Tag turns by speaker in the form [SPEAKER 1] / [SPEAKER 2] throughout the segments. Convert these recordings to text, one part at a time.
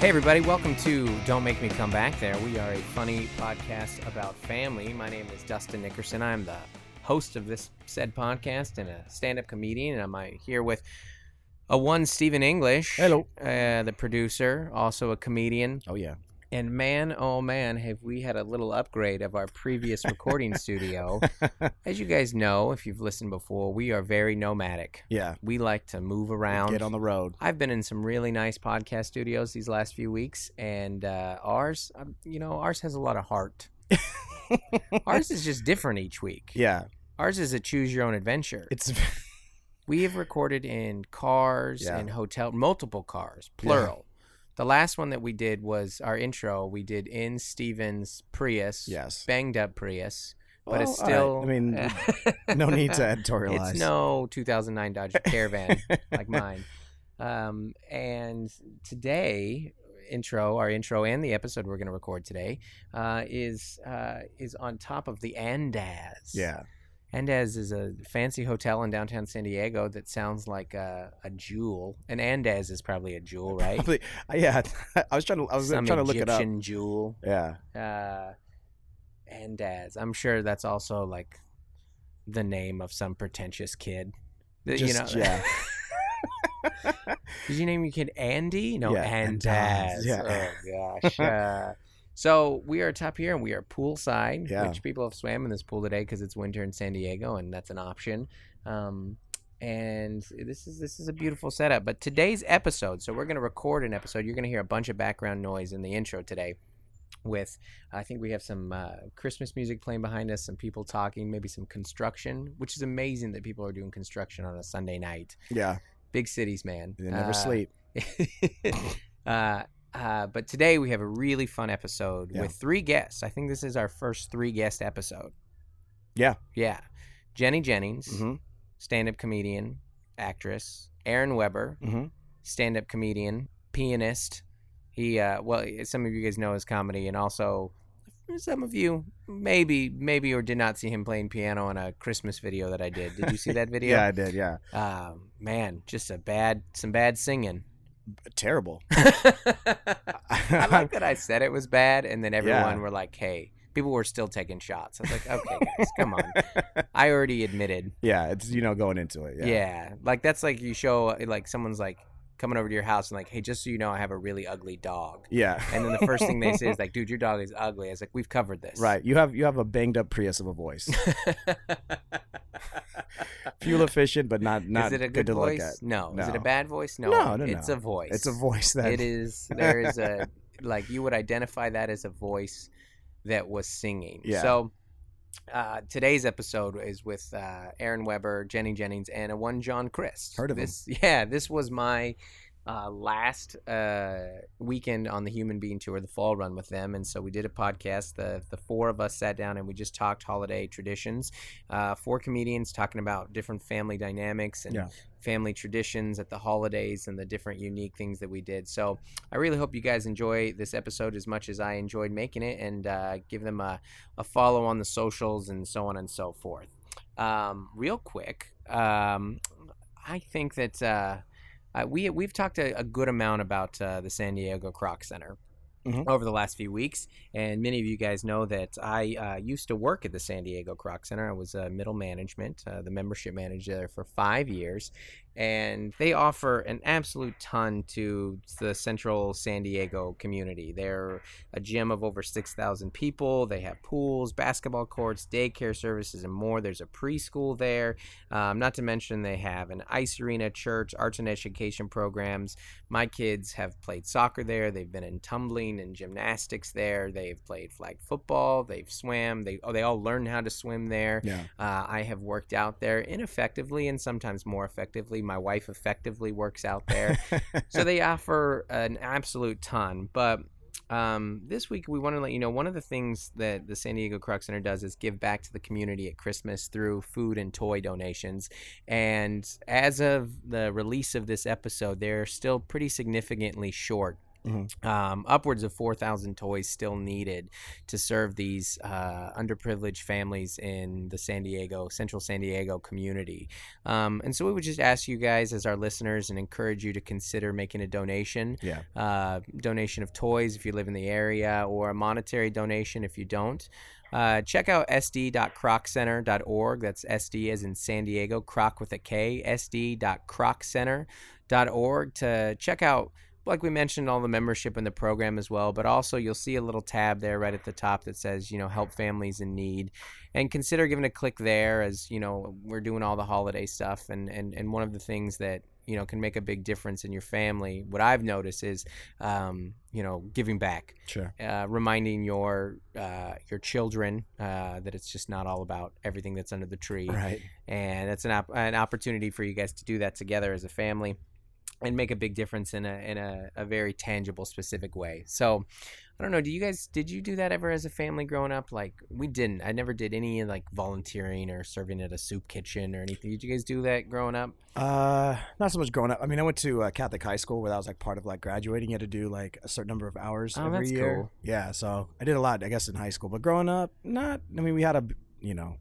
[SPEAKER 1] Hey, everybody, welcome to Don't Make Me Come Back There. We are a funny podcast about family. My name is Dustin Nickerson. I'm the host of this said podcast and a stand up comedian, and I'm here with a one Stephen English.
[SPEAKER 2] Hello.
[SPEAKER 1] Uh, the producer, also a comedian.
[SPEAKER 2] Oh yeah.
[SPEAKER 1] And man, oh man, have we had a little upgrade of our previous recording studio. As you guys know, if you've listened before, we are very nomadic.
[SPEAKER 2] Yeah.
[SPEAKER 1] We like to move around.
[SPEAKER 2] Get on the road.
[SPEAKER 1] I've been in some really nice podcast studios these last few weeks, and uh, ours, um, you know, ours has a lot of heart. ours is just different each week.
[SPEAKER 2] Yeah.
[SPEAKER 1] Ours is a choose your own adventure.
[SPEAKER 2] It's
[SPEAKER 1] we have recorded in cars
[SPEAKER 2] Yeah.
[SPEAKER 1] and hotel, multiple cars,
[SPEAKER 2] Yeah.
[SPEAKER 1] plural. The last one that we did was our intro. We did in Steven's Prius,
[SPEAKER 2] yes.
[SPEAKER 1] banged up Prius, but
[SPEAKER 2] Well,
[SPEAKER 1] it's
[SPEAKER 2] all
[SPEAKER 1] still.
[SPEAKER 2] right. I mean, no need to editorialize.
[SPEAKER 1] It's no 2009 Dodge Caravan like mine. Um, and today, intro, our intro, and the episode we're going to record today uh, is uh, is on top of the Andaz.
[SPEAKER 2] Yeah.
[SPEAKER 1] Andaz is a fancy hotel in downtown San Diego that sounds like a, a jewel. And Andaz is probably a jewel, right?
[SPEAKER 2] Probably- Uh, yeah. I was trying to. I was
[SPEAKER 1] Some
[SPEAKER 2] trying to look it up.
[SPEAKER 1] Egyptian jewel.
[SPEAKER 2] Yeah.
[SPEAKER 1] Uh, Andaz. I'm sure that's also like the name of some pretentious kid. that, you
[SPEAKER 2] Just-
[SPEAKER 1] know,
[SPEAKER 2] yeah.
[SPEAKER 1] Did you name your kid Andy? No,
[SPEAKER 2] Yeah,
[SPEAKER 1] Andaz.
[SPEAKER 2] Andaz, yeah.
[SPEAKER 1] Oh gosh. Uh, so we are top here, and we are poolside,
[SPEAKER 2] Yeah.
[SPEAKER 1] which people have swam in this pool today because it's winter in San Diego, and that's an option. Um, and this is this is a beautiful setup. But today's episode, so we're going to record an episode. You're going to hear a bunch of background noise in the intro today. With, I think we have some uh, Christmas music playing behind us, some people talking, maybe some construction, which is amazing that people are doing construction on a Sunday night.
[SPEAKER 2] Yeah.
[SPEAKER 1] Big cities, man.
[SPEAKER 2] They never
[SPEAKER 1] Uh,
[SPEAKER 2] sleep.
[SPEAKER 1] uh, uh, but today we have a really fun episode
[SPEAKER 2] Yeah.
[SPEAKER 1] with three guests. I think this is our first three guest episode.
[SPEAKER 2] Yeah.
[SPEAKER 1] Yeah. Jenny Jennings,
[SPEAKER 2] hmm
[SPEAKER 1] stand up comedian, actress. Aaron Weber,
[SPEAKER 2] hmm
[SPEAKER 1] stand up comedian, pianist. He, uh, well, some of you guys know his comedy, and also some of you maybe, maybe or did not see him playing piano on a Christmas video that I did. Did you see that video?
[SPEAKER 2] Yeah, I did. Yeah.
[SPEAKER 1] Uh, man, just a bad, some bad singing.
[SPEAKER 2] Terrible.
[SPEAKER 1] I like that I said it was bad, and then everyone
[SPEAKER 2] Um, Yeah.
[SPEAKER 1] were like, "Hey." People were still taking shots. I was like, "Okay, guys, come on." I already admitted.
[SPEAKER 2] yeah. It's you know going into it.
[SPEAKER 1] Yeah.
[SPEAKER 2] Yeah.
[SPEAKER 1] like that's like you show uh, like someone's like coming over to your house and like, "Hey, just so you know, I have a really ugly dog."
[SPEAKER 2] Yeah.
[SPEAKER 1] And then the first thing they say is like, "Dude, your dog is ugly." I was like, "We've covered this."
[SPEAKER 2] Right. You have you have a banged up Prius of a voice. Fuel efficient, but not not
[SPEAKER 1] is it a good,
[SPEAKER 2] to
[SPEAKER 1] voice?
[SPEAKER 2] look at.
[SPEAKER 1] No. Is it a
[SPEAKER 2] No.
[SPEAKER 1] bad voice? No.
[SPEAKER 2] No, no,
[SPEAKER 1] It's
[SPEAKER 2] no.
[SPEAKER 1] a voice.
[SPEAKER 2] It's a voice that
[SPEAKER 1] it is there is a like you would identify that as a voice that was singing
[SPEAKER 2] Yeah.
[SPEAKER 1] so uh, today's episode is with uh, Aaron Weber, Jenny Jennings, and a one John Christ.
[SPEAKER 2] Heard of him.
[SPEAKER 1] this? Yeah, this was my uh, last uh, weekend on the Human Being Tour, the fall run with them, and so we did a podcast. the The four of us sat down and we just talked holiday traditions. Uh, four comedians talking about different family dynamics and
[SPEAKER 2] Yeah.
[SPEAKER 1] family traditions at the holidays and the different unique things that we did. So I really hope you guys enjoy this episode as much as I enjoyed making it, and uh, give them a a follow on the socials and so on and so forth. Um, real quick, um, I think that uh, uh, we we've talked a, a good amount about uh, the San Diego Croc Center.
[SPEAKER 2] Mhm.
[SPEAKER 1] Over the last few weeks, and many of you guys know that I uh, used to work at the San Diego Croc Center. I was uh, middle management, uh, the membership manager there for five years, and they offer an absolute ton to the central San Diego community. They're a gym of over 6,000 people. They have pools, basketball courts, daycare services, and more. There's a preschool there. Um, not to mention, they have an ice arena, church, arts and education programs. My kids have played soccer there. They've been in tumbling and gymnastics there. They've played flag football. They've swam. They, oh, they all learned how to swim there.
[SPEAKER 2] Yeah.
[SPEAKER 1] Uh, I have worked out there ineffectively and sometimes more effectively. My wife effectively works out there. so they offer an absolute ton. But um, this week, we want to let you know one of the things that the San Diego Croc Center does is give back to the community at Christmas through food and toy donations. And as of the release of this episode, they're still pretty significantly short
[SPEAKER 2] Mhm.
[SPEAKER 1] Um, upwards of 4,000 toys still needed to serve these uh, underprivileged families in the San Diego, central San Diego community. Um, and so we would just ask you guys, as our listeners, and encourage you to consider making a donation
[SPEAKER 2] Yeah.
[SPEAKER 1] uh, donation of toys if you live in the area or a monetary donation if you don't. Uh, check out sd.croccenter.org. That's SD as in San Diego, croc with a K, sd.croccenter.org to check out, like we mentioned, all the membership in the program as well. But also, you'll see a little tab there right at the top that says, you know, help families in need. And consider giving a click there as, you know, we're doing all the holiday stuff. And, and, and one of the things that, you know, can make a big difference in your family, what I've noticed is, um, you know, giving back
[SPEAKER 2] Sure.
[SPEAKER 1] uh, reminding your uh, your children uh, that it's just not all about everything that's under the tree,
[SPEAKER 2] Right.
[SPEAKER 1] and that's an op- an opportunity for you guys to do that together as a family, and make a big difference in a in a, a very tangible, specific way. So. I don't know. Do you guys did you do that ever as a family growing up? Like we didn't. I never did any like volunteering or serving at a soup kitchen or anything. Did you guys do that growing up?
[SPEAKER 2] Uh, not so much growing up. I mean, I went to uh, Catholic high school where that was like part of like graduating. You had to do like a certain number of hours
[SPEAKER 1] Oh,
[SPEAKER 2] every
[SPEAKER 1] that's
[SPEAKER 2] year.
[SPEAKER 1] cool.
[SPEAKER 2] Yeah, so I did a lot, I guess, in high school. But growing up, not. I mean, we had a you know,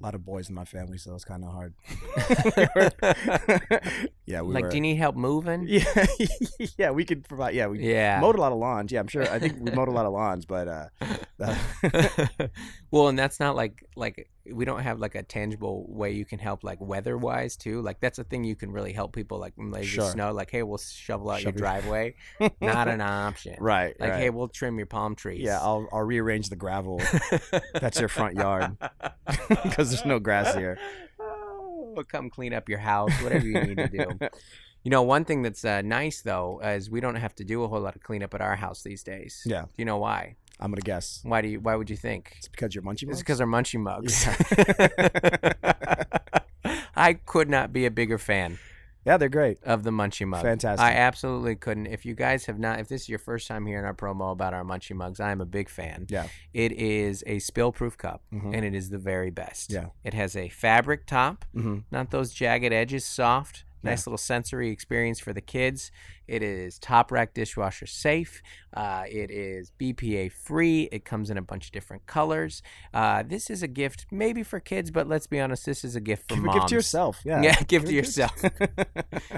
[SPEAKER 2] a lot of boys in my family, so it was kind of hard. yeah, we
[SPEAKER 1] like,
[SPEAKER 2] were.
[SPEAKER 1] do you need help moving?
[SPEAKER 2] yeah, yeah, we could provide. Yeah, we
[SPEAKER 1] yeah.
[SPEAKER 2] mowed a lot of lawns. Yeah, I'm sure. I think we mowed a lot of lawns, but uh,
[SPEAKER 1] well, and that's not like like we don't have like a tangible way you can help like weather wise too. Like that's a thing you can really help people like when there's
[SPEAKER 2] Sure.
[SPEAKER 1] snow. Like hey, we'll shovel out your
[SPEAKER 2] Shovel-
[SPEAKER 1] driveway. not an option.
[SPEAKER 2] right,
[SPEAKER 1] Like
[SPEAKER 2] right.
[SPEAKER 1] hey, we'll trim your palm trees.
[SPEAKER 2] yeah, I'll I'll rearrange the gravel. That's your front yard because there's no grass here.
[SPEAKER 1] Oh, come clean up your house, whatever you need to do. You know, one thing that's uh, nice though is we don't have to do a whole lot of cleanup at our house these days.
[SPEAKER 2] Yeah.
[SPEAKER 1] Do you know why?
[SPEAKER 2] I'm gonna guess.
[SPEAKER 1] Why do you? Why would you think?
[SPEAKER 2] It's because you're munchie
[SPEAKER 1] It's
[SPEAKER 2] mugs.
[SPEAKER 1] because they're munchie mugs. I could not be a bigger fan
[SPEAKER 2] yeah, they're great.
[SPEAKER 1] of the Munchie Mug.
[SPEAKER 2] Fantastic.
[SPEAKER 1] I absolutely couldn't. If you guys have not, if this is your first time hearing our promo about our Munchie Mugs, I am a big fan.
[SPEAKER 2] Yeah.
[SPEAKER 1] It is a spill proof cup
[SPEAKER 2] Mhm.
[SPEAKER 1] and it is the very best.
[SPEAKER 2] Yeah.
[SPEAKER 1] It has a fabric top,
[SPEAKER 2] Mhm.
[SPEAKER 1] not those jagged edges, soft. Nice little sensory experience for the kids. It is top rack dishwasher safe. Uh, it is BPA free. It comes in a bunch of different colors. Uh, this is a gift maybe for kids, but let's be honest, this is a gift for
[SPEAKER 2] Give,
[SPEAKER 1] moms.
[SPEAKER 2] give to yourself. Yeah.
[SPEAKER 1] Yeah, give
[SPEAKER 2] Give
[SPEAKER 1] to
[SPEAKER 2] it
[SPEAKER 1] yourself.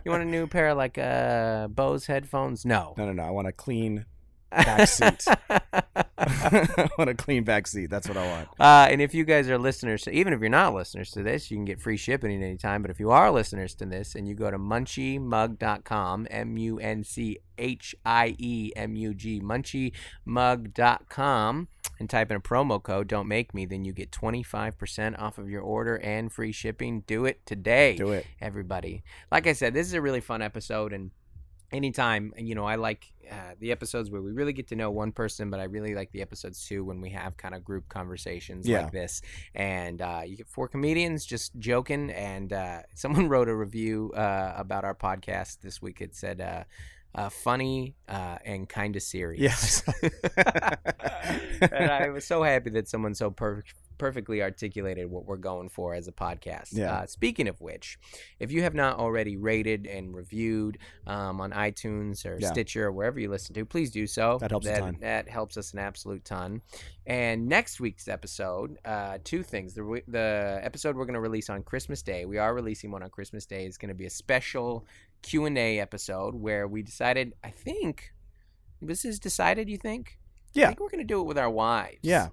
[SPEAKER 1] you want a new pair of like uh Bose headphones? No.
[SPEAKER 2] No, no, no. I want a clean back seat. I want a clean back seat. That's what I want.
[SPEAKER 1] Uh, and if you guys are listeners, so even if you're not listeners to this, you can get free shipping at any time. But if you are listeners to this and you go to munchiemug.com, M U N C H I E M U G, munchiemug.com, and type in a promo code, don't make me, then you get 25% off of your order and free shipping. Do it today.
[SPEAKER 2] Do it.
[SPEAKER 1] everybody. Like I said, this is a really fun episode, and anytime you know, I like uh, the episodes where we really get to know one person, but I really like the episodes too when we have kind of group conversations
[SPEAKER 2] Yeah.
[SPEAKER 1] like this. And uh, you get four comedians just joking, and uh, someone wrote a review uh, about our podcast this week. It said. Uh, uh, funny uh, and kind of serious.
[SPEAKER 2] Yes.
[SPEAKER 1] and I was so happy that someone so per- perfectly articulated what we're going for as a podcast.
[SPEAKER 2] Yeah.
[SPEAKER 1] Uh, speaking of which, if you have not already rated and reviewed um, on iTunes or
[SPEAKER 2] Yeah.
[SPEAKER 1] Stitcher or wherever you listen to, please do so.
[SPEAKER 2] That helps a
[SPEAKER 1] that,
[SPEAKER 2] ton.
[SPEAKER 1] That helps us an absolute ton. And next week's episode, uh, two things. The, re- the episode we're going to release on Christmas Day, we are releasing one on Christmas Day, is going to be a special Q&A episode where we decided, I think, this is decided, you think? I
[SPEAKER 2] Yeah.
[SPEAKER 1] think we're going to do it with our wives.
[SPEAKER 2] Yeah.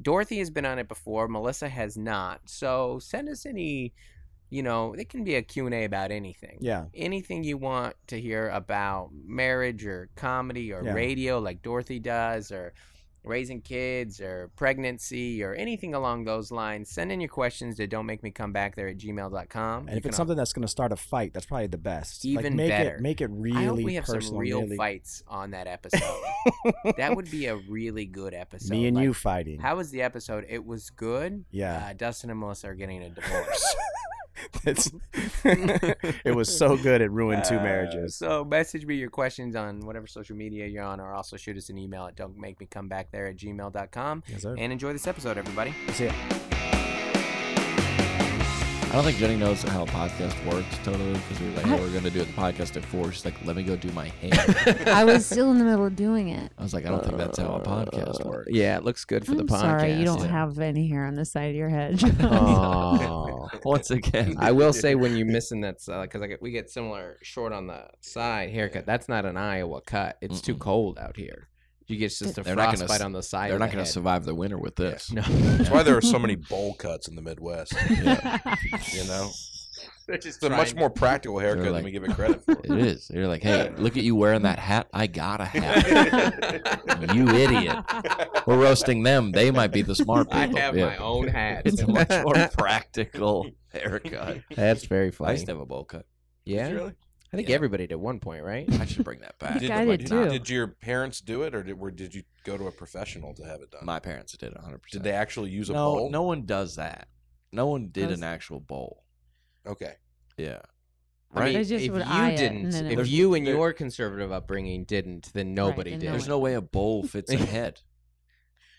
[SPEAKER 1] Dorothy has been on it before. Melissa has not. So send us any, you know, it can be a Q&A about anything.
[SPEAKER 2] Yeah.
[SPEAKER 1] Anything you want to hear about marriage or comedy or
[SPEAKER 2] Yeah.
[SPEAKER 1] radio like Dorothy does or raising kids or pregnancy or anything along those lines, send in your questions to don't make me come back there at gmail.com.
[SPEAKER 2] And if it's something that's gonna start a fight, that's probably the best. like,
[SPEAKER 1] Even
[SPEAKER 2] make
[SPEAKER 1] better.
[SPEAKER 2] It, make it really
[SPEAKER 1] I hope we have
[SPEAKER 2] personal.
[SPEAKER 1] some real
[SPEAKER 2] really-
[SPEAKER 1] fights on that episode. that would be a really good episode.
[SPEAKER 2] Me and
[SPEAKER 1] Like,
[SPEAKER 2] you fighting.
[SPEAKER 1] How was the episode? It was good.
[SPEAKER 2] yeah.
[SPEAKER 1] Uh, Dustin and Melissa are getting a divorce.
[SPEAKER 2] It's- it was so good. It ruined two
[SPEAKER 1] Uh,
[SPEAKER 2] marriages.
[SPEAKER 1] So message me your questions on whatever social media you're on, or also shoot us an email at don't make me come back there at gmail.com.
[SPEAKER 2] Yes, sir.
[SPEAKER 1] And enjoy this episode, everybody.
[SPEAKER 2] See ya.
[SPEAKER 3] I don't think Jenny knows how a podcast works totally because we were like,
[SPEAKER 4] I-
[SPEAKER 3] oh, we're going to do the podcast at four. She's like, let me go do my hair.
[SPEAKER 4] I was still in the middle of doing it.
[SPEAKER 3] I was like, I don't think that's how a podcast
[SPEAKER 4] Uh,
[SPEAKER 3] works.
[SPEAKER 5] Yeah, it looks good for the
[SPEAKER 4] I'm
[SPEAKER 5] podcast.
[SPEAKER 4] sorry, you don't
[SPEAKER 3] yeah.
[SPEAKER 4] have any hair on the side of your head.
[SPEAKER 5] Oh.
[SPEAKER 3] Once again,
[SPEAKER 1] I will say when you're missing that because I get, we get similar short on the side haircut. That's not an Iowa cut. It's too
[SPEAKER 3] Mm-mm.
[SPEAKER 1] cold out here. You get just a
[SPEAKER 3] They're not gonna
[SPEAKER 1] frostbite
[SPEAKER 3] s-
[SPEAKER 1] on the side.
[SPEAKER 3] they're
[SPEAKER 1] of
[SPEAKER 3] not
[SPEAKER 1] the
[SPEAKER 3] going to
[SPEAKER 1] head.
[SPEAKER 3] survive the winter with this.
[SPEAKER 1] No,
[SPEAKER 6] That's why there are so many bowl cuts in the Midwest. You know,
[SPEAKER 1] they're just
[SPEAKER 6] it's a much
[SPEAKER 1] trying-
[SPEAKER 6] more practical haircut
[SPEAKER 3] like-
[SPEAKER 6] than we give it credit for.
[SPEAKER 3] It is. You're like, hey, look at you wearing that hat. I got a hat. you idiot. We're roasting them. They might be the smart
[SPEAKER 1] I
[SPEAKER 3] people.
[SPEAKER 1] have
[SPEAKER 3] Yeah.
[SPEAKER 1] my own hat.
[SPEAKER 3] It's a much more practical haircut.
[SPEAKER 1] That's very
[SPEAKER 3] I
[SPEAKER 1] funny.
[SPEAKER 3] used to have a bowl cut.
[SPEAKER 1] Yeah,
[SPEAKER 6] Really?
[SPEAKER 1] I think
[SPEAKER 3] Yeah.
[SPEAKER 1] everybody did at one point, right?
[SPEAKER 3] I should bring that back.
[SPEAKER 6] Did,
[SPEAKER 4] I did
[SPEAKER 6] did-
[SPEAKER 4] too.
[SPEAKER 6] did your parents do it, or did, were, did you go to a professional to have it done?
[SPEAKER 3] My parents did 100%.
[SPEAKER 6] did they actually use a
[SPEAKER 3] no,
[SPEAKER 6] bowl?
[SPEAKER 3] no one does that. No one did
[SPEAKER 4] Does-
[SPEAKER 3] an actual bowl.
[SPEAKER 6] Okay.
[SPEAKER 3] Yeah.
[SPEAKER 1] I mean,
[SPEAKER 4] They just
[SPEAKER 1] if
[SPEAKER 4] would
[SPEAKER 1] you
[SPEAKER 4] eye it, and
[SPEAKER 1] didn't,
[SPEAKER 4] then it
[SPEAKER 1] if
[SPEAKER 4] was-
[SPEAKER 1] you and
[SPEAKER 3] there-
[SPEAKER 1] your conservative upbringing didn't, then nobody
[SPEAKER 4] then
[SPEAKER 1] did.
[SPEAKER 4] no
[SPEAKER 3] There's no way a bowl fits a head.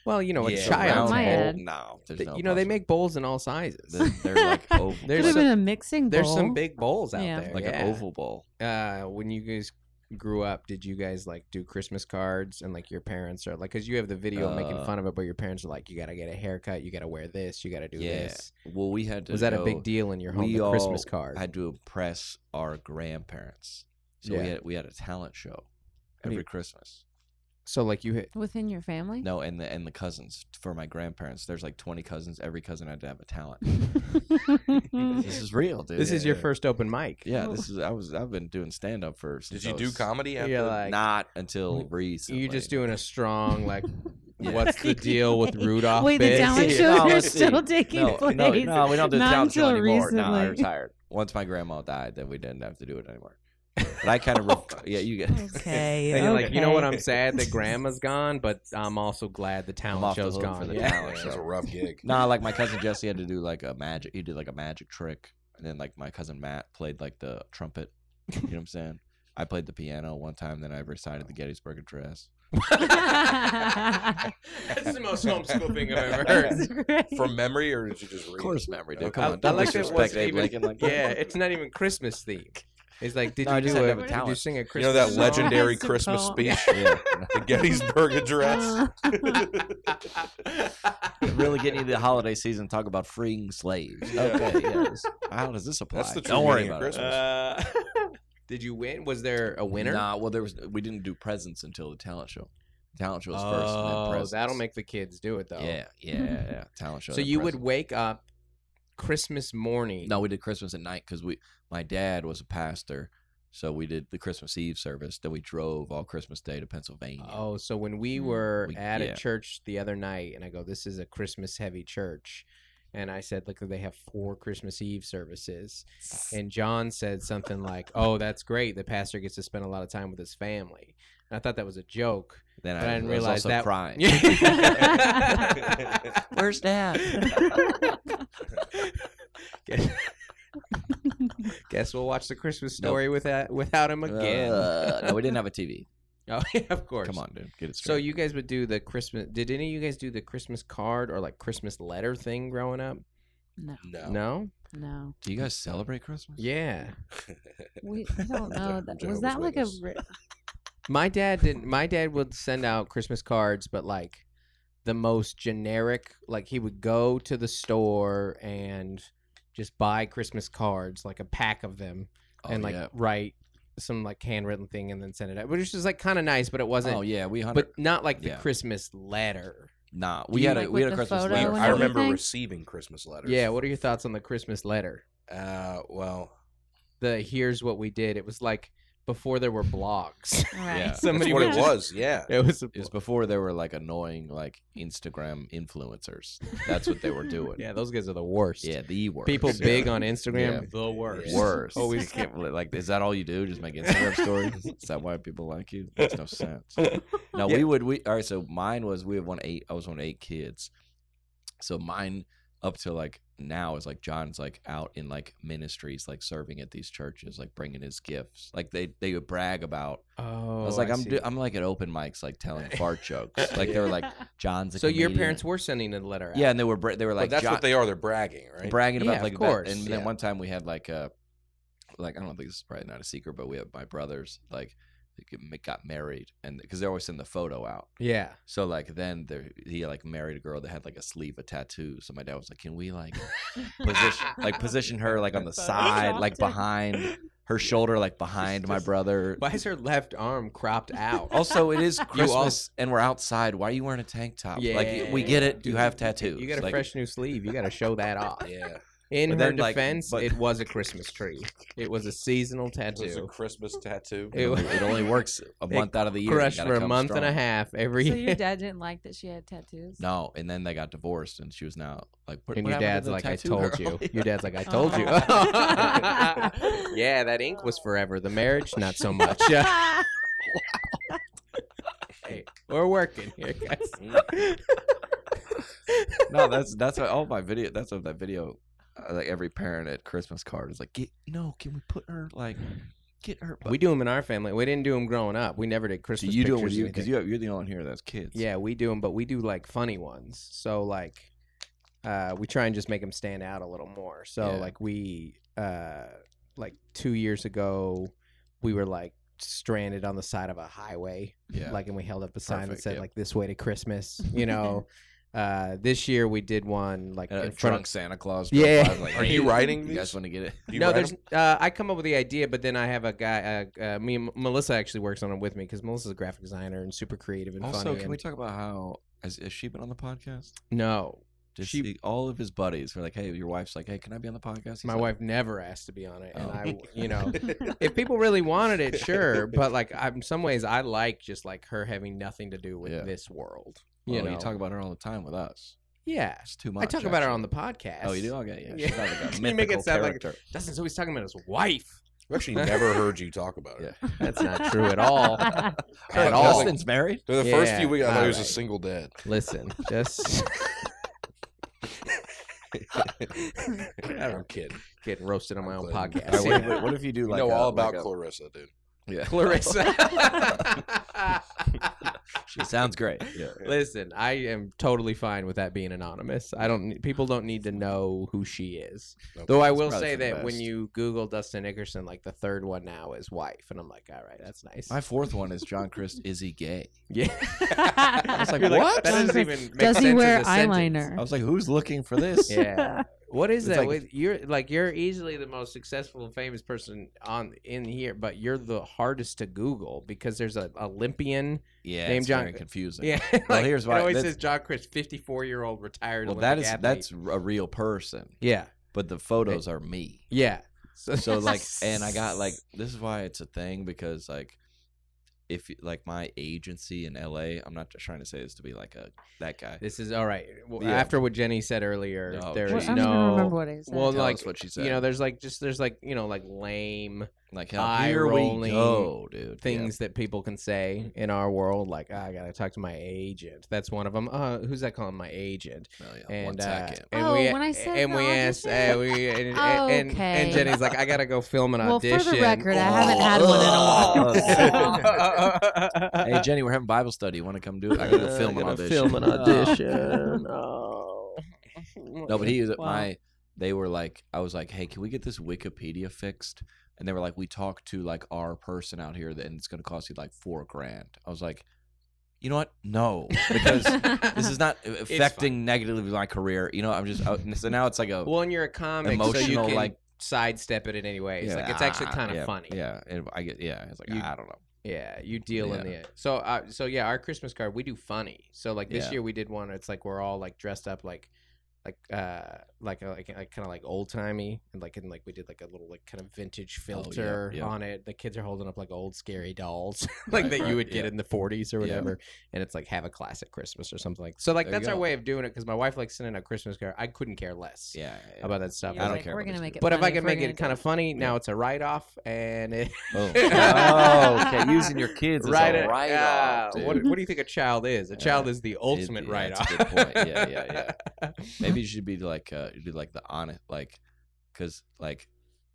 [SPEAKER 1] well, you know, a
[SPEAKER 6] Yeah,
[SPEAKER 1] child's
[SPEAKER 4] round My
[SPEAKER 1] head.
[SPEAKER 4] head.
[SPEAKER 3] No, there's
[SPEAKER 1] Th-
[SPEAKER 3] no
[SPEAKER 1] you know, they
[SPEAKER 3] possible-
[SPEAKER 1] make bowls in all sizes.
[SPEAKER 3] They're, they're like oval.
[SPEAKER 1] There's
[SPEAKER 3] like,
[SPEAKER 4] There's Could have
[SPEAKER 1] some-
[SPEAKER 4] been a mixing bowl.
[SPEAKER 1] There's some big bowls out
[SPEAKER 4] Yeah.
[SPEAKER 1] there.
[SPEAKER 3] like
[SPEAKER 1] yeah.
[SPEAKER 3] an oval bowl.
[SPEAKER 1] uh when you guys grew up did you guys like do christmas cards and like your parents are like because you have the video of making
[SPEAKER 3] Uh,
[SPEAKER 1] fun of it but your parents are like you gotta get a haircut you gotta wear this you gotta do
[SPEAKER 3] Yeah.
[SPEAKER 1] this
[SPEAKER 3] Well, we had to.
[SPEAKER 1] was that a
[SPEAKER 3] go-
[SPEAKER 1] big deal in your home
[SPEAKER 3] we
[SPEAKER 1] the christmas
[SPEAKER 3] all
[SPEAKER 1] card
[SPEAKER 3] Had to impress our grandparents, so
[SPEAKER 1] Yeah.
[SPEAKER 3] we had we had a talent show
[SPEAKER 1] do
[SPEAKER 3] every
[SPEAKER 1] you-
[SPEAKER 3] Christmas.
[SPEAKER 1] so like you hit
[SPEAKER 4] within your family.
[SPEAKER 3] No, and the and the cousins for my grandparents. There's like 20 cousins. Every cousin had to have a talent. this is real, dude.
[SPEAKER 1] this is your first open mic
[SPEAKER 3] Yeah,
[SPEAKER 4] Oh.
[SPEAKER 3] this is. I was. I've been doing stand up for.
[SPEAKER 6] Did
[SPEAKER 3] since I
[SPEAKER 6] you do
[SPEAKER 3] was-
[SPEAKER 6] comedy? After?
[SPEAKER 1] you're like
[SPEAKER 3] Not until
[SPEAKER 1] you-
[SPEAKER 3] recently.
[SPEAKER 1] you're just doing a strong like
[SPEAKER 3] Yeah.
[SPEAKER 1] what's the deal with rudolph
[SPEAKER 4] Wait, the
[SPEAKER 1] bit?
[SPEAKER 4] talent
[SPEAKER 3] Yeah.
[SPEAKER 4] shows
[SPEAKER 3] No,
[SPEAKER 4] are
[SPEAKER 3] let's see.
[SPEAKER 4] still taking
[SPEAKER 3] no,
[SPEAKER 4] place.
[SPEAKER 3] no, no, we don't do the
[SPEAKER 4] Not
[SPEAKER 3] talent show
[SPEAKER 4] until
[SPEAKER 3] anymore. No, I
[SPEAKER 4] recently.
[SPEAKER 3] retired. Once my grandma died, then we didn't have to do it anymore. But I kind of,
[SPEAKER 4] Oh,
[SPEAKER 3] yeah, you get.
[SPEAKER 4] Okay.
[SPEAKER 1] And you're like you know what i'm
[SPEAKER 4] okay.
[SPEAKER 1] sad that grandma's gone but i'm also glad the talent
[SPEAKER 3] off the
[SPEAKER 1] show's
[SPEAKER 3] hook for
[SPEAKER 1] gone
[SPEAKER 3] the
[SPEAKER 1] yeah.
[SPEAKER 6] yeah,
[SPEAKER 3] talent
[SPEAKER 6] it was
[SPEAKER 3] show.
[SPEAKER 6] a rough gig.
[SPEAKER 3] Nah, like my cousin Jesse had to do like a magic. He did like a magic trick, and then like my cousin Matt played like the trumpet. You know what I'm saying? I played the piano one time. Then I recited the Gettysburg Address.
[SPEAKER 1] that's the most homeschool thing i've ever heard
[SPEAKER 4] That's great.
[SPEAKER 6] From memory, or did you just read?
[SPEAKER 3] Of course, memory. Dude.
[SPEAKER 6] Okay.
[SPEAKER 3] Oh, Come
[SPEAKER 1] I-
[SPEAKER 3] on, don't
[SPEAKER 1] I like that it
[SPEAKER 3] disrespect
[SPEAKER 1] wasn't
[SPEAKER 3] Abe
[SPEAKER 1] even-
[SPEAKER 3] Lincoln like that.
[SPEAKER 1] Yeah, it's not even Christmas themed. It's like, did
[SPEAKER 3] No, I
[SPEAKER 1] you
[SPEAKER 3] just
[SPEAKER 1] do
[SPEAKER 3] had
[SPEAKER 1] a,
[SPEAKER 3] to have a
[SPEAKER 1] did you
[SPEAKER 3] talent.
[SPEAKER 1] sing a
[SPEAKER 6] You
[SPEAKER 1] Christmas
[SPEAKER 6] know that
[SPEAKER 1] song?
[SPEAKER 6] legendary
[SPEAKER 4] That's a
[SPEAKER 6] Christmas
[SPEAKER 4] poem.
[SPEAKER 6] speech,
[SPEAKER 3] Yeah.
[SPEAKER 6] the Gettysburg Address.
[SPEAKER 3] really getting into the holiday season. Talk about freeing slaves.
[SPEAKER 6] Yeah.
[SPEAKER 3] Okay, yes. how does this apply?
[SPEAKER 6] That's the true
[SPEAKER 3] Don't worry
[SPEAKER 6] meaning of
[SPEAKER 3] about it.
[SPEAKER 6] Christmas.
[SPEAKER 1] Uh, did you win? Was there a winner?
[SPEAKER 3] Nah, well, there was we didn't do presents until the talent show. Talent show was first. and then
[SPEAKER 1] Oh,
[SPEAKER 3] presents.
[SPEAKER 1] that'll make the kids do it though.
[SPEAKER 3] Yeah, yeah, yeah. Talent show.
[SPEAKER 1] So
[SPEAKER 3] then
[SPEAKER 1] you would
[SPEAKER 3] presents.
[SPEAKER 1] wake up Christmas morning.
[SPEAKER 3] No, we did Christmas at night because we my dad was a pastor, so we did the Christmas Eve service. Then we drove all Christmas Day to Pennsylvania.
[SPEAKER 1] Oh, so when we
[SPEAKER 4] Mm.
[SPEAKER 1] were
[SPEAKER 3] We-
[SPEAKER 1] at
[SPEAKER 3] yeah.
[SPEAKER 1] a church the other night, and I go, "This is a Christmas heavy church," and I said, "Look, they have four Christmas Eve services," and John said something like, "Oh, that's great. The pastor gets to spend a lot of time with his family." And I thought that was a joke.
[SPEAKER 3] then
[SPEAKER 1] but I didn't
[SPEAKER 3] was
[SPEAKER 1] realize
[SPEAKER 3] also
[SPEAKER 1] that-
[SPEAKER 3] crying.
[SPEAKER 5] Where's dad?
[SPEAKER 1] Guess we'll watch the Christmas story with that, without him again.
[SPEAKER 3] Uh, no, we didn't have a TV.
[SPEAKER 1] oh, yeah, of course.
[SPEAKER 3] Come on, dude, get it straight.
[SPEAKER 1] So you guys would do the Christmas? Did any of you guys do the Christmas card or like Christmas letter thing growing up?
[SPEAKER 4] No,
[SPEAKER 6] No.
[SPEAKER 1] No.
[SPEAKER 4] no.
[SPEAKER 3] do you guys celebrate Christmas?
[SPEAKER 1] Yeah.
[SPEAKER 4] We I don't know. That, was
[SPEAKER 6] Jehovah's
[SPEAKER 4] that like a?
[SPEAKER 6] Witness.
[SPEAKER 4] re-
[SPEAKER 1] My dad didn't. My dad would send out Christmas cards, but like the most generic. Like he would go to the store and just buy Christmas cards, like a pack of them,
[SPEAKER 3] Oh,
[SPEAKER 1] and like
[SPEAKER 3] yeah.
[SPEAKER 1] write some like handwritten thing and then send it out, which is like kind of nice, but it wasn't.
[SPEAKER 3] oh yeah, we hundred.
[SPEAKER 1] But not like the
[SPEAKER 3] yeah.
[SPEAKER 1] Christmas letter.
[SPEAKER 3] Nah, we
[SPEAKER 4] you
[SPEAKER 3] had a
[SPEAKER 4] like
[SPEAKER 3] we had
[SPEAKER 4] with
[SPEAKER 3] a
[SPEAKER 4] the
[SPEAKER 3] Christmas
[SPEAKER 4] photo
[SPEAKER 3] letter.
[SPEAKER 4] and
[SPEAKER 6] I remember
[SPEAKER 4] everything?
[SPEAKER 6] receiving Christmas letters.
[SPEAKER 1] Yeah. What are your thoughts on the Christmas letter?
[SPEAKER 6] Uh, well,
[SPEAKER 1] The here's what we did. It was like before there were blogs.
[SPEAKER 4] All right.
[SPEAKER 3] Yeah.
[SPEAKER 6] that's
[SPEAKER 1] Somebody
[SPEAKER 6] what
[SPEAKER 1] would
[SPEAKER 6] it
[SPEAKER 1] just-
[SPEAKER 6] was. Yeah.
[SPEAKER 1] It was. A,
[SPEAKER 3] It was before there were like annoying like Instagram influencers. That's what they were doing.
[SPEAKER 1] yeah, those guys are the worst.
[SPEAKER 3] yeah, the worst.
[SPEAKER 1] People
[SPEAKER 3] Yeah.
[SPEAKER 1] big on Instagram, Oh,
[SPEAKER 3] Yeah.
[SPEAKER 1] the worst.
[SPEAKER 3] worse. Always can't believe, like, is that all you do? Just make Instagram stories? Is that why people like you? Makes no sense. No, we would we all right. So mine was we had one eight. I was one of eight kids. So mine up to like now is like John's like out in like ministries, like serving at these churches, like bringing his gifts. Like they they would brag about.
[SPEAKER 1] Oh,
[SPEAKER 3] I was like, I am
[SPEAKER 1] see.
[SPEAKER 3] do, I'm like at open mics, like telling fart jokes. Like they were like John's. A
[SPEAKER 1] so your
[SPEAKER 3] comedian."
[SPEAKER 1] parents were sending a letter. Out.
[SPEAKER 3] Yeah, and they were bra- they were
[SPEAKER 6] But
[SPEAKER 3] like
[SPEAKER 6] that's
[SPEAKER 3] "John-
[SPEAKER 6] what they are. They're bragging, right?
[SPEAKER 3] bragging
[SPEAKER 1] Yeah,
[SPEAKER 3] about
[SPEAKER 1] of
[SPEAKER 3] like event-
[SPEAKER 1] course,
[SPEAKER 3] And then
[SPEAKER 1] yeah.
[SPEAKER 3] one time we had like a like I don't think this is probably not a secret, but we have my brothers like they get- got married, and because they always send the photo out.
[SPEAKER 1] yeah.
[SPEAKER 3] So like then there, he like married a girl that had like a sleeve of tattoos. So my dad was like, "Can we like position like position her like on the side, like
[SPEAKER 4] Photoshopped it.
[SPEAKER 3] behind her shoulder, like behind my
[SPEAKER 1] Just-
[SPEAKER 3] brother?"
[SPEAKER 1] Why is her left arm cropped out?
[SPEAKER 3] Also, it is Christmas
[SPEAKER 1] also-
[SPEAKER 3] and we're outside. Why are you wearing a tank top? Like we
[SPEAKER 1] Yeah.
[SPEAKER 3] get it. You
[SPEAKER 1] Dude,
[SPEAKER 3] have tattoos.
[SPEAKER 1] You got a
[SPEAKER 3] like,
[SPEAKER 1] fresh new sleeve. You got to show that off.
[SPEAKER 6] Yeah.
[SPEAKER 1] In her
[SPEAKER 3] But then, like,
[SPEAKER 1] defense,
[SPEAKER 3] but-
[SPEAKER 1] it was a Christmas tree. It was a seasonal
[SPEAKER 6] It was a
[SPEAKER 1] tattoo.
[SPEAKER 6] Christmas tattoo.
[SPEAKER 1] It was-
[SPEAKER 3] It only works a
[SPEAKER 1] They
[SPEAKER 3] month out of the year. You
[SPEAKER 1] Crushed
[SPEAKER 3] gotta
[SPEAKER 1] for a
[SPEAKER 3] come
[SPEAKER 1] month and a
[SPEAKER 3] strong.
[SPEAKER 1] half every
[SPEAKER 4] So
[SPEAKER 1] year.
[SPEAKER 4] your dad didn't like that she had tattoos.
[SPEAKER 3] No, and then they got divorced, and she was now like. What,
[SPEAKER 1] And
[SPEAKER 3] what
[SPEAKER 1] your
[SPEAKER 3] happened to
[SPEAKER 1] dad's
[SPEAKER 3] the
[SPEAKER 1] like, I
[SPEAKER 3] tattoo
[SPEAKER 1] told
[SPEAKER 3] girl?"
[SPEAKER 1] you. Your dad's like, I told you.
[SPEAKER 4] Oh.
[SPEAKER 1] yeah, that ink was forever. The marriage, not so much. hey, we're working here, guys.
[SPEAKER 3] no, that's that's what all my video. That's what that video. uh, Like every parent at Christmas card is like, get no, can we put her like, get her?
[SPEAKER 1] we do them in our family. We didn't do them growing up. We never did
[SPEAKER 3] So
[SPEAKER 1] Christmas.
[SPEAKER 3] you do it
[SPEAKER 1] pictures
[SPEAKER 3] with
[SPEAKER 1] or
[SPEAKER 3] you
[SPEAKER 1] anything.
[SPEAKER 3] because you have, you're the only one here that has kids.
[SPEAKER 1] Yeah, we do them, but we do like funny ones. So like, uh, we try and just make them stand out a little more. So
[SPEAKER 3] Yeah.
[SPEAKER 1] like we, uh, like two years ago, we were like stranded on the side of a highway,
[SPEAKER 3] yeah.
[SPEAKER 1] like, and we held up a sign that
[SPEAKER 3] Perfect,
[SPEAKER 1] said
[SPEAKER 3] yep.
[SPEAKER 1] like "This way to Christmas," you know. uh, this year we did one like
[SPEAKER 3] And a
[SPEAKER 1] in front
[SPEAKER 3] drunk
[SPEAKER 1] of.
[SPEAKER 3] Santa Claus.
[SPEAKER 1] Yeah.
[SPEAKER 3] drove by, like,
[SPEAKER 6] Are
[SPEAKER 3] "Hey,
[SPEAKER 6] you writing
[SPEAKER 3] You guys
[SPEAKER 6] these?
[SPEAKER 3] want to get it?
[SPEAKER 6] Do you
[SPEAKER 1] no,
[SPEAKER 6] write 'em?
[SPEAKER 1] there's. Uh, I come up with the idea, but then I have a guy. Uh, uh, me, and Melissa actually works on it with me because Melissa's a graphic designer and super creative and
[SPEAKER 3] Also,
[SPEAKER 1] funny.
[SPEAKER 3] can
[SPEAKER 1] and-
[SPEAKER 3] we talk about how has, has she been on the podcast?
[SPEAKER 1] no,
[SPEAKER 3] Just
[SPEAKER 1] She-
[SPEAKER 3] she, all of his buddies were like, "Hey, your wife's like, hey, can I be on the podcast?" He's
[SPEAKER 1] my
[SPEAKER 3] like,
[SPEAKER 1] wife never asked to be on it, and
[SPEAKER 3] Oh.
[SPEAKER 1] I, you know, if people really wanted it, sure. But like, I, in some ways, I like just like her having nothing to do with
[SPEAKER 3] Yeah.
[SPEAKER 1] this world.
[SPEAKER 3] "Well,
[SPEAKER 1] You know,
[SPEAKER 3] "Oh, you talk about her all the time with us.
[SPEAKER 1] yeah.
[SPEAKER 3] It's too much."
[SPEAKER 1] I talk about her
[SPEAKER 3] actually."
[SPEAKER 1] on the podcast.
[SPEAKER 3] Oh, you do? Okay, yeah.
[SPEAKER 1] Yeah.
[SPEAKER 3] She's not like a
[SPEAKER 1] You make it
[SPEAKER 3] mythical
[SPEAKER 1] sound like-
[SPEAKER 3] character.
[SPEAKER 1] Dustin's always talking about his wife.
[SPEAKER 6] I've actually never heard you talk about it.
[SPEAKER 3] Yeah.
[SPEAKER 1] That's not true at all. at all.
[SPEAKER 6] Like, Justin-
[SPEAKER 3] Justin's married.
[SPEAKER 6] Through the first
[SPEAKER 1] Yeah,
[SPEAKER 6] few weeks, I thought he was
[SPEAKER 1] alright.
[SPEAKER 6] a single dad.
[SPEAKER 1] Listen, just
[SPEAKER 6] I'm kidding.
[SPEAKER 1] getting roasted on my own
[SPEAKER 6] I'm glad-
[SPEAKER 1] podcast.
[SPEAKER 6] I
[SPEAKER 1] here.
[SPEAKER 6] wait, wait,
[SPEAKER 3] if you do
[SPEAKER 6] You know all about Clarissa, dude.
[SPEAKER 3] Yeah.
[SPEAKER 1] Clarissa.
[SPEAKER 3] she sounds great. Yeah.
[SPEAKER 1] Listen, I am totally fine with that being anonymous. I don't people don't need to know who she is.
[SPEAKER 6] No,
[SPEAKER 1] Though I
[SPEAKER 3] That's
[SPEAKER 1] will
[SPEAKER 3] probably
[SPEAKER 1] say
[SPEAKER 3] for the
[SPEAKER 1] that when
[SPEAKER 3] best.
[SPEAKER 1] you Google Dustin Nickerson, like the third one now is wife, and I'm like, all right, that's nice.
[SPEAKER 3] My fourth one is John Christ. Is he gay?
[SPEAKER 1] yeah,
[SPEAKER 4] I
[SPEAKER 3] was like,
[SPEAKER 1] You're
[SPEAKER 3] "What?"
[SPEAKER 1] That doesn't even make
[SPEAKER 4] Does
[SPEAKER 1] sense
[SPEAKER 4] he
[SPEAKER 1] as
[SPEAKER 4] wear
[SPEAKER 1] a sentence."
[SPEAKER 4] eyeliner?
[SPEAKER 3] I was like, who's looking for this?
[SPEAKER 1] Yeah, what is
[SPEAKER 3] It's
[SPEAKER 1] that?
[SPEAKER 3] like-
[SPEAKER 1] with you're like you're easily the most successful and famous person on in here, but you're the hardest to Google because there's an Olympian.
[SPEAKER 3] yeah.
[SPEAKER 1] Name
[SPEAKER 3] it's
[SPEAKER 1] John-
[SPEAKER 3] very confusing.
[SPEAKER 1] Yeah,
[SPEAKER 3] Well, here's why-
[SPEAKER 1] It always
[SPEAKER 3] that's-
[SPEAKER 1] says John Chris, 54 year old retired.
[SPEAKER 3] Well,
[SPEAKER 1] Olympic
[SPEAKER 3] that is
[SPEAKER 1] athlete.
[SPEAKER 3] that's a real person,
[SPEAKER 1] yeah,
[SPEAKER 3] but the photos are me.
[SPEAKER 1] yeah. So,
[SPEAKER 3] So like, and I got like, this is why it's a thing because like, if like my agency in LA, I'm not just trying to say this to be like a that guy.
[SPEAKER 1] This is all right. Well,
[SPEAKER 3] Yeah.
[SPEAKER 1] After what Jenny said earlier,
[SPEAKER 3] No,
[SPEAKER 1] there's
[SPEAKER 3] Well,
[SPEAKER 4] I
[SPEAKER 3] geez.
[SPEAKER 4] don't
[SPEAKER 1] no.
[SPEAKER 4] even remember what I said.
[SPEAKER 1] well,
[SPEAKER 3] Tell
[SPEAKER 1] like
[SPEAKER 3] us what she said.
[SPEAKER 1] you know, there's like just there's like you know like lame
[SPEAKER 3] Like how
[SPEAKER 1] eye
[SPEAKER 3] here we
[SPEAKER 1] rolling
[SPEAKER 3] go, dude.
[SPEAKER 1] things that people can say in our world. Like "Ah, I gotta talk to my agent. That's one of them. Uh, who's that calling my agent?
[SPEAKER 3] Yeah. No, yeah, one
[SPEAKER 1] And uh,
[SPEAKER 3] second.
[SPEAKER 1] and
[SPEAKER 4] Oh,
[SPEAKER 1] we
[SPEAKER 4] when I said
[SPEAKER 1] and
[SPEAKER 4] the
[SPEAKER 1] we asked
[SPEAKER 4] audition?
[SPEAKER 1] uh, we and, and, and
[SPEAKER 4] Okay.
[SPEAKER 1] and Jenny's like I gotta go film an
[SPEAKER 4] well,
[SPEAKER 1] audition.
[SPEAKER 4] for the record, I haven't had one in a while.
[SPEAKER 3] hey Jenny, we're having Bible study. You want to come do it? I gotta go film an audition.
[SPEAKER 4] Oh,
[SPEAKER 3] no, but he was at
[SPEAKER 4] Wow.
[SPEAKER 3] my. They were like, I was like, hey, can we get this Wikipedia fixed? And they were like, we talked to like our person out here, that- and it's gonna cost you like four grand. I was like, you know what? No, because this
[SPEAKER 1] Uh-huh.
[SPEAKER 3] is not
[SPEAKER 1] uh,
[SPEAKER 3] affecting negatively my career. You know, I'm just I, so now it's like a
[SPEAKER 1] Well, and you're a comic, so you
[SPEAKER 3] Emotional,
[SPEAKER 1] can
[SPEAKER 3] like-
[SPEAKER 1] sidestep it in any way. It's
[SPEAKER 3] Yeah,
[SPEAKER 1] like it's actually
[SPEAKER 3] ah,
[SPEAKER 1] kind of
[SPEAKER 3] yeah,
[SPEAKER 1] funny.
[SPEAKER 3] Yeah, and I get yeah. It's like
[SPEAKER 1] You-
[SPEAKER 3] I don't know.
[SPEAKER 1] Yeah, you deal in the so uh, so yeah. Our Christmas card we do funny. So like this
[SPEAKER 3] Yeah.
[SPEAKER 1] year we did one. It's like we're all like dressed up like like uh like uh, like, like kind of like old timey and like and like we did like a little like kind of vintage
[SPEAKER 3] Oh, yeah,
[SPEAKER 1] filter
[SPEAKER 3] yeah.
[SPEAKER 1] on it. The kids are holding up like old scary dolls like
[SPEAKER 3] Right,
[SPEAKER 1] that you
[SPEAKER 3] right,
[SPEAKER 1] would get
[SPEAKER 3] yeah.
[SPEAKER 1] in the 40s or
[SPEAKER 3] Yeah.
[SPEAKER 1] whatever. And it's like have a classic Christmas or something like so like
[SPEAKER 3] There you
[SPEAKER 1] that's our
[SPEAKER 3] go.
[SPEAKER 1] way of doing it because my wife likes sending out Christmas card. I couldn't care less
[SPEAKER 3] Yeah, yeah.
[SPEAKER 1] about that stuff.
[SPEAKER 3] I don't care
[SPEAKER 4] We're
[SPEAKER 3] about
[SPEAKER 4] gonna
[SPEAKER 3] these
[SPEAKER 4] make it.
[SPEAKER 1] But if I
[SPEAKER 4] funny
[SPEAKER 1] can
[SPEAKER 4] we're
[SPEAKER 1] make
[SPEAKER 4] gonna
[SPEAKER 1] it kind of
[SPEAKER 4] do
[SPEAKER 1] funny, now it's a write off, and it
[SPEAKER 3] Boom.
[SPEAKER 1] Oh,
[SPEAKER 4] okay, using your
[SPEAKER 3] kids
[SPEAKER 1] right
[SPEAKER 3] a
[SPEAKER 1] right
[SPEAKER 3] write-off,
[SPEAKER 1] what,
[SPEAKER 3] dude.
[SPEAKER 1] what do you think a child is? A child
[SPEAKER 3] Yeah.
[SPEAKER 1] is the ultimate
[SPEAKER 3] yeah,
[SPEAKER 1] write off.
[SPEAKER 3] that's a good point. Yeah, yeah,
[SPEAKER 1] yeah.
[SPEAKER 3] Maybe you should be like uh, you do like the honest like because like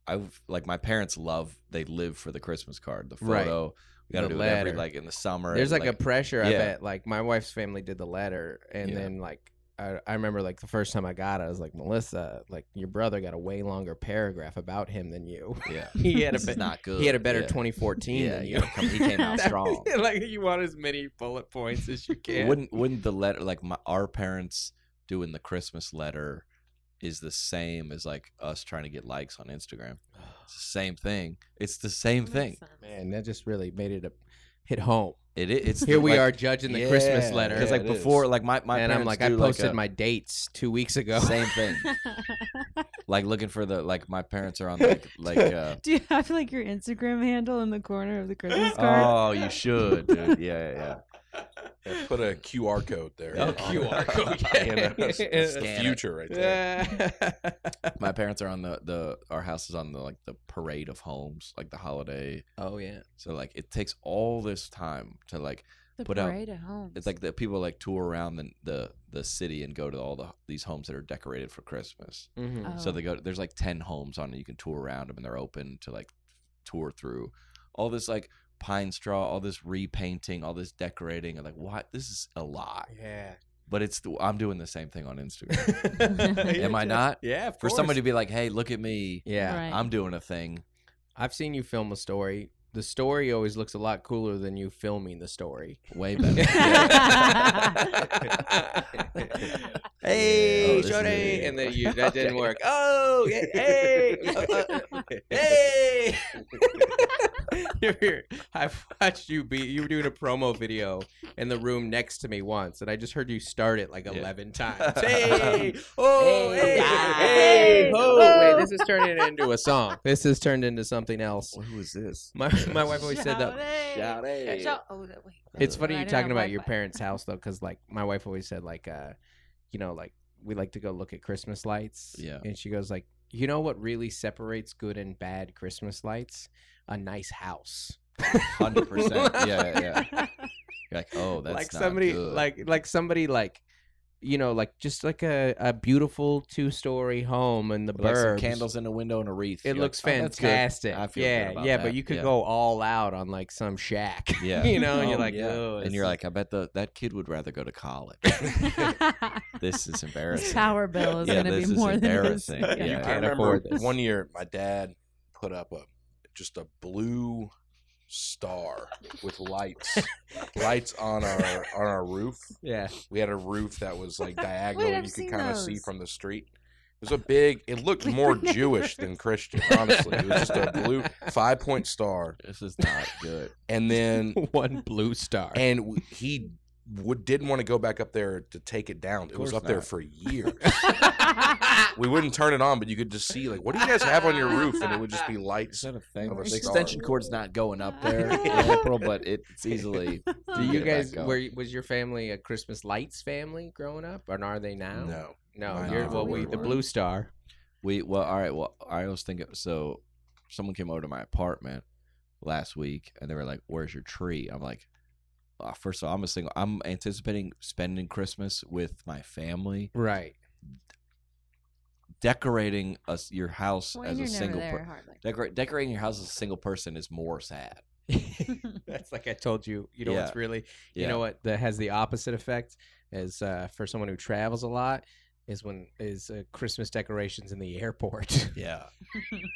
[SPEAKER 3] I've like my parents love they live for the Christmas card the
[SPEAKER 1] Right.
[SPEAKER 3] photo we got to
[SPEAKER 1] The
[SPEAKER 3] do it every
[SPEAKER 1] letter.
[SPEAKER 3] like in the summer
[SPEAKER 1] There's
[SPEAKER 3] and,
[SPEAKER 1] like a pressure. I
[SPEAKER 3] yeah.
[SPEAKER 1] bet. Like my wife's family did the letter, and
[SPEAKER 3] Yeah.
[SPEAKER 1] then like I, I remember like the first time I got it, I was like Melissa, like your brother got a way longer paragraph about him than you.
[SPEAKER 3] yeah
[SPEAKER 1] he had a
[SPEAKER 3] it's
[SPEAKER 1] bit.
[SPEAKER 3] not good
[SPEAKER 1] He had a better
[SPEAKER 3] yeah.
[SPEAKER 1] 2014
[SPEAKER 3] Yeah,
[SPEAKER 1] than
[SPEAKER 3] you
[SPEAKER 1] you.
[SPEAKER 3] gotta come- he came out
[SPEAKER 1] That-
[SPEAKER 3] strong.
[SPEAKER 1] like you want as many bullet points as you can.
[SPEAKER 3] wouldn't wouldn't the letter like my, our parents doing the Christmas letter is the same as like us trying to get likes on Instagram it's the same thing it's the same thing
[SPEAKER 1] Man, that just really made it a hit home.
[SPEAKER 3] it i- it's
[SPEAKER 1] Here we
[SPEAKER 3] like,
[SPEAKER 1] are judging the Christmas
[SPEAKER 3] Yeah,
[SPEAKER 1] letter.
[SPEAKER 3] Because like
[SPEAKER 6] it is.
[SPEAKER 3] before, like my, my
[SPEAKER 1] and I'm
[SPEAKER 3] parents
[SPEAKER 1] like, I
[SPEAKER 3] do,
[SPEAKER 1] posted
[SPEAKER 3] a-
[SPEAKER 1] my dates two weeks ago.
[SPEAKER 3] same thing. like looking for the like my parents are on like like uh
[SPEAKER 4] Do you have like your Instagram handle in the corner of the Christmas card?
[SPEAKER 3] oh you should dude. yeah yeah
[SPEAKER 6] Yeah, put a QR code there.
[SPEAKER 3] Oh,
[SPEAKER 6] On it.
[SPEAKER 3] QR code,
[SPEAKER 6] You know, it's- it's the
[SPEAKER 3] Scan it.
[SPEAKER 6] future right there.
[SPEAKER 1] Yeah.
[SPEAKER 3] yeah. My parents are on the the our house is on the like the parade of homes like the holiday.
[SPEAKER 1] oh yeah.
[SPEAKER 3] So like it takes all this time to like
[SPEAKER 4] the
[SPEAKER 3] put out-
[SPEAKER 4] parade at home.
[SPEAKER 3] it's like the people like tour around the the, the city and go to all the these homes that are decorated for Christmas.
[SPEAKER 1] Mm-hmm.
[SPEAKER 4] oh.
[SPEAKER 3] So they go. There's like ten homes on it. You can tour around them, and they're open to like tour through. All this like pine straw, all this repainting, all this decorating. I'm like, what? This is a lot.
[SPEAKER 1] Yeah.
[SPEAKER 3] But it's the, I'm doing the same thing on Instagram.
[SPEAKER 1] Am
[SPEAKER 3] Am I not?
[SPEAKER 1] Yeah. Of
[SPEAKER 3] For somebody to be like, hey, look at me.
[SPEAKER 1] Yeah.
[SPEAKER 4] Right.
[SPEAKER 3] I'm doing a thing.
[SPEAKER 1] I've seen you film a story. The story always looks a lot cooler than you filming the story.
[SPEAKER 3] Way better.
[SPEAKER 1] hey,
[SPEAKER 3] Oh, this is
[SPEAKER 1] Shorty,
[SPEAKER 3] it.
[SPEAKER 1] and then you that didn't work. Oh, yeah, hey, Uh, uh, hey. You're- I've watched you be. You were doing a promo video in the room next to me once, and I just heard you start it like
[SPEAKER 3] Yeah.
[SPEAKER 1] eleven times. Hey, oh,
[SPEAKER 4] Hey,
[SPEAKER 1] hey,
[SPEAKER 4] guys.
[SPEAKER 1] hey, ho.
[SPEAKER 4] Oh.
[SPEAKER 1] Wait, this is turning into a song. This has turned into something else.
[SPEAKER 3] Who is this?
[SPEAKER 1] My my wife always said that.
[SPEAKER 4] Shout
[SPEAKER 3] hey.
[SPEAKER 4] Oh, that- wait.
[SPEAKER 1] It's
[SPEAKER 3] Uh,
[SPEAKER 1] funny
[SPEAKER 4] I
[SPEAKER 1] you
[SPEAKER 4] didn't
[SPEAKER 1] talking
[SPEAKER 4] have
[SPEAKER 1] about your
[SPEAKER 4] Wi-Fi.
[SPEAKER 1] parents' house though, because like my wife always said, like, uh, you know, like we like to go look at Christmas lights.
[SPEAKER 3] Yeah.
[SPEAKER 1] And she goes like, you know what really separates good and bad Christmas lights? A nice house.
[SPEAKER 3] 100%. Yeah, yeah, yeah. You're like, oh, that's
[SPEAKER 1] like
[SPEAKER 3] not
[SPEAKER 1] somebody,
[SPEAKER 3] good.
[SPEAKER 1] like like somebody, like you know, like just like a, a beautiful two story home in the
[SPEAKER 3] With, like, some
[SPEAKER 1] burbs.
[SPEAKER 3] candles in a window and a wreath.
[SPEAKER 1] It
[SPEAKER 3] You're
[SPEAKER 1] looks
[SPEAKER 3] like, "Oh, that's good."
[SPEAKER 1] fantastic.
[SPEAKER 3] I feel good
[SPEAKER 1] yeah,
[SPEAKER 3] about
[SPEAKER 1] yeah,
[SPEAKER 3] that.
[SPEAKER 1] but you could
[SPEAKER 3] Yeah.
[SPEAKER 1] go all out on like some shack.
[SPEAKER 3] Yeah.
[SPEAKER 1] you know, and you're
[SPEAKER 3] Oh,
[SPEAKER 1] like,
[SPEAKER 3] yeah.
[SPEAKER 1] oh,
[SPEAKER 3] and
[SPEAKER 1] this
[SPEAKER 3] you're
[SPEAKER 1] is-
[SPEAKER 3] like, I bet the that kid would rather go to college. this is
[SPEAKER 4] This
[SPEAKER 3] embarrassing.
[SPEAKER 4] power bill is
[SPEAKER 3] Yeah,
[SPEAKER 4] going to
[SPEAKER 3] this
[SPEAKER 4] be
[SPEAKER 3] is
[SPEAKER 4] more than this.
[SPEAKER 3] embarrassing. Yeah.
[SPEAKER 6] You
[SPEAKER 3] I
[SPEAKER 6] can't
[SPEAKER 1] remember
[SPEAKER 6] afford
[SPEAKER 1] this.
[SPEAKER 6] One year, my dad put up a just a blue star with lights, lights on our on our roof.
[SPEAKER 1] yeah,
[SPEAKER 6] We had a roof that was like diagonal;
[SPEAKER 4] I've
[SPEAKER 6] you
[SPEAKER 4] seen
[SPEAKER 6] could kind of see
[SPEAKER 4] those.
[SPEAKER 6] from the street. It was a big. It looked
[SPEAKER 4] We
[SPEAKER 6] more
[SPEAKER 4] never-
[SPEAKER 6] Jewish than Christian, honestly. It was just a blue five point star,
[SPEAKER 3] This is not good.
[SPEAKER 6] and then
[SPEAKER 1] one blue star.
[SPEAKER 6] and w- he would didn't want to go back up there to take it down. It was
[SPEAKER 3] course
[SPEAKER 6] up there
[SPEAKER 3] not.
[SPEAKER 6] for years. we wouldn't turn it on, but you could just see like, what do you guys have on your roof? And it would just be
[SPEAKER 3] Is
[SPEAKER 6] lights.
[SPEAKER 3] that a thing?
[SPEAKER 6] Of a
[SPEAKER 3] the
[SPEAKER 6] star.
[SPEAKER 3] extension cord's not going up there in
[SPEAKER 4] Yeah.
[SPEAKER 3] April, but it's easily.
[SPEAKER 1] Do you
[SPEAKER 3] Get it
[SPEAKER 1] guys
[SPEAKER 3] back up.
[SPEAKER 1] were you- was your family a Christmas lights family growing up, and are they now?
[SPEAKER 6] No,
[SPEAKER 1] no.
[SPEAKER 6] No,
[SPEAKER 1] you're well,
[SPEAKER 4] we
[SPEAKER 1] we, the
[SPEAKER 4] weren't.
[SPEAKER 1] Blue Star.
[SPEAKER 3] We well, all right. Well, I was thinking. So, someone came over to my apartment last week, and they were like, "Where's your tree?" I'm like, uh, first of all, I'm a single. I'm anticipating spending Christmas with my family,
[SPEAKER 1] Right.
[SPEAKER 3] decorating us your house
[SPEAKER 4] When
[SPEAKER 3] as
[SPEAKER 4] you're
[SPEAKER 3] a
[SPEAKER 4] never
[SPEAKER 3] single
[SPEAKER 4] there,
[SPEAKER 3] person.
[SPEAKER 4] hardly.
[SPEAKER 3] Decor- decorating your house as a single person is more sad.
[SPEAKER 1] That's like I told you. You know
[SPEAKER 3] Yeah.
[SPEAKER 1] what's really
[SPEAKER 3] Yeah.
[SPEAKER 1] you know what that has the opposite effect is uh, for someone who travels a lot is when is uh, Christmas decorations in the airport.
[SPEAKER 3] Yeah.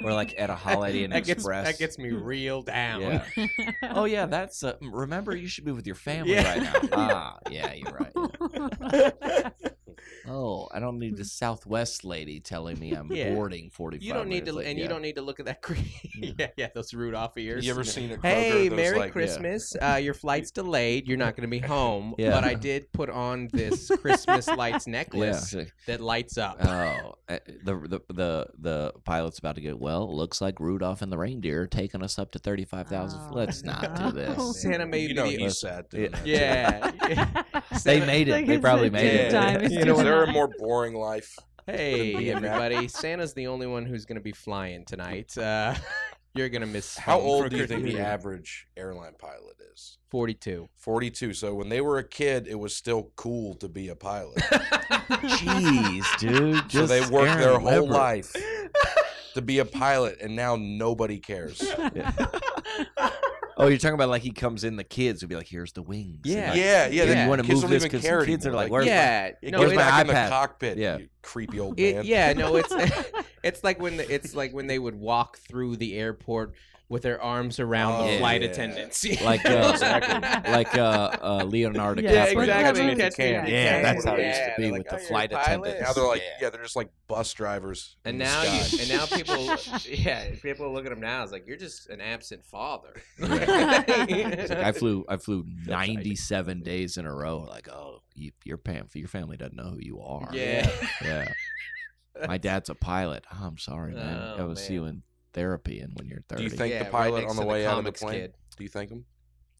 [SPEAKER 3] or like at a Holiday Inn
[SPEAKER 1] that gets,
[SPEAKER 3] Express.
[SPEAKER 1] That gets me real down.
[SPEAKER 3] Yeah. Oh yeah, that's. Uh, remember, you should be with your family
[SPEAKER 1] Yeah.
[SPEAKER 3] right now. Ah, yeah, Ah. you're right. yeah. Oh, I don't need the Southwest lady telling me I'm
[SPEAKER 1] Yeah.
[SPEAKER 3] boarding 45
[SPEAKER 1] You don't need
[SPEAKER 3] minutes
[SPEAKER 1] to,
[SPEAKER 3] late.
[SPEAKER 1] and you
[SPEAKER 3] Yeah.
[SPEAKER 1] don't need to look at that. Cre- yeah, yeah, those Rudolph ears.
[SPEAKER 6] you ever seen a Kroger?
[SPEAKER 1] Hey,
[SPEAKER 6] that was
[SPEAKER 1] Merry
[SPEAKER 6] like,
[SPEAKER 1] Christmas. Uh, your flight's delayed. You're not going to be home.
[SPEAKER 3] Yeah.
[SPEAKER 1] But I did put on this Christmas lights necklace
[SPEAKER 3] Yeah.
[SPEAKER 1] that lights up.
[SPEAKER 3] Oh, uh, the, the the the pilot's about to get. Well, looks like Rudolph and the reindeer taking us up to thirty five thousand.
[SPEAKER 4] Oh,
[SPEAKER 3] Let's not
[SPEAKER 4] no.
[SPEAKER 3] do this.
[SPEAKER 1] Santa made
[SPEAKER 6] You know
[SPEAKER 1] me the-
[SPEAKER 6] he's sad. doing that, too.
[SPEAKER 1] yeah.
[SPEAKER 3] They
[SPEAKER 1] Santa-
[SPEAKER 3] made it.
[SPEAKER 4] Like,
[SPEAKER 3] They
[SPEAKER 4] it's
[SPEAKER 3] probably
[SPEAKER 4] a
[SPEAKER 3] made it.
[SPEAKER 4] good time. It's
[SPEAKER 6] Is
[SPEAKER 1] You know,
[SPEAKER 4] too
[SPEAKER 6] there a
[SPEAKER 4] much.
[SPEAKER 6] more boring life?
[SPEAKER 1] Hey,
[SPEAKER 6] Couldn't be a
[SPEAKER 1] everybody. Santa's the only one who's going to be flying tonight. Uh, You're gonna miss.
[SPEAKER 6] How
[SPEAKER 1] some
[SPEAKER 6] old
[SPEAKER 1] for
[SPEAKER 6] do you
[SPEAKER 1] good
[SPEAKER 6] think the
[SPEAKER 1] reason.
[SPEAKER 6] average airline pilot is?
[SPEAKER 1] Forty-two.
[SPEAKER 6] 42. So when they were a kid, it was still cool to be a pilot.
[SPEAKER 5] Jeez, dude.
[SPEAKER 6] so
[SPEAKER 5] Just
[SPEAKER 6] they worked
[SPEAKER 5] Aaron
[SPEAKER 6] their whole
[SPEAKER 5] Webber.
[SPEAKER 6] life to be a pilot, and now nobody cares.
[SPEAKER 3] Oh, you're talking about like he comes in the kids would be like, here's the wings. and,
[SPEAKER 1] Yeah.
[SPEAKER 3] like,
[SPEAKER 6] yeah, yeah.
[SPEAKER 3] You
[SPEAKER 6] they-
[SPEAKER 3] wanna
[SPEAKER 6] kids
[SPEAKER 3] move
[SPEAKER 6] don't
[SPEAKER 3] this
[SPEAKER 6] even
[SPEAKER 3] 'cause
[SPEAKER 6] care
[SPEAKER 3] kids are
[SPEAKER 6] anymore.
[SPEAKER 3] like, Where's my-
[SPEAKER 1] yeah.
[SPEAKER 6] It
[SPEAKER 1] no,
[SPEAKER 6] goes
[SPEAKER 1] it's-
[SPEAKER 3] my
[SPEAKER 6] back in the
[SPEAKER 3] iPad?
[SPEAKER 6] cockpit.
[SPEAKER 3] Yeah.
[SPEAKER 6] you creepy old
[SPEAKER 1] It-
[SPEAKER 6] man.
[SPEAKER 1] yeah, no, it's it's like when the, it's like when they would walk through the airport with their arms around the
[SPEAKER 5] Oh,
[SPEAKER 1] flight
[SPEAKER 6] yeah.
[SPEAKER 1] attendants.
[SPEAKER 3] Like, uh, like uh, uh, Leonardo
[SPEAKER 4] Yeah,
[SPEAKER 1] yeah,
[SPEAKER 3] DiCaprio.
[SPEAKER 1] exactly.
[SPEAKER 4] Catch me if you
[SPEAKER 1] Catch me
[SPEAKER 4] can.
[SPEAKER 1] if you
[SPEAKER 4] Yeah,
[SPEAKER 1] can.
[SPEAKER 4] that's how
[SPEAKER 5] it used to
[SPEAKER 1] Yeah,
[SPEAKER 5] be
[SPEAKER 1] they're
[SPEAKER 5] with
[SPEAKER 1] like,
[SPEAKER 5] the
[SPEAKER 1] "Oh, you're a
[SPEAKER 5] flight
[SPEAKER 1] pilot?"
[SPEAKER 5] attendants.
[SPEAKER 6] Now they're like,
[SPEAKER 5] Yeah.
[SPEAKER 6] yeah, they're just like bus drivers. in
[SPEAKER 1] And
[SPEAKER 6] the
[SPEAKER 1] now, you,
[SPEAKER 6] sky.
[SPEAKER 1] and now people, yeah, people look at him now. It's like you're just an absent father.
[SPEAKER 3] It's like, I flew I flew 97 days in a row. Like, oh, you, your, fam- your family doesn't know who you are.
[SPEAKER 1] Yeah.
[SPEAKER 3] Yeah. My dad's a pilot. Oh, I'm sorry, man. I
[SPEAKER 1] Oh,
[SPEAKER 3] will see you
[SPEAKER 1] man.
[SPEAKER 3] in therapy and when you're 30.
[SPEAKER 6] Do you think
[SPEAKER 1] Yeah,
[SPEAKER 6] the
[SPEAKER 1] right
[SPEAKER 6] pilot
[SPEAKER 1] next
[SPEAKER 6] on the
[SPEAKER 1] to the
[SPEAKER 6] way out of the
[SPEAKER 1] comics
[SPEAKER 6] plane?
[SPEAKER 1] kid.
[SPEAKER 6] Do you thank him?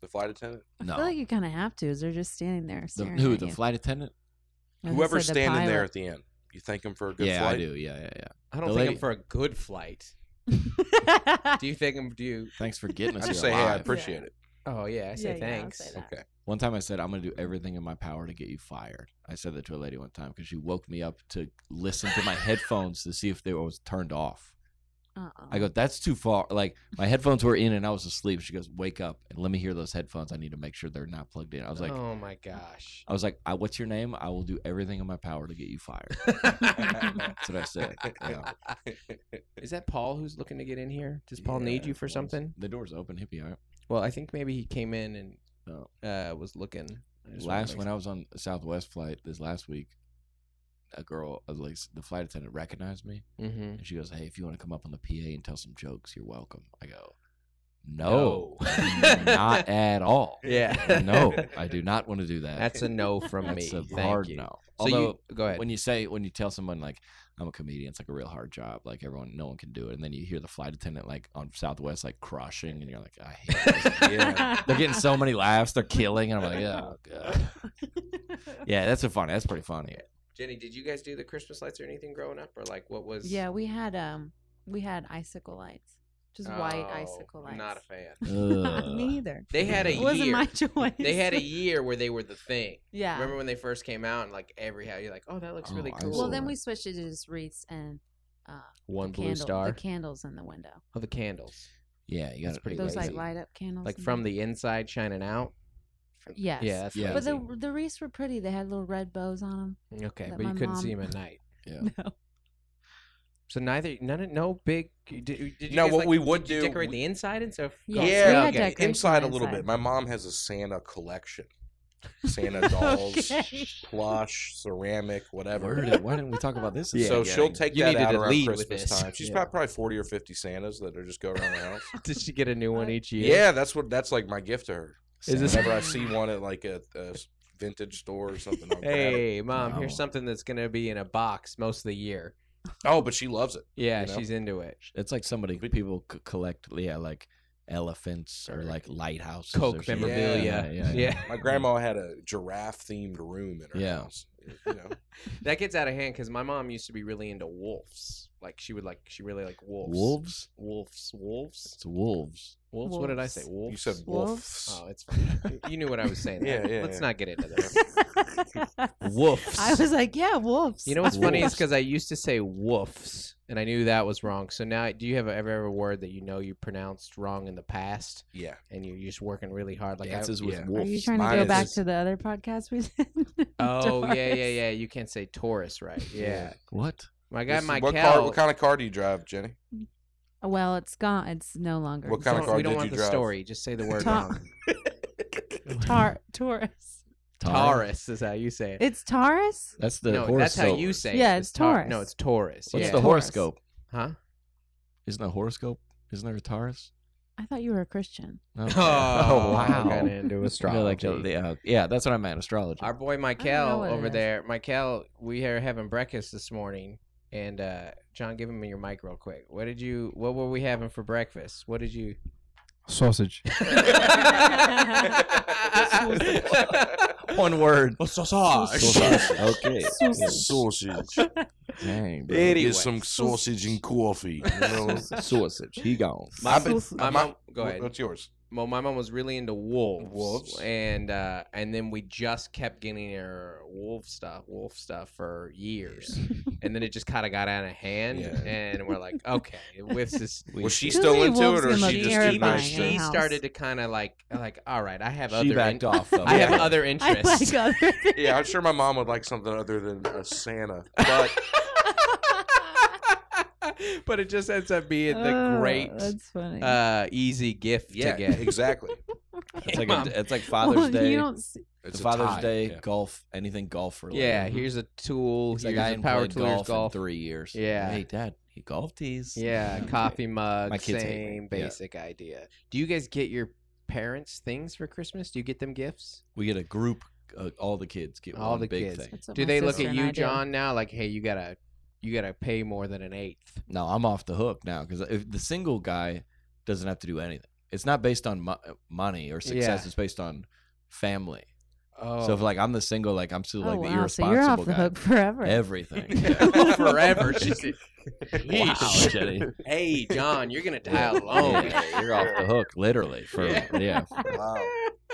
[SPEAKER 6] The flight attendant?
[SPEAKER 3] no.
[SPEAKER 4] I feel like you kind of have to. Is they're just standing there
[SPEAKER 3] the,
[SPEAKER 4] staring
[SPEAKER 3] who,
[SPEAKER 4] at
[SPEAKER 3] the
[SPEAKER 4] you.
[SPEAKER 3] flight attendant?
[SPEAKER 4] I was gonna
[SPEAKER 6] Whoever's
[SPEAKER 4] say the
[SPEAKER 6] standing there
[SPEAKER 4] pilot.
[SPEAKER 6] at the end, you thank him for a good
[SPEAKER 3] yeah,
[SPEAKER 6] flight?
[SPEAKER 3] I do. Yeah, yeah, yeah.
[SPEAKER 1] I don't
[SPEAKER 3] The
[SPEAKER 1] think
[SPEAKER 3] lady-
[SPEAKER 1] I'm for a good flight. Do you think I'm? Do you?
[SPEAKER 3] Thanks for getting us
[SPEAKER 6] I
[SPEAKER 3] here
[SPEAKER 6] just say, hey, I
[SPEAKER 3] alive.
[SPEAKER 6] appreciate it.
[SPEAKER 1] Oh yeah, I say
[SPEAKER 4] Yeah, yeah, I'll
[SPEAKER 1] thanks.
[SPEAKER 4] say that.
[SPEAKER 6] Okay.
[SPEAKER 3] One time I said, I'm going to do everything in my power to get you fired. I said that to a lady one time because she woke me up to listen to my headphones to see if they were was turned off.
[SPEAKER 4] Uh-uh.
[SPEAKER 3] I go, that's too far. Like, my headphones were in and I was asleep. She goes, wake up and let me hear those headphones. I need to make sure they're not plugged in. I was like,
[SPEAKER 1] oh my gosh.
[SPEAKER 3] I was like, I, what's your name? I will do everything in my power to get you fired. That's what I said. Yeah.
[SPEAKER 1] Is that Paul who's looking to get in here? Does Paul
[SPEAKER 3] Yeah,
[SPEAKER 1] need you for
[SPEAKER 3] well,
[SPEAKER 1] something?
[SPEAKER 3] The door's open. He'll be all right.
[SPEAKER 1] Well, I think maybe he came in and
[SPEAKER 3] No.
[SPEAKER 1] uh, was looking. I just wanna
[SPEAKER 3] last
[SPEAKER 1] make
[SPEAKER 3] when I was on a Southwest flight this last week, a girl, uh, like the flight attendant, recognized me
[SPEAKER 1] Mhm.
[SPEAKER 3] and she goes, "Hey, if you want to come up on the PA and tell some jokes, you're welcome." I go, "No, not at all.
[SPEAKER 1] Yeah.
[SPEAKER 3] no, I do not want to do that.
[SPEAKER 1] That's a no from
[SPEAKER 3] That's
[SPEAKER 1] me.
[SPEAKER 3] a
[SPEAKER 1] Thank
[SPEAKER 3] hard
[SPEAKER 1] you.
[SPEAKER 3] no.
[SPEAKER 1] So you-
[SPEAKER 3] Although
[SPEAKER 1] go ahead.
[SPEAKER 3] when you say when you tell someone like I'm a comedian, it's like a real hard job. Like everyone, no one can do it. And then you hear the flight attendant like on Southwest like crushing, and you're like, I hate. This.
[SPEAKER 6] Yeah.
[SPEAKER 3] They're getting so many laughs. They're killing, and I'm like, oh god. Yeah, that's a funny. That's pretty funny.
[SPEAKER 1] Jenny, did you guys do the Christmas lights or anything growing up, or like what was?
[SPEAKER 4] yeah, we had um, we had icicle lights, just white icicle
[SPEAKER 1] Oh,
[SPEAKER 4] lights.
[SPEAKER 1] I'm not a fan.
[SPEAKER 3] Ugh.
[SPEAKER 4] Me either.
[SPEAKER 1] They had a
[SPEAKER 4] It wasn't
[SPEAKER 1] year.
[SPEAKER 4] my choice.
[SPEAKER 1] They had a year where they were the thing.
[SPEAKER 4] yeah.
[SPEAKER 1] Remember when they first came out and like every house you're like, oh, that looks really
[SPEAKER 3] Oh, I
[SPEAKER 1] cool.
[SPEAKER 3] see.
[SPEAKER 4] Well, then we switched it to just wreaths and uh,
[SPEAKER 1] one blue
[SPEAKER 4] candle-
[SPEAKER 1] star.
[SPEAKER 4] the candles in the window.
[SPEAKER 1] oh, the candles,
[SPEAKER 3] Yeah, you
[SPEAKER 1] That's
[SPEAKER 3] got
[SPEAKER 1] pretty
[SPEAKER 4] Those like
[SPEAKER 1] lazy.
[SPEAKER 4] light up candles,
[SPEAKER 1] like
[SPEAKER 4] in
[SPEAKER 1] from
[SPEAKER 4] there.
[SPEAKER 1] the inside shining out.
[SPEAKER 4] yes,
[SPEAKER 1] Yeah, that's
[SPEAKER 3] Yeah.
[SPEAKER 4] But
[SPEAKER 1] lazy.
[SPEAKER 4] the the wreaths were pretty. They had little red bows on
[SPEAKER 1] okay,
[SPEAKER 4] that
[SPEAKER 1] but you
[SPEAKER 4] my
[SPEAKER 1] couldn't
[SPEAKER 4] mom-
[SPEAKER 1] see them at night.
[SPEAKER 4] them. No.
[SPEAKER 1] So neither none of no big. Did, did you
[SPEAKER 6] No,
[SPEAKER 1] guys,
[SPEAKER 6] what
[SPEAKER 1] like,
[SPEAKER 6] we would
[SPEAKER 1] did you
[SPEAKER 6] do-
[SPEAKER 1] decorate the inside and stuff.
[SPEAKER 4] Yeah,
[SPEAKER 1] Go-
[SPEAKER 4] Yes, we
[SPEAKER 6] yeah,
[SPEAKER 4] had
[SPEAKER 6] okay.
[SPEAKER 4] decoration
[SPEAKER 6] inside a little
[SPEAKER 4] inside.
[SPEAKER 6] bit. My mom has a Santa collection. Santa
[SPEAKER 1] Oh,
[SPEAKER 6] dolls,
[SPEAKER 4] Okay.
[SPEAKER 6] plush, ceramic, whatever.
[SPEAKER 3] Where did- why didn't we talk about this?
[SPEAKER 1] Yeah,
[SPEAKER 6] so
[SPEAKER 1] yeah.
[SPEAKER 6] she'll take
[SPEAKER 1] You
[SPEAKER 6] that
[SPEAKER 1] needed
[SPEAKER 6] out
[SPEAKER 1] to
[SPEAKER 6] around
[SPEAKER 1] lead with
[SPEAKER 6] Christmas
[SPEAKER 1] this.
[SPEAKER 6] time. She's
[SPEAKER 1] Yeah.
[SPEAKER 6] got probably forty or fifty Santas that are just go around the house.
[SPEAKER 1] Did she get a new one each year?
[SPEAKER 6] yeah. that's what that's like my gift to her.
[SPEAKER 1] Is this-
[SPEAKER 6] Whenever I see one at like a, a vintage store or something, I'll grab it.
[SPEAKER 1] Hey, mom, here's
[SPEAKER 3] No.
[SPEAKER 1] something that's gonna be in a box most of the year.
[SPEAKER 6] Oh, but she loves it.
[SPEAKER 1] Yeah,
[SPEAKER 6] You know?
[SPEAKER 1] she's into it.
[SPEAKER 3] It's like somebody people c- collect, yeah, like elephants or
[SPEAKER 1] Or
[SPEAKER 3] like lighthouses, or
[SPEAKER 1] Coke
[SPEAKER 3] something.
[SPEAKER 1] memorabilia.
[SPEAKER 3] Yeah, yeah, yeah.
[SPEAKER 1] yeah.
[SPEAKER 6] My grandma had a giraffe themed room in her
[SPEAKER 3] Yeah.
[SPEAKER 6] house. You know?
[SPEAKER 1] that gets out of hand because my mom used to be really into wolves. Like she would like she really like wolves.
[SPEAKER 3] Wolves.
[SPEAKER 1] wolves, wolves,
[SPEAKER 3] It's wolves.
[SPEAKER 1] wolves. What did I say?
[SPEAKER 4] Wolves.
[SPEAKER 1] Wolves.
[SPEAKER 6] you said
[SPEAKER 4] Wolves?
[SPEAKER 6] wolves.
[SPEAKER 1] Oh, it's fine. you knew what I was saying.
[SPEAKER 6] Yeah, yeah,
[SPEAKER 1] Let's
[SPEAKER 6] yeah.
[SPEAKER 1] not get into this.
[SPEAKER 3] Wolves.
[SPEAKER 4] I was like, yeah, wolves.
[SPEAKER 1] You know what's funny is
[SPEAKER 3] Wolves.
[SPEAKER 1] because I used to say woofs, and I knew that was wrong. So now, do you have ever ever a word that you know you pronounced wrong in the past,
[SPEAKER 6] Yeah.
[SPEAKER 1] and you're just working really hard? Like I-
[SPEAKER 3] Dances with
[SPEAKER 6] yeah. Are
[SPEAKER 4] Are
[SPEAKER 3] wolves.
[SPEAKER 4] you trying to
[SPEAKER 6] Mine
[SPEAKER 4] go
[SPEAKER 6] is
[SPEAKER 4] back
[SPEAKER 6] just-
[SPEAKER 4] to the other podcast we did?
[SPEAKER 1] Oh yeah, yeah,
[SPEAKER 4] Doris?
[SPEAKER 1] yeah. You can't say Taurus right. Yeah,
[SPEAKER 3] What?
[SPEAKER 1] my guy
[SPEAKER 6] This is-
[SPEAKER 1] Michael.
[SPEAKER 6] what car? What kind of car do you drive, Jenny?
[SPEAKER 4] Well, it's gone. It's no longer.
[SPEAKER 6] What kind of
[SPEAKER 1] Don't-
[SPEAKER 6] car
[SPEAKER 1] we don't
[SPEAKER 6] did
[SPEAKER 1] want
[SPEAKER 6] you
[SPEAKER 1] the
[SPEAKER 6] drive?
[SPEAKER 1] story. Just say the word
[SPEAKER 4] Ta-
[SPEAKER 1] wrong.
[SPEAKER 4] Tar- Taurus.
[SPEAKER 1] Taurus is how you say it.
[SPEAKER 4] It's Taurus.
[SPEAKER 3] That's the
[SPEAKER 1] no,
[SPEAKER 3] horoscope.
[SPEAKER 1] that's how you say it.
[SPEAKER 4] Yeah, it's
[SPEAKER 1] Taur-
[SPEAKER 4] Taurus.
[SPEAKER 1] No, it's Taurus.
[SPEAKER 3] What's
[SPEAKER 1] yeah.
[SPEAKER 3] the
[SPEAKER 4] Taurus.
[SPEAKER 3] horoscope?
[SPEAKER 1] huh?
[SPEAKER 3] Isn't the horoscope? Isn't there a Taurus?
[SPEAKER 4] I thought you were a Christian.
[SPEAKER 3] No.
[SPEAKER 1] Oh,
[SPEAKER 3] Oh,
[SPEAKER 6] Oh,
[SPEAKER 1] I got into
[SPEAKER 3] Yeah, like the-
[SPEAKER 1] astrology.
[SPEAKER 3] the, uh, yeah, that's what I meant. Astrology.
[SPEAKER 1] Our boy
[SPEAKER 4] know
[SPEAKER 1] Michael
[SPEAKER 4] what it
[SPEAKER 1] over
[SPEAKER 4] is.
[SPEAKER 1] there. Michael, we are having breakfast this morning, and uh, John, give him your mic real quick. What did you? What were we having for breakfast? What did you?
[SPEAKER 7] Sausage.
[SPEAKER 3] One word.
[SPEAKER 6] Sausage.
[SPEAKER 5] okay.
[SPEAKER 6] Sausage.
[SPEAKER 3] Dang, bro.
[SPEAKER 1] Anyway.
[SPEAKER 6] Get some sausage and coffee. You know?
[SPEAKER 3] Sausage. He gone.
[SPEAKER 1] my, my mom, go ahead.
[SPEAKER 6] What's yours?
[SPEAKER 1] Well, my mom was really into wolves,
[SPEAKER 6] Wolves?
[SPEAKER 1] and uh, and then we just kept getting her wolf stuff, wolf stuff for years, and then it just kind of got out of hand,
[SPEAKER 6] Yeah.
[SPEAKER 1] and we're like, okay, this is.
[SPEAKER 6] Was she
[SPEAKER 4] Too
[SPEAKER 6] still
[SPEAKER 4] many
[SPEAKER 6] into
[SPEAKER 4] wolves
[SPEAKER 6] it, or
[SPEAKER 4] in the
[SPEAKER 6] she just did
[SPEAKER 4] terrifying
[SPEAKER 1] She,
[SPEAKER 4] in
[SPEAKER 6] not?
[SPEAKER 4] the
[SPEAKER 1] she
[SPEAKER 4] house.
[SPEAKER 1] started to kind of like like all right, I have
[SPEAKER 3] She
[SPEAKER 1] other in-
[SPEAKER 3] backed off. Though.
[SPEAKER 1] I have
[SPEAKER 3] Yeah.
[SPEAKER 1] other
[SPEAKER 4] I
[SPEAKER 1] interests.
[SPEAKER 4] like other.
[SPEAKER 6] Yeah, I'm sure my mom would like something other than a Santa. But
[SPEAKER 1] but it just ends up being the
[SPEAKER 4] Oh,
[SPEAKER 1] great
[SPEAKER 4] That's funny.
[SPEAKER 1] uh, easy gift
[SPEAKER 6] yeah,
[SPEAKER 1] to get.
[SPEAKER 6] exactly.
[SPEAKER 3] It's like,
[SPEAKER 1] Mom.
[SPEAKER 3] a, it's like Father's
[SPEAKER 4] You
[SPEAKER 3] Day.
[SPEAKER 4] don't see-
[SPEAKER 6] It's
[SPEAKER 3] the
[SPEAKER 6] a
[SPEAKER 3] Father's
[SPEAKER 6] tie.
[SPEAKER 3] Day
[SPEAKER 6] Yeah.
[SPEAKER 3] golf, anything golf related.
[SPEAKER 1] Yeah, here's a tool.
[SPEAKER 3] mm-hmm. It's like,
[SPEAKER 1] here's
[SPEAKER 3] I
[SPEAKER 1] a
[SPEAKER 3] hadn't
[SPEAKER 1] power
[SPEAKER 3] played
[SPEAKER 1] tool. Here's
[SPEAKER 3] golf,
[SPEAKER 1] golf.
[SPEAKER 3] in three years.
[SPEAKER 1] Yeah.
[SPEAKER 3] Hey, Dad, he golf tees.
[SPEAKER 1] Yeah, coffee mug,
[SPEAKER 3] My kids hate me.
[SPEAKER 1] same
[SPEAKER 3] Yeah.
[SPEAKER 1] basic idea. Do you guys get your parents things for Christmas? Do you get them gifts?
[SPEAKER 3] We get a group. Uh, all the kids get
[SPEAKER 1] All
[SPEAKER 3] one
[SPEAKER 1] the
[SPEAKER 3] big
[SPEAKER 1] kids.
[SPEAKER 3] thing.
[SPEAKER 4] that's what
[SPEAKER 1] Do
[SPEAKER 4] my
[SPEAKER 1] they look
[SPEAKER 4] sister
[SPEAKER 1] at
[SPEAKER 4] and I
[SPEAKER 1] you,
[SPEAKER 4] do.
[SPEAKER 1] John, now like, hey, you gotta you gotta pay more than an eighth?
[SPEAKER 3] No, I'm off the hook now because if the single guy doesn't have to do anything, it's not based on mo- uh, money or success.
[SPEAKER 1] Yeah.
[SPEAKER 3] It's based on family.
[SPEAKER 1] Oh,
[SPEAKER 3] So if like I'm the single, like I'm still
[SPEAKER 4] oh,
[SPEAKER 3] like the
[SPEAKER 4] wow, so
[SPEAKER 3] irresponsible
[SPEAKER 4] you're off the
[SPEAKER 3] guy.
[SPEAKER 4] hook forever.
[SPEAKER 3] Everything.
[SPEAKER 1] forever. She said,
[SPEAKER 3] wow,
[SPEAKER 1] "Yeesh.
[SPEAKER 3] Jenny.
[SPEAKER 1] hey, John, you're gonna die
[SPEAKER 3] Yeah.
[SPEAKER 1] alone.
[SPEAKER 3] Yeah, you're off the hook, literally. For yeah.
[SPEAKER 6] Wow.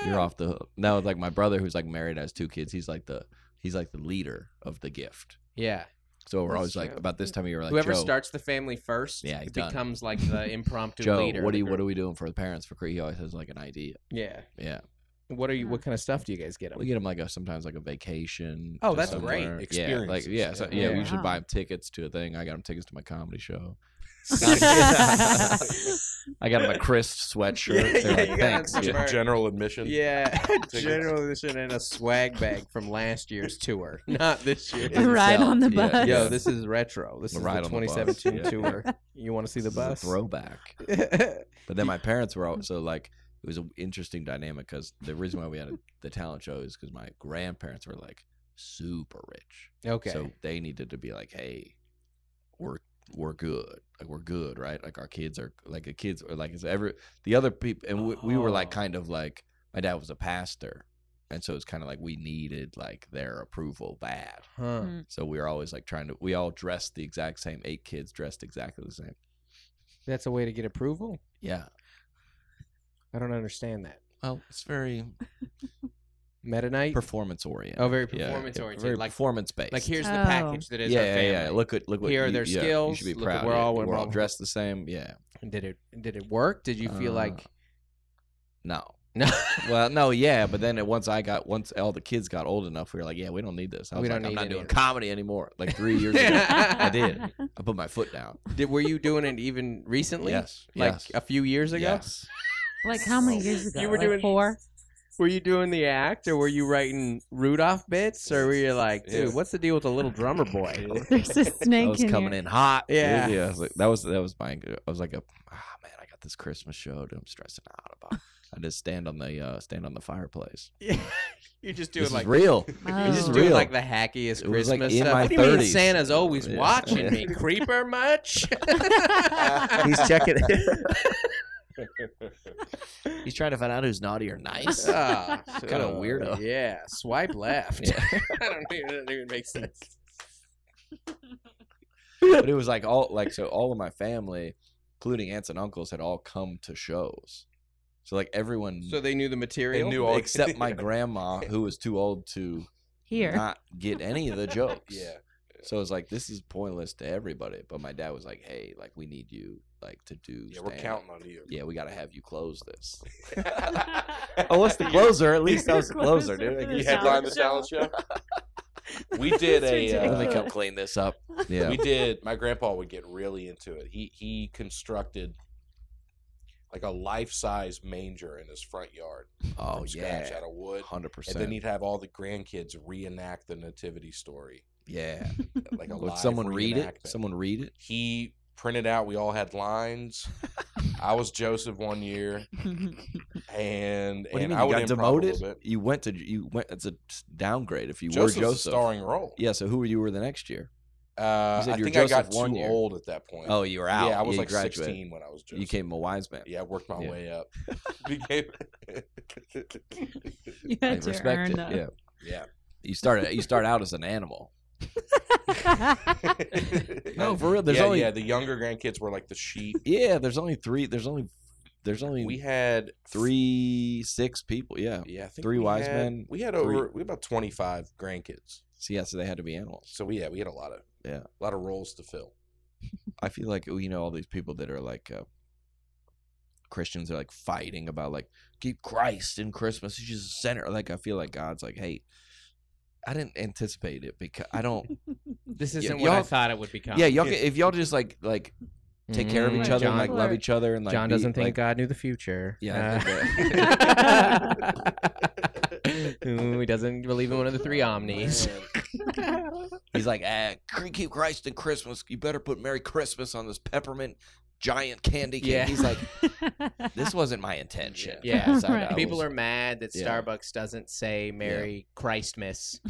[SPEAKER 3] you're off the hook. No, like my brother who's like married has two kids. He's like the he's like the leader of the gift.
[SPEAKER 1] Yeah,
[SPEAKER 3] So we're
[SPEAKER 4] That's
[SPEAKER 3] always like
[SPEAKER 4] true.
[SPEAKER 3] about this time of year, we're like
[SPEAKER 1] whoever
[SPEAKER 3] Joe,
[SPEAKER 1] starts the family first,
[SPEAKER 3] Yeah, he's done.
[SPEAKER 1] becomes like the impromptu
[SPEAKER 3] Joe,
[SPEAKER 1] leader.
[SPEAKER 3] what are you, what are we doing for the parents for Cree? He always has like an idea.
[SPEAKER 1] Yeah,
[SPEAKER 3] Yeah,
[SPEAKER 1] what are you? What kind of stuff do you guys get? Them?
[SPEAKER 3] we get him like a sometimes like a vacation.
[SPEAKER 1] Oh,
[SPEAKER 3] to
[SPEAKER 1] that's great.
[SPEAKER 3] somewhere. Yeah, like
[SPEAKER 6] Experiences.
[SPEAKER 3] yeah, so, yeah,
[SPEAKER 1] Yeah.
[SPEAKER 3] We usually
[SPEAKER 4] Wow.
[SPEAKER 3] buy him tickets to a thing. I got him tickets to my comedy show. I got him a crisp sweatshirt.
[SPEAKER 1] Yeah,
[SPEAKER 3] They're
[SPEAKER 1] yeah, you gotta
[SPEAKER 3] like,
[SPEAKER 1] have
[SPEAKER 3] Thanks.
[SPEAKER 1] some
[SPEAKER 3] yeah."
[SPEAKER 1] merch.
[SPEAKER 6] General admission.
[SPEAKER 1] Yeah,
[SPEAKER 6] Tickets.
[SPEAKER 1] general edition and a swag bag from last year's tour, not this year.
[SPEAKER 4] A ride on the
[SPEAKER 3] Yeah,
[SPEAKER 4] bus.
[SPEAKER 1] Yo, this is retro. This
[SPEAKER 3] A
[SPEAKER 1] is
[SPEAKER 3] ride
[SPEAKER 1] the
[SPEAKER 3] on the
[SPEAKER 1] 2017
[SPEAKER 3] bus, yeah.
[SPEAKER 1] tour. You want to see the
[SPEAKER 3] This is a
[SPEAKER 1] bus?
[SPEAKER 3] throwback. But then my parents were also like, it was an interesting dynamic because the reason why we had a, the talent show is because my grandparents were like super rich,
[SPEAKER 1] okay.
[SPEAKER 3] so they needed to be like, hey, we're we're good, like we're good, right? Like our kids are like the kids are like it's every the other people, and we, we were like
[SPEAKER 1] Oh.
[SPEAKER 3] kind of like my dad was a pastor, and so it's kind of like we needed like their approval bad.
[SPEAKER 1] huh.
[SPEAKER 4] Hmm.
[SPEAKER 3] So we were always like trying to. We all dressed the exact same. Eight kids dressed exactly the same.
[SPEAKER 1] That's a way to get approval.
[SPEAKER 3] Yeah.
[SPEAKER 1] I don't understand that.
[SPEAKER 3] Well, it's very
[SPEAKER 1] Meta Knight.
[SPEAKER 3] performance oriented.
[SPEAKER 1] oh, very
[SPEAKER 3] Yeah,
[SPEAKER 1] performance
[SPEAKER 3] yeah,
[SPEAKER 1] oriented.
[SPEAKER 3] Very
[SPEAKER 1] like,
[SPEAKER 3] performance based.
[SPEAKER 1] like here's the
[SPEAKER 4] Oh.
[SPEAKER 1] package that is
[SPEAKER 3] yeah,
[SPEAKER 1] our
[SPEAKER 3] yeah,
[SPEAKER 1] family.
[SPEAKER 3] yeah. Look at look what
[SPEAKER 1] Here are
[SPEAKER 3] you-
[SPEAKER 1] their
[SPEAKER 3] yeah,
[SPEAKER 1] skills.
[SPEAKER 3] You should be
[SPEAKER 1] Look at
[SPEAKER 3] proud.
[SPEAKER 1] where
[SPEAKER 3] yeah,
[SPEAKER 1] all
[SPEAKER 3] we're
[SPEAKER 1] we're
[SPEAKER 3] all
[SPEAKER 1] from.
[SPEAKER 3] dressed the same. Yeah.
[SPEAKER 1] Did it? Did it work? Did you feel
[SPEAKER 3] Uh,
[SPEAKER 1] like?
[SPEAKER 3] No.
[SPEAKER 1] No.
[SPEAKER 3] well, no, yeah, but then it- once I got once all the kids got old enough, we were like, yeah, we don't need this. I
[SPEAKER 1] We
[SPEAKER 3] was
[SPEAKER 1] don't
[SPEAKER 3] like, I'm
[SPEAKER 1] need
[SPEAKER 3] not
[SPEAKER 1] any
[SPEAKER 3] doing
[SPEAKER 1] of this.
[SPEAKER 3] comedy anymore. Like three years ago,
[SPEAKER 1] I
[SPEAKER 3] did. I put my foot down.
[SPEAKER 1] Did were you doing it even recently?
[SPEAKER 3] Yes.
[SPEAKER 1] Like
[SPEAKER 3] yes.
[SPEAKER 1] a few years ago?
[SPEAKER 3] Yes.
[SPEAKER 4] Like how many years ago?
[SPEAKER 1] You were
[SPEAKER 4] Like
[SPEAKER 1] doing-
[SPEAKER 4] four.
[SPEAKER 1] Were you doing the act, or were you writing Rudolph bits, or were you like, dude, what's the deal with the little drummer boy?
[SPEAKER 4] There's a
[SPEAKER 3] I
[SPEAKER 4] snake
[SPEAKER 3] was
[SPEAKER 4] in
[SPEAKER 3] coming
[SPEAKER 4] your-
[SPEAKER 3] in hot. dude.
[SPEAKER 1] Yeah.
[SPEAKER 3] yeah. I was like, that was that was my. I was like, a, ah, man, I got this Christmas show. Dude, I'm stressing out about. I just stand on the uh, stand on the fireplace.
[SPEAKER 1] you just do
[SPEAKER 3] This
[SPEAKER 1] it like
[SPEAKER 3] is real.
[SPEAKER 4] Oh,
[SPEAKER 1] you just
[SPEAKER 3] is
[SPEAKER 1] do it
[SPEAKER 3] real.
[SPEAKER 1] like the hackiest
[SPEAKER 3] It was,
[SPEAKER 1] Christmas
[SPEAKER 3] like, in
[SPEAKER 1] stuff.
[SPEAKER 3] my
[SPEAKER 1] what do you mean
[SPEAKER 3] 30s?
[SPEAKER 1] Santa's always
[SPEAKER 3] Yeah.
[SPEAKER 1] watching
[SPEAKER 3] Yeah.
[SPEAKER 1] me? Creeper much?
[SPEAKER 5] He's checking.
[SPEAKER 3] He's trying to find out who's naughty or nice.
[SPEAKER 1] Ah,
[SPEAKER 3] Kinda
[SPEAKER 1] so,
[SPEAKER 3] weirdo.
[SPEAKER 1] Yeah, swipe left. I don't even, that even make sense.
[SPEAKER 3] but it was like all like so all of my family, including aunts and uncles, had all come to shows. So like everyone
[SPEAKER 1] So they knew the material.
[SPEAKER 6] knew all-
[SPEAKER 3] except my grandma, who was too old to
[SPEAKER 4] Here.
[SPEAKER 3] not get any of the jokes.
[SPEAKER 6] Yeah.
[SPEAKER 3] So it's like this is pointless to everybody. But my dad was like, Hey, like we need you like to do
[SPEAKER 6] Yeah, we're
[SPEAKER 3] stand-up.
[SPEAKER 6] counting on you.
[SPEAKER 3] Yeah, we gotta have Oh, you close this.
[SPEAKER 5] I was the closer. At least I was the closer, dude.
[SPEAKER 4] Closer.
[SPEAKER 5] I
[SPEAKER 6] You
[SPEAKER 5] guess.
[SPEAKER 6] headlined the talent show. We did
[SPEAKER 3] Let
[SPEAKER 4] That's
[SPEAKER 6] a.
[SPEAKER 3] me
[SPEAKER 6] Uh,
[SPEAKER 4] ridiculous.
[SPEAKER 3] come clean this up. Yeah.
[SPEAKER 6] We did. My grandpa would get really into it. He he constructed like a life size manger in his front yard.
[SPEAKER 3] oh
[SPEAKER 6] from scratch
[SPEAKER 3] yeah.
[SPEAKER 6] out of wood.
[SPEAKER 3] Hundred
[SPEAKER 6] And then
[SPEAKER 3] percent.
[SPEAKER 6] he'd have all the grandkids reenact the nativity story.
[SPEAKER 3] Yeah.
[SPEAKER 6] Like a
[SPEAKER 3] Would
[SPEAKER 6] live
[SPEAKER 3] someone read it?
[SPEAKER 6] reenactment.
[SPEAKER 3] Someone read it?
[SPEAKER 6] He printed out. We all had lines. I was Joseph one year, and
[SPEAKER 3] What do you
[SPEAKER 6] and
[SPEAKER 3] mean
[SPEAKER 6] I
[SPEAKER 3] you
[SPEAKER 6] would
[SPEAKER 3] got
[SPEAKER 6] improv a little
[SPEAKER 3] demoted?
[SPEAKER 6] bit.
[SPEAKER 3] You went to you went. It's a downgrade if you
[SPEAKER 6] Joseph's
[SPEAKER 3] were
[SPEAKER 6] a
[SPEAKER 3] Joseph.
[SPEAKER 6] starring role.
[SPEAKER 3] Yeah. So who were you were the next year?
[SPEAKER 6] Uh,
[SPEAKER 3] said
[SPEAKER 6] I
[SPEAKER 3] you were
[SPEAKER 6] think I got
[SPEAKER 3] Joseph one
[SPEAKER 6] too
[SPEAKER 3] year.
[SPEAKER 6] old at that point.
[SPEAKER 3] Oh, you were out.
[SPEAKER 6] Yeah, I was
[SPEAKER 3] you
[SPEAKER 6] like
[SPEAKER 3] graduated.
[SPEAKER 6] 16 when I was Joseph.
[SPEAKER 3] You became a wise man.
[SPEAKER 6] Yeah, I worked my
[SPEAKER 3] Yeah.
[SPEAKER 6] way up. Became.
[SPEAKER 4] You
[SPEAKER 3] I
[SPEAKER 4] had to
[SPEAKER 3] respect
[SPEAKER 4] earn
[SPEAKER 3] it.
[SPEAKER 4] them.
[SPEAKER 3] Yeah.
[SPEAKER 6] yeah.
[SPEAKER 3] You started. You start out as an animal. No,
[SPEAKER 6] no,
[SPEAKER 3] for real. There's
[SPEAKER 6] yeah,
[SPEAKER 3] only
[SPEAKER 6] yeah.
[SPEAKER 3] yeah,
[SPEAKER 6] The younger grandkids were like the sheep.
[SPEAKER 3] There's only three. There's only there's only
[SPEAKER 6] We had
[SPEAKER 3] three six people. Yeah.
[SPEAKER 6] Yeah, I think
[SPEAKER 3] Oh, Three
[SPEAKER 6] we
[SPEAKER 3] wise
[SPEAKER 6] had-
[SPEAKER 3] men,
[SPEAKER 6] We had
[SPEAKER 3] three-
[SPEAKER 6] over we had about twenty five grandkids.
[SPEAKER 3] So yeah. So they had to be animals.
[SPEAKER 6] So we yeah we had a lot of
[SPEAKER 3] Yeah.
[SPEAKER 6] a lot of roles to fill.
[SPEAKER 3] I feel like you know all these people that are like uh, Christians are like fighting about like keep Christ in Christmas. He's just the center. Like I feel like God's like, hey, I didn't anticipate it because I don't.
[SPEAKER 1] This
[SPEAKER 3] Yeah,
[SPEAKER 1] isn't what I
[SPEAKER 3] y'all-
[SPEAKER 1] thought it would become.
[SPEAKER 3] yeah, y'all. Can, if y'all just like like take care of
[SPEAKER 1] Mm,
[SPEAKER 3] each other
[SPEAKER 1] John,
[SPEAKER 3] and like love each other and like
[SPEAKER 1] John
[SPEAKER 3] be-
[SPEAKER 1] doesn't think
[SPEAKER 3] like-
[SPEAKER 1] God knew the future.
[SPEAKER 3] Yeah, I think
[SPEAKER 1] Uh, Ooh, he doesn't believe in one of the three omnis.
[SPEAKER 3] He's like, ah, cr- keep Christ in Christmas. You better put Merry Christmas on this peppermint giant candy cane.
[SPEAKER 1] Yeah.
[SPEAKER 3] He's like, this wasn't my intention.
[SPEAKER 1] Yeah.
[SPEAKER 3] Yes, I-
[SPEAKER 4] Right.
[SPEAKER 3] I
[SPEAKER 1] People
[SPEAKER 3] was-
[SPEAKER 1] are mad that
[SPEAKER 3] Yeah.
[SPEAKER 1] Starbucks doesn't say Merry Christmas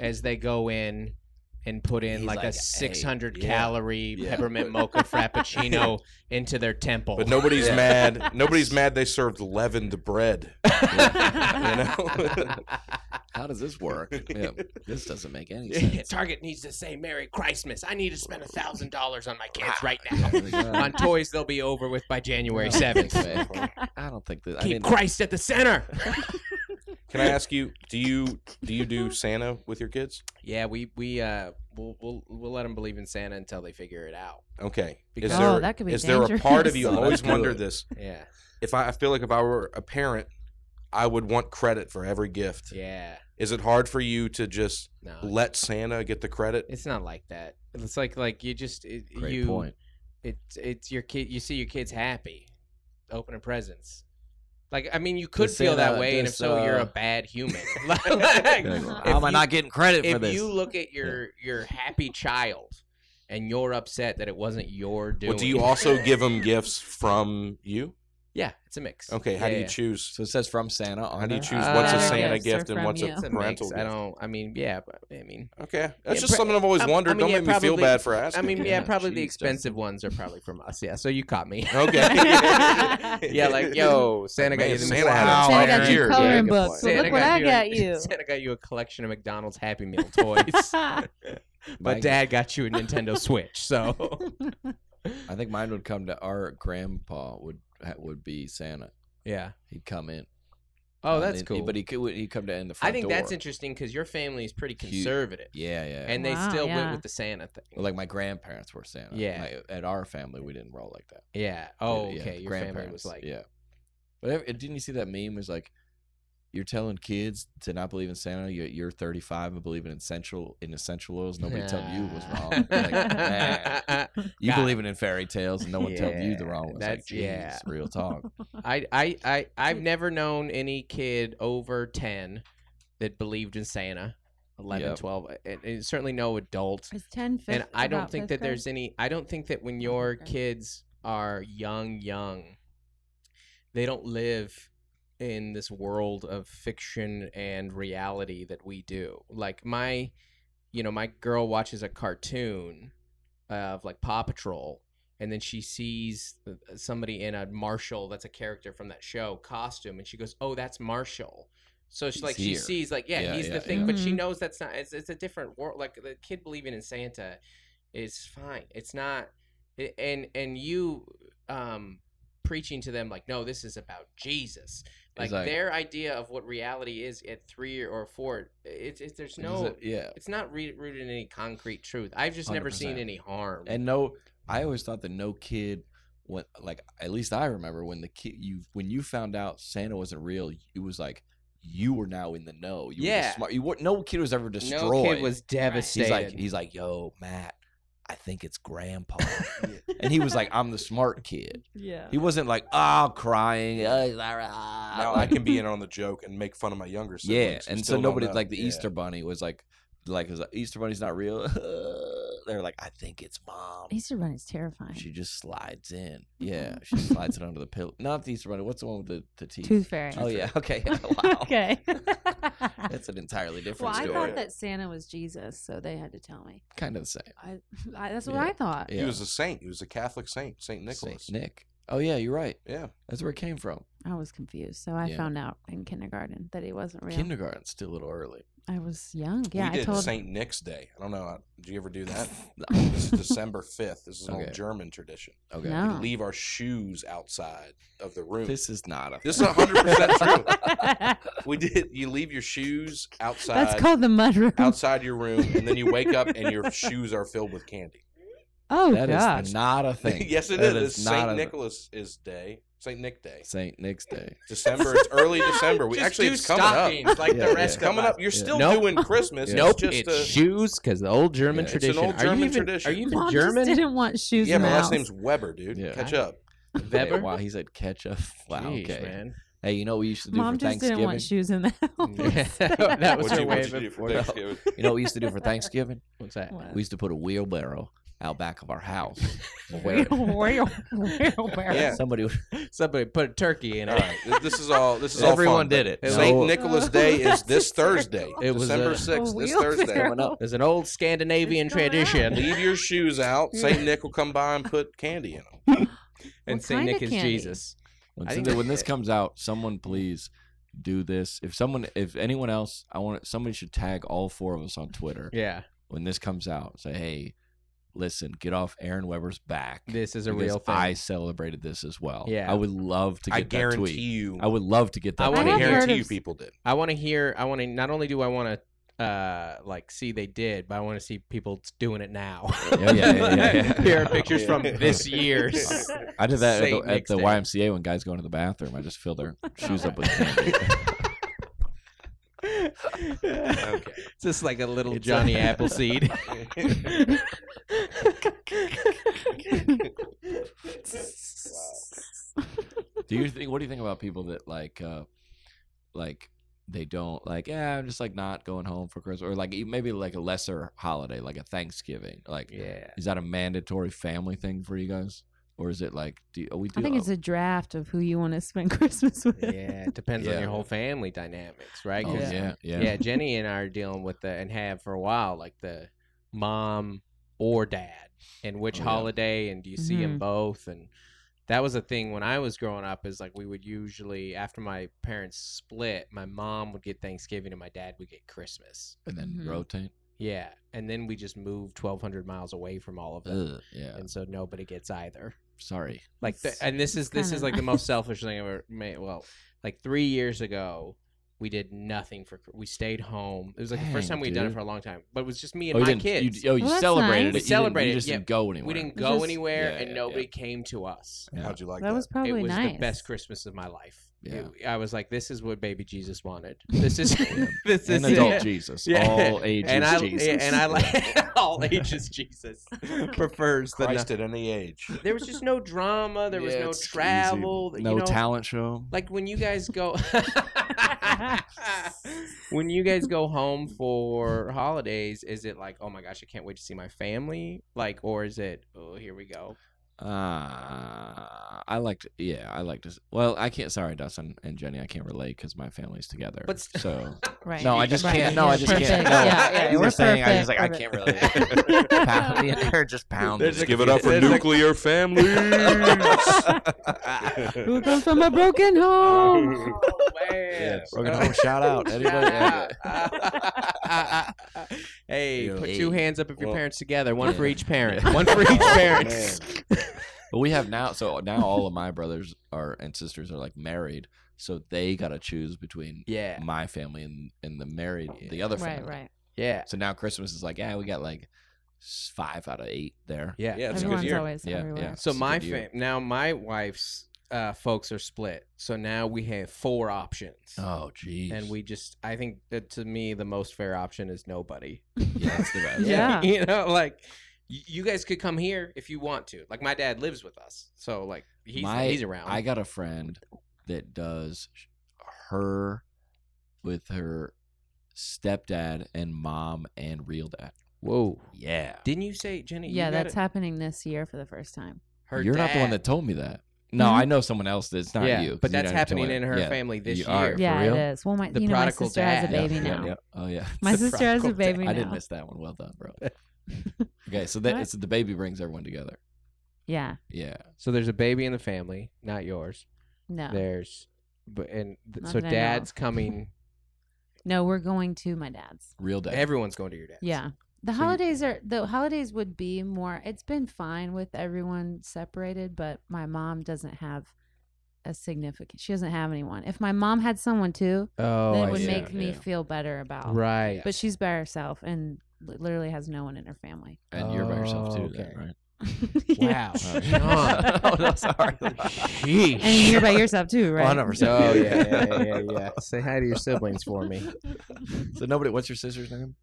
[SPEAKER 1] as they go in and put in
[SPEAKER 3] He's
[SPEAKER 1] like,
[SPEAKER 3] like,
[SPEAKER 1] a
[SPEAKER 3] "Hey,
[SPEAKER 1] 600
[SPEAKER 3] yeah,
[SPEAKER 1] calorie
[SPEAKER 3] yeah."
[SPEAKER 1] peppermint mocha frappuccino into their temple.
[SPEAKER 6] But nobody's
[SPEAKER 3] Yeah.
[SPEAKER 6] mad. Nobody's mad. They served leavened bread.
[SPEAKER 3] How does this work? Yeah, this doesn't make any
[SPEAKER 1] Yeah,
[SPEAKER 3] sense.
[SPEAKER 1] Target needs to say Merry Christmas. I need to spend a thousand dollars on my kids right now.
[SPEAKER 3] Like, uh,
[SPEAKER 1] on toys they'll be over with by January
[SPEAKER 3] I don't think
[SPEAKER 1] seventh.
[SPEAKER 3] so. I don't think that. I
[SPEAKER 1] Keep
[SPEAKER 3] didn't,
[SPEAKER 1] Christ at the center.
[SPEAKER 6] Can I ask you? Do you do you do Santa with your kids?
[SPEAKER 1] yeah, we we uh we'll, we'll we'll let them believe in Santa until they figure it out.
[SPEAKER 6] Okay. Is
[SPEAKER 1] Because-
[SPEAKER 4] Oh,
[SPEAKER 6] there
[SPEAKER 4] that could be
[SPEAKER 6] is there a part of you? I
[SPEAKER 4] dangerous.
[SPEAKER 6] always
[SPEAKER 3] Let's do
[SPEAKER 6] wonder
[SPEAKER 3] it.
[SPEAKER 6] this.
[SPEAKER 1] Yeah,
[SPEAKER 6] If I, I feel like if I were a parent, I would want credit for every gift.
[SPEAKER 1] yeah.
[SPEAKER 6] Is it hard for you to just
[SPEAKER 1] No,
[SPEAKER 6] let Santa get the credit?
[SPEAKER 1] it's not like that. It's like like you just it,
[SPEAKER 3] Great
[SPEAKER 1] you
[SPEAKER 3] point.
[SPEAKER 1] it's it's your kid. You see your kids happy, opening presents. Like I mean, you could
[SPEAKER 3] Just say
[SPEAKER 1] feel that,
[SPEAKER 3] that,
[SPEAKER 1] way, and if
[SPEAKER 3] just,
[SPEAKER 1] so, you're
[SPEAKER 3] uh,
[SPEAKER 1] a bad human. Like,
[SPEAKER 3] Like,
[SPEAKER 4] If
[SPEAKER 3] How am I
[SPEAKER 1] you-
[SPEAKER 3] not getting credit for
[SPEAKER 1] if
[SPEAKER 3] this?
[SPEAKER 1] you look at your your happy child and you're upset that it wasn't your doing,
[SPEAKER 6] Well, do you also give them gifts from you?
[SPEAKER 1] Yeah, it's a mix.
[SPEAKER 6] Okay, how do
[SPEAKER 1] Yeah,
[SPEAKER 6] you
[SPEAKER 1] yeah.
[SPEAKER 6] choose?
[SPEAKER 3] so it says from Santa on
[SPEAKER 6] How do you
[SPEAKER 3] there?
[SPEAKER 6] choose what's a
[SPEAKER 1] Uh,
[SPEAKER 6] Santa
[SPEAKER 4] gifts are
[SPEAKER 6] gift and
[SPEAKER 4] from
[SPEAKER 6] what's
[SPEAKER 4] you.
[SPEAKER 6] a
[SPEAKER 1] It's a
[SPEAKER 6] parental
[SPEAKER 1] mix. I
[SPEAKER 6] gift?
[SPEAKER 1] don't. I mean, yeah, but I mean,
[SPEAKER 6] Okay, that's
[SPEAKER 1] Yeah,
[SPEAKER 6] just
[SPEAKER 1] pre-
[SPEAKER 6] something I've always
[SPEAKER 1] I- I
[SPEAKER 6] wondered.
[SPEAKER 1] mean,
[SPEAKER 6] don't
[SPEAKER 1] yeah,
[SPEAKER 6] make me feel
[SPEAKER 1] probably-
[SPEAKER 6] bad for
[SPEAKER 1] I
[SPEAKER 6] asking.
[SPEAKER 1] mean, yeah, probably the
[SPEAKER 3] Jeez,
[SPEAKER 1] expensive ones are probably from us. Yeah, so you caught me.
[SPEAKER 6] Okay.
[SPEAKER 1] yeah, like yo, Santa got
[SPEAKER 6] Man,
[SPEAKER 1] you the
[SPEAKER 6] Santa had a
[SPEAKER 1] Wow,
[SPEAKER 6] tough
[SPEAKER 4] Santa got you
[SPEAKER 6] year,
[SPEAKER 4] coloring
[SPEAKER 6] dude.
[SPEAKER 4] books.
[SPEAKER 1] Santa
[SPEAKER 4] Look what I
[SPEAKER 1] you-
[SPEAKER 4] got you.
[SPEAKER 1] Santa got you a collection of McDonald's Happy Meal toys,
[SPEAKER 3] Mine-
[SPEAKER 1] but Dad got you a Nintendo Switch. So
[SPEAKER 3] I think mine would come to our grandpa would ha- would be Santa.
[SPEAKER 1] yeah.
[SPEAKER 3] He'd come in.
[SPEAKER 1] Oh,
[SPEAKER 3] Um,
[SPEAKER 1] that's
[SPEAKER 3] and-
[SPEAKER 1] cool.
[SPEAKER 3] But he could he'd come to end the
[SPEAKER 1] I
[SPEAKER 3] front
[SPEAKER 1] think that's
[SPEAKER 3] door.
[SPEAKER 1] interesting because your family is pretty
[SPEAKER 3] Huge.
[SPEAKER 1] conservative,
[SPEAKER 3] Yeah, yeah.
[SPEAKER 1] and they
[SPEAKER 4] Wow,
[SPEAKER 1] still went
[SPEAKER 4] yeah.
[SPEAKER 1] with the Santa thing.
[SPEAKER 3] Well, like my grandparents were Santa.
[SPEAKER 1] Yeah.
[SPEAKER 3] My- at our family, we didn't roll like that.
[SPEAKER 1] yeah. Oh,
[SPEAKER 3] Yeah, yeah,
[SPEAKER 1] okay.
[SPEAKER 3] the
[SPEAKER 1] Your family was like,
[SPEAKER 3] yeah. But ev- didn't you see that meme? It was like, you're telling kids to not believe in Santa. You're, you're 35 and believing in central in essential oils. Nobody telling you was wrong. You're like, man, you
[SPEAKER 1] Got it.
[SPEAKER 3] believing in fairy tales and no one telling you the
[SPEAKER 1] Yeah,
[SPEAKER 3] wrong one. It's
[SPEAKER 1] that's-
[SPEAKER 3] like, geez,
[SPEAKER 1] yeah.
[SPEAKER 3] real talk.
[SPEAKER 1] I, I, I, I've never known any kid over 10 that believed in Santa, 11,
[SPEAKER 3] Yep.
[SPEAKER 1] 12, and, and certainly no adult.
[SPEAKER 4] It's ten fifth.
[SPEAKER 1] And I don't
[SPEAKER 4] about
[SPEAKER 1] think
[SPEAKER 4] fifth
[SPEAKER 1] that
[SPEAKER 4] grade?
[SPEAKER 1] there's any, I don't think that when your
[SPEAKER 4] Okay.
[SPEAKER 1] kids are young, young, they don't live in this world of fiction and reality that we do. Like my, you know, my girl watches a cartoon of like Paw Patrol, and then she sees uh, somebody in a Marshall that's a character from that show costume, and she goes, "Oh, that's Marshall." So she's
[SPEAKER 3] He's
[SPEAKER 1] like, she
[SPEAKER 3] here.
[SPEAKER 1] sees like, yeah,
[SPEAKER 3] Yeah,
[SPEAKER 1] he's
[SPEAKER 3] yeah,
[SPEAKER 1] the thing,
[SPEAKER 4] yeah.
[SPEAKER 1] but she
[SPEAKER 4] Mhm.
[SPEAKER 1] knows that's not. It's, it's a different world. Like the kid believing in Santa is fine. It's not, a- and and you um preaching to them like, no, this is about Jesus. Like,
[SPEAKER 3] It's like-
[SPEAKER 1] their idea of what reality is at three or four, it's, it's there's
[SPEAKER 3] It was
[SPEAKER 1] no.
[SPEAKER 3] a- yeah.
[SPEAKER 1] It's not re- rooted in any concrete truth. I've just never seen
[SPEAKER 3] 100%.
[SPEAKER 1] any harm.
[SPEAKER 3] And no, I always thought that no kid when like at least I remember when the kid you when you found out Santa wasn't real, it was like you were now in the know. You were
[SPEAKER 1] Yeah.
[SPEAKER 3] the smart. You were, no kid was ever destroyed.
[SPEAKER 1] No kid was
[SPEAKER 3] he's
[SPEAKER 1] devastated.
[SPEAKER 3] like he's like, "Yo, Matt, I think it's grandpa." and he was like, "I'm the smart kid."
[SPEAKER 4] Yeah.
[SPEAKER 3] He wasn't like, "Oh, crying." "Oh, ah,
[SPEAKER 6] Now I
[SPEAKER 3] like-
[SPEAKER 6] can be in on the joke and make fun of my younger siblings.
[SPEAKER 3] yeah,
[SPEAKER 6] who
[SPEAKER 3] and
[SPEAKER 6] still
[SPEAKER 3] so
[SPEAKER 6] don't
[SPEAKER 3] nobody
[SPEAKER 6] know.
[SPEAKER 3] like the
[SPEAKER 6] Yeah.
[SPEAKER 3] Easter bunny was like like, is the Easter bunny's not real. They're like, I think it's mom.
[SPEAKER 4] Easter Bunny's terrifying.
[SPEAKER 3] She just slides in. Yeah, she slides it under the pillow. Not the Easter Bunny. What's the one with the, the teeth?
[SPEAKER 4] Mm-hmm. Tooth fairy.
[SPEAKER 3] Oh yeah. Okay. Wow.
[SPEAKER 4] okay.
[SPEAKER 3] That's an entirely
[SPEAKER 4] well,
[SPEAKER 3] different
[SPEAKER 4] I
[SPEAKER 3] story.
[SPEAKER 4] thought that Santa was Jesus, so they had to tell me.
[SPEAKER 3] kind of the same.
[SPEAKER 4] I, I that's what
[SPEAKER 3] Yeah.
[SPEAKER 4] I thought.
[SPEAKER 3] Yeah.
[SPEAKER 6] He was a saint. He was a Catholic saint, Saint Nicholas.
[SPEAKER 3] Saint Nick. Oh yeah, you're right.
[SPEAKER 6] Yeah.
[SPEAKER 3] That's where it came from.
[SPEAKER 4] I was confused, so I
[SPEAKER 3] Yeah.
[SPEAKER 4] found out in kindergarten that he wasn't real.
[SPEAKER 3] Kindergarten, still a little early.
[SPEAKER 4] I was young. Yeah,
[SPEAKER 6] we did
[SPEAKER 4] I told.
[SPEAKER 6] Saint Nick's Day. I don't know. uh, Do you ever do that?
[SPEAKER 3] No.
[SPEAKER 6] this is December fifth. This is an
[SPEAKER 3] Okay.
[SPEAKER 6] old German tradition.
[SPEAKER 3] Okay.
[SPEAKER 4] No. Oh.
[SPEAKER 6] Leave our shoes outside of the room. This,
[SPEAKER 3] This is not a.
[SPEAKER 6] is hundred percent true.
[SPEAKER 4] that's
[SPEAKER 6] We did. You leave your shoes outside
[SPEAKER 4] called the mudroom.
[SPEAKER 6] outside your room, and then you wake up and your shoes are filled with candy.
[SPEAKER 4] oh
[SPEAKER 3] that is
[SPEAKER 4] gosh.
[SPEAKER 3] not a thing.
[SPEAKER 6] yes, it
[SPEAKER 3] That
[SPEAKER 6] is. It's
[SPEAKER 3] not
[SPEAKER 6] Saint
[SPEAKER 3] a-
[SPEAKER 6] Nicholas is Day. Saint Nick Day.
[SPEAKER 3] Saint Nick's Day.
[SPEAKER 6] December. It's early December. We
[SPEAKER 1] Just
[SPEAKER 6] actually
[SPEAKER 1] do
[SPEAKER 6] it's coming up.
[SPEAKER 1] stockings like
[SPEAKER 3] Yeah,
[SPEAKER 1] the
[SPEAKER 3] yeah.
[SPEAKER 1] rest
[SPEAKER 6] It's coming
[SPEAKER 1] of us.
[SPEAKER 6] up. You're
[SPEAKER 3] Yeah.
[SPEAKER 6] still
[SPEAKER 1] Nope.
[SPEAKER 6] doing Christmas.
[SPEAKER 1] nope,
[SPEAKER 6] It's just
[SPEAKER 1] it's
[SPEAKER 6] a,
[SPEAKER 1] shoes because the old German
[SPEAKER 3] Yeah, it's
[SPEAKER 6] an
[SPEAKER 1] tradition.
[SPEAKER 6] old
[SPEAKER 1] are you
[SPEAKER 6] German
[SPEAKER 1] even,
[SPEAKER 6] tradition.
[SPEAKER 1] Are you even
[SPEAKER 4] Mom
[SPEAKER 1] German?
[SPEAKER 4] just didn't want shoes.
[SPEAKER 6] yeah,
[SPEAKER 4] in
[SPEAKER 6] my
[SPEAKER 4] the
[SPEAKER 6] last
[SPEAKER 4] house.
[SPEAKER 6] name's Weber, dude.
[SPEAKER 3] Yeah.
[SPEAKER 6] Catch up.
[SPEAKER 1] Weber?
[SPEAKER 3] Okay, Wow, he said ketchup. Wow.
[SPEAKER 1] Jeez,
[SPEAKER 3] okay.
[SPEAKER 1] man.
[SPEAKER 3] Hey, you know what we used to do
[SPEAKER 4] Mom
[SPEAKER 3] for
[SPEAKER 4] just didn't
[SPEAKER 3] Thanksgiving?
[SPEAKER 4] want shoes in the
[SPEAKER 1] Yeah,
[SPEAKER 4] house.
[SPEAKER 1] that was
[SPEAKER 6] What'd
[SPEAKER 1] her
[SPEAKER 6] you-
[SPEAKER 1] way
[SPEAKER 6] what'd you do for
[SPEAKER 1] before.
[SPEAKER 6] Thanksgiving?
[SPEAKER 3] You know what we used to do for Thanksgiving?
[SPEAKER 1] What's that?
[SPEAKER 4] What?
[SPEAKER 3] We used to put a wheelbarrow out back of our house.
[SPEAKER 4] Real,
[SPEAKER 3] Where
[SPEAKER 4] real, real
[SPEAKER 6] Yeah.
[SPEAKER 3] somebody would
[SPEAKER 1] Somebody put a turkey in
[SPEAKER 6] All
[SPEAKER 1] it.
[SPEAKER 6] right. Th- This is all. This is all.
[SPEAKER 3] Everyone
[SPEAKER 6] fun,
[SPEAKER 3] did
[SPEAKER 6] but
[SPEAKER 3] it.
[SPEAKER 6] Saint
[SPEAKER 3] No.
[SPEAKER 6] Nicholas Day is this
[SPEAKER 4] Hysterical.
[SPEAKER 6] Thursday,
[SPEAKER 3] It was,
[SPEAKER 6] December
[SPEAKER 3] uh,
[SPEAKER 6] sixth. This
[SPEAKER 4] wheelbarrow.
[SPEAKER 6] Thursday.
[SPEAKER 3] coming up.
[SPEAKER 1] There's an old Scandinavian
[SPEAKER 4] It's going
[SPEAKER 1] tradition.
[SPEAKER 6] Leave your shoes out. Saint Nick will come by and put candy in them.
[SPEAKER 1] and
[SPEAKER 4] What
[SPEAKER 1] Saint
[SPEAKER 4] kind
[SPEAKER 1] Nick
[SPEAKER 4] of
[SPEAKER 1] is
[SPEAKER 4] candy?
[SPEAKER 1] Jesus.
[SPEAKER 3] When,
[SPEAKER 1] I
[SPEAKER 3] so
[SPEAKER 1] think
[SPEAKER 3] that
[SPEAKER 1] that-
[SPEAKER 3] when this comes out, someone please do this. If someone, if anyone else, I want somebody should tag all four of us on Twitter
[SPEAKER 1] Yeah,
[SPEAKER 3] when this comes out. Say, hey, listen, get off Aaron Weber's back.
[SPEAKER 1] this is a
[SPEAKER 3] because
[SPEAKER 1] real thing.
[SPEAKER 3] I celebrated this as well.
[SPEAKER 1] Yeah.
[SPEAKER 3] I would love to get
[SPEAKER 6] I
[SPEAKER 3] that
[SPEAKER 6] guarantee
[SPEAKER 3] tweet.
[SPEAKER 6] you.
[SPEAKER 3] I would love to get that.
[SPEAKER 1] I
[SPEAKER 6] I
[SPEAKER 1] wanna
[SPEAKER 3] tweet.
[SPEAKER 4] have heard
[SPEAKER 6] guarantee
[SPEAKER 4] of
[SPEAKER 6] you
[SPEAKER 4] s-
[SPEAKER 6] people did.
[SPEAKER 1] I want to hear. I want to. Not only do I want to, uh, like see they did, but I want to see people doing it now.
[SPEAKER 3] Oh, Yeah, yeah, yeah, yeah, yeah.
[SPEAKER 1] Here are pictures
[SPEAKER 6] Yeah.
[SPEAKER 1] from this year's.
[SPEAKER 3] I did that at
[SPEAKER 1] Saint
[SPEAKER 3] the, at
[SPEAKER 1] Nick's
[SPEAKER 3] the
[SPEAKER 1] Day.
[SPEAKER 3] YMCA when guys go into the bathroom. I just fill their shoes up with candy.
[SPEAKER 1] Just like a little
[SPEAKER 3] It's a-
[SPEAKER 1] Johnny Appleseed.
[SPEAKER 3] Do you think? What do you think about people that like, uh like they don't like? Yeah, I'm just like not going home for Christmas, or like e- maybe like a lesser holiday, like a Thanksgiving. Like,
[SPEAKER 1] yeah.
[SPEAKER 3] is that a mandatory family thing for you guys, or is it like do oh, we do?
[SPEAKER 4] I think it's a draft of who you want to spend Christmas with.
[SPEAKER 1] Yeah, it depends on
[SPEAKER 3] Yeah.
[SPEAKER 1] your whole family dynamics, right?
[SPEAKER 3] oh,
[SPEAKER 1] 'Cause,
[SPEAKER 3] yeah, yeah,
[SPEAKER 1] yeah. Jenny and I are dealing with the and have for a while, like the mom or dad, and which
[SPEAKER 3] Oh, yeah.
[SPEAKER 1] holiday, and do you see them both? And that was a thing when I was growing up. Is like we would usually after my parents split, my mom would get Thanksgiving and my dad would get Christmas.
[SPEAKER 3] and then
[SPEAKER 4] Mhm.
[SPEAKER 3] rotate.
[SPEAKER 1] Yeah, and then we just moved twelve hundred miles away from all of them,
[SPEAKER 3] Ugh, yeah,
[SPEAKER 1] and so nobody gets either
[SPEAKER 3] sorry.
[SPEAKER 1] like the,
[SPEAKER 4] It's-
[SPEAKER 1] and this is this
[SPEAKER 4] kinda
[SPEAKER 1] is like the
[SPEAKER 4] nice.
[SPEAKER 1] most selfish thing I've ever made well like three years ago we did nothing for we stayed home it was like the first
[SPEAKER 3] Dang,
[SPEAKER 1] time we'd done it
[SPEAKER 3] dude.
[SPEAKER 1] for a long time but it was just me
[SPEAKER 3] oh,
[SPEAKER 1] and
[SPEAKER 3] you
[SPEAKER 1] my
[SPEAKER 3] didn't. you
[SPEAKER 1] kids
[SPEAKER 3] d- oh, you
[SPEAKER 4] Well, that's
[SPEAKER 3] celebrated
[SPEAKER 4] nice.
[SPEAKER 3] it.
[SPEAKER 1] We celebrated
[SPEAKER 3] You
[SPEAKER 1] it,
[SPEAKER 3] just
[SPEAKER 1] yeah.
[SPEAKER 3] didn't go anywhere.
[SPEAKER 1] we didn't
[SPEAKER 4] It
[SPEAKER 1] go
[SPEAKER 4] was-
[SPEAKER 1] anywhere
[SPEAKER 3] Yeah,
[SPEAKER 1] and
[SPEAKER 3] yeah,
[SPEAKER 1] nobody
[SPEAKER 3] yeah.
[SPEAKER 1] came to us
[SPEAKER 3] Yeah.
[SPEAKER 6] How'd you like
[SPEAKER 4] That
[SPEAKER 6] that?
[SPEAKER 4] was probably
[SPEAKER 1] it was
[SPEAKER 4] nice.
[SPEAKER 1] the best christmas of my life
[SPEAKER 3] Yeah.
[SPEAKER 1] It- i was like this is what baby jesus wanted this is this is
[SPEAKER 3] An adult
[SPEAKER 1] it.
[SPEAKER 3] Jesus,
[SPEAKER 1] Yeah.
[SPEAKER 3] all ages
[SPEAKER 1] and i
[SPEAKER 3] Jesus.
[SPEAKER 1] and i like all ages jesus prefers the
[SPEAKER 6] Christ at any age.
[SPEAKER 1] there was just no drama there was
[SPEAKER 3] Yeah,
[SPEAKER 1] no
[SPEAKER 3] it's easy.
[SPEAKER 1] travel
[SPEAKER 3] no
[SPEAKER 1] you know,
[SPEAKER 3] talent show.
[SPEAKER 1] like when you guys go when you guys go home for holidays is it like oh my gosh i can't wait to see my family like or is it oh here we go
[SPEAKER 3] Uh, I like to, yeah, I like to. s- Well, I can't. Sorry, Dustin and Jenny, I can't relate because my family's together.
[SPEAKER 1] But st-
[SPEAKER 3] so
[SPEAKER 4] Right.
[SPEAKER 3] no, I just can't. No,
[SPEAKER 4] You're
[SPEAKER 3] I just can't.
[SPEAKER 4] perfect.
[SPEAKER 3] No,
[SPEAKER 4] Yeah, yeah,
[SPEAKER 3] you
[SPEAKER 4] we're
[SPEAKER 3] were saying I was like
[SPEAKER 4] perfect,
[SPEAKER 3] I can't relate. Pound- me and her just pounding.
[SPEAKER 1] There's a- Give it up for There's a-
[SPEAKER 6] nuclear families.
[SPEAKER 4] Who comes from a broken home?
[SPEAKER 1] man.
[SPEAKER 3] Broken home, shout out. Anybody?
[SPEAKER 1] Yeah. hey,
[SPEAKER 3] Yeah.
[SPEAKER 1] put two hands up if your
[SPEAKER 6] Well-
[SPEAKER 1] parents together. One for
[SPEAKER 3] Yeah.
[SPEAKER 1] each parent.
[SPEAKER 3] Yeah.
[SPEAKER 1] One for each
[SPEAKER 6] Oh,
[SPEAKER 1] parent.
[SPEAKER 6] man.
[SPEAKER 3] But we have now. So now all of my brothers are and sisters are like married. So they got to choose between
[SPEAKER 1] Yeah,
[SPEAKER 3] my family and, and the married, the other family.
[SPEAKER 4] Right, right.
[SPEAKER 1] yeah,
[SPEAKER 3] So now Christmas is like, yeah, we got like s- five out of eight there.
[SPEAKER 1] yeah.
[SPEAKER 6] Yeah, it's a good
[SPEAKER 4] Everyone's
[SPEAKER 6] year.
[SPEAKER 4] always
[SPEAKER 3] Yeah,
[SPEAKER 4] everywhere.
[SPEAKER 3] yeah.
[SPEAKER 1] So
[SPEAKER 3] It's a
[SPEAKER 1] my
[SPEAKER 3] good year.
[SPEAKER 1] fam- now my wife's uh, folks are split. So now we have four options.
[SPEAKER 3] Oh, geez.
[SPEAKER 1] and we just i think that to me the most fair option is nobody
[SPEAKER 3] yeah, that's the best.
[SPEAKER 4] Yeah.
[SPEAKER 1] you know like y- you guys could come here if you want to like my dad lives with us so like he's
[SPEAKER 3] My-
[SPEAKER 1] he's around
[SPEAKER 3] I got a friend that does sh- her with her stepdad and mom and real dad.
[SPEAKER 1] Whoa.
[SPEAKER 3] Yeah.
[SPEAKER 1] Didn't you say, Jenny?
[SPEAKER 4] Yeah,
[SPEAKER 1] you got
[SPEAKER 4] that's
[SPEAKER 1] it?
[SPEAKER 4] happening this year for the first time.
[SPEAKER 1] her
[SPEAKER 3] You're not the
[SPEAKER 1] dad.
[SPEAKER 3] one
[SPEAKER 1] Mm-hmm.
[SPEAKER 3] that told me that. No,
[SPEAKER 4] Mhm.
[SPEAKER 3] I know someone else that's not
[SPEAKER 1] yeah,
[SPEAKER 3] you. 'cause
[SPEAKER 1] But
[SPEAKER 3] you
[SPEAKER 1] that's
[SPEAKER 3] don't even tell
[SPEAKER 1] happening
[SPEAKER 3] it.
[SPEAKER 1] in her
[SPEAKER 3] Yeah.
[SPEAKER 1] family this
[SPEAKER 3] You
[SPEAKER 1] year.
[SPEAKER 3] are- For
[SPEAKER 4] yeah,
[SPEAKER 3] real?
[SPEAKER 4] it is. Well, my
[SPEAKER 1] The
[SPEAKER 4] you know my
[SPEAKER 1] prodigal
[SPEAKER 4] sister has
[SPEAKER 1] dad.
[SPEAKER 4] a
[SPEAKER 1] Yeah,
[SPEAKER 4] baby
[SPEAKER 1] yeah,
[SPEAKER 4] now.
[SPEAKER 1] yeah.
[SPEAKER 3] Oh yeah.
[SPEAKER 4] My sister has
[SPEAKER 1] prodigal
[SPEAKER 4] a
[SPEAKER 1] dad.
[SPEAKER 4] baby
[SPEAKER 3] I
[SPEAKER 4] now.
[SPEAKER 3] didn't miss that one. Well done, bro. okay, so that
[SPEAKER 4] What?
[SPEAKER 3] it's the baby brings everyone together.
[SPEAKER 4] Yeah,
[SPEAKER 3] Yeah.
[SPEAKER 1] So there's a baby in the family, not yours.
[SPEAKER 4] no,
[SPEAKER 1] There's, but and th-
[SPEAKER 4] Oh. Not
[SPEAKER 1] so
[SPEAKER 4] that I know
[SPEAKER 1] dad's
[SPEAKER 4] of.
[SPEAKER 1] coming.
[SPEAKER 4] no, we're going to my dad's.
[SPEAKER 3] Real day.
[SPEAKER 1] Everyone's going to your dad's.
[SPEAKER 4] Yeah. The
[SPEAKER 1] So you-
[SPEAKER 4] holidays are the holidays would be more it's been fine with everyone separated, but my mom doesn't have a significant she doesn't have anyone. If my mom had someone too,
[SPEAKER 1] Oh,
[SPEAKER 4] then
[SPEAKER 1] I
[SPEAKER 4] it would
[SPEAKER 1] see.
[SPEAKER 4] make me
[SPEAKER 3] yeah.
[SPEAKER 4] feel better about
[SPEAKER 1] right.
[SPEAKER 4] but she's by herself and li- literally has no one in her family.
[SPEAKER 3] and you're by yourself too,
[SPEAKER 1] Oh,
[SPEAKER 3] then,
[SPEAKER 1] okay.
[SPEAKER 3] right?
[SPEAKER 1] Wow.
[SPEAKER 3] Oh,
[SPEAKER 1] John.
[SPEAKER 3] oh, no, sorry.
[SPEAKER 1] Sheesh.
[SPEAKER 4] And you're by yourself too, right?
[SPEAKER 3] 100%.
[SPEAKER 1] Oh yeah, yeah, yeah, yeah, yeah. Say hi to your siblings for me.
[SPEAKER 3] So nobody. What's your sister's name?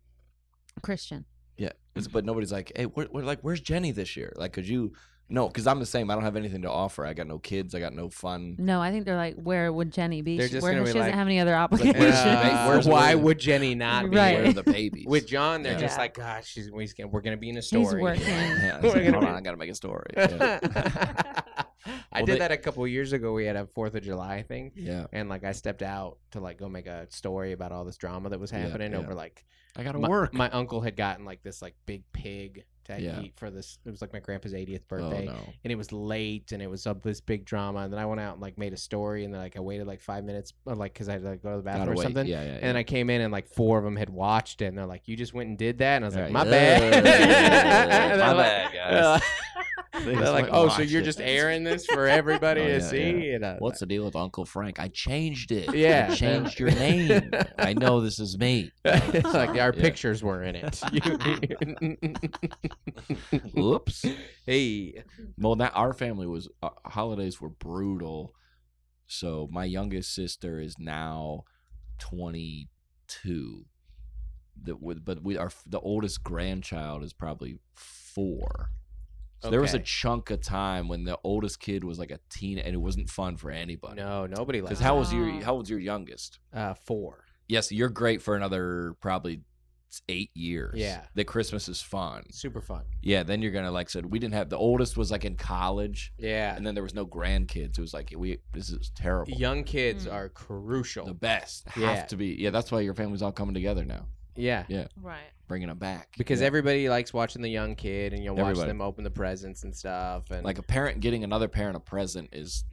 [SPEAKER 4] Christian.
[SPEAKER 3] Yeah, it's, but nobody's like, hey, we're, we're like, where's Jenny this year? Like, could you? No, because I'm the same. I don't have anything to offer. I got no kids. I got no fun.
[SPEAKER 4] No, I think they're like, where would Jenny be?
[SPEAKER 1] They're
[SPEAKER 4] She-
[SPEAKER 1] just
[SPEAKER 4] where, she
[SPEAKER 1] gonna be
[SPEAKER 4] doesn't
[SPEAKER 1] like-
[SPEAKER 4] have any other
[SPEAKER 3] where's
[SPEAKER 4] obligations.
[SPEAKER 3] the ba-
[SPEAKER 1] Uh,
[SPEAKER 3] where's
[SPEAKER 1] why
[SPEAKER 3] William?
[SPEAKER 1] would Jenny not be
[SPEAKER 4] Right.
[SPEAKER 3] Where are the babies?
[SPEAKER 1] with John? They're
[SPEAKER 3] Yeah.
[SPEAKER 1] just
[SPEAKER 4] Yeah.
[SPEAKER 1] like, gosh, she's, we can, we're gonna be in a story.
[SPEAKER 4] He's working.
[SPEAKER 3] yeah, I was
[SPEAKER 1] We're
[SPEAKER 3] like,
[SPEAKER 1] gonna
[SPEAKER 3] hold
[SPEAKER 1] be-
[SPEAKER 3] on, I gotta make a story. Yeah.
[SPEAKER 1] I
[SPEAKER 3] Well,
[SPEAKER 1] did
[SPEAKER 3] they-
[SPEAKER 1] that a couple of years ago. We had a Fourth of July thing,
[SPEAKER 3] Yeah.
[SPEAKER 1] and like I stepped out to like go make a story about all this drama that was
[SPEAKER 3] Yeah,
[SPEAKER 1] happening
[SPEAKER 3] yeah.
[SPEAKER 1] over like
[SPEAKER 3] I gotta
[SPEAKER 1] my,
[SPEAKER 3] work.
[SPEAKER 1] My uncle had gotten like this like big pig to
[SPEAKER 3] Yeah.
[SPEAKER 1] eat for this. It was like my grandpa's 80th
[SPEAKER 3] oh
[SPEAKER 1] birthday,
[SPEAKER 3] no.
[SPEAKER 1] and it was late, and it was up this big drama. And then I went out and like made a story, and then like I waited like five minutes, uh, like because I had to like, go to the bathroom
[SPEAKER 3] Gotta
[SPEAKER 1] or
[SPEAKER 3] wait.
[SPEAKER 1] something.
[SPEAKER 3] Yeah, yeah. yeah.
[SPEAKER 1] And then I came in and like four of them had watched it and they're like, "You just went and did that," and I was like,
[SPEAKER 3] Right.
[SPEAKER 1] "My
[SPEAKER 3] Yeah.
[SPEAKER 1] bad,
[SPEAKER 3] Yeah.
[SPEAKER 1] And
[SPEAKER 3] My
[SPEAKER 1] they're like-
[SPEAKER 3] bad, guys.
[SPEAKER 1] They're
[SPEAKER 3] just
[SPEAKER 1] like,
[SPEAKER 3] went and
[SPEAKER 1] "Oh, so
[SPEAKER 3] watched
[SPEAKER 1] you're
[SPEAKER 3] it."
[SPEAKER 1] just airing this for everybody
[SPEAKER 3] Oh,
[SPEAKER 1] to
[SPEAKER 3] yeah,
[SPEAKER 1] see?" And uh, I was
[SPEAKER 3] What's the deal with Uncle Frank? I changed it.
[SPEAKER 1] Yeah.
[SPEAKER 3] I changed your name. I know this is me.
[SPEAKER 1] like, It's like our
[SPEAKER 3] Yeah.
[SPEAKER 1] pictures were in it. You-
[SPEAKER 3] Oops.
[SPEAKER 1] hey,
[SPEAKER 3] Well, that our family was uh, holidays were brutal. So my youngest sister is now twenty two. That with but we our the oldest grandchild is probably four. So There was a
[SPEAKER 1] Okay.
[SPEAKER 3] chunk of time when the oldest kid was like a teen, and it wasn't fun for anybody.
[SPEAKER 1] no, nobody
[SPEAKER 3] Because
[SPEAKER 1] likes
[SPEAKER 3] how was
[SPEAKER 4] Oh.
[SPEAKER 3] your how old's your youngest?
[SPEAKER 1] uh, four.
[SPEAKER 3] Yes, you're great for another probably eight years.
[SPEAKER 1] Yeah.
[SPEAKER 3] that Christmas is fun.
[SPEAKER 1] Super fun.
[SPEAKER 3] Yeah, then you're gonna like said we didn't have the oldest was like in college,
[SPEAKER 1] Yeah,
[SPEAKER 3] and then there was no grandkids. It was like we this is terrible.
[SPEAKER 1] young kids
[SPEAKER 4] Mm.
[SPEAKER 1] are
[SPEAKER 3] The
[SPEAKER 1] crucial.
[SPEAKER 3] best have
[SPEAKER 1] Yeah.
[SPEAKER 3] to be. Yeah, that's why your family's all coming together now,
[SPEAKER 1] Yeah.
[SPEAKER 4] Right.
[SPEAKER 3] bringing them back
[SPEAKER 1] Because
[SPEAKER 3] Yeah.
[SPEAKER 1] everybody likes watching the young kid, and you'll watch
[SPEAKER 3] Everybody.
[SPEAKER 1] them open the presents and stuff. And
[SPEAKER 3] like a parent getting another parent a present is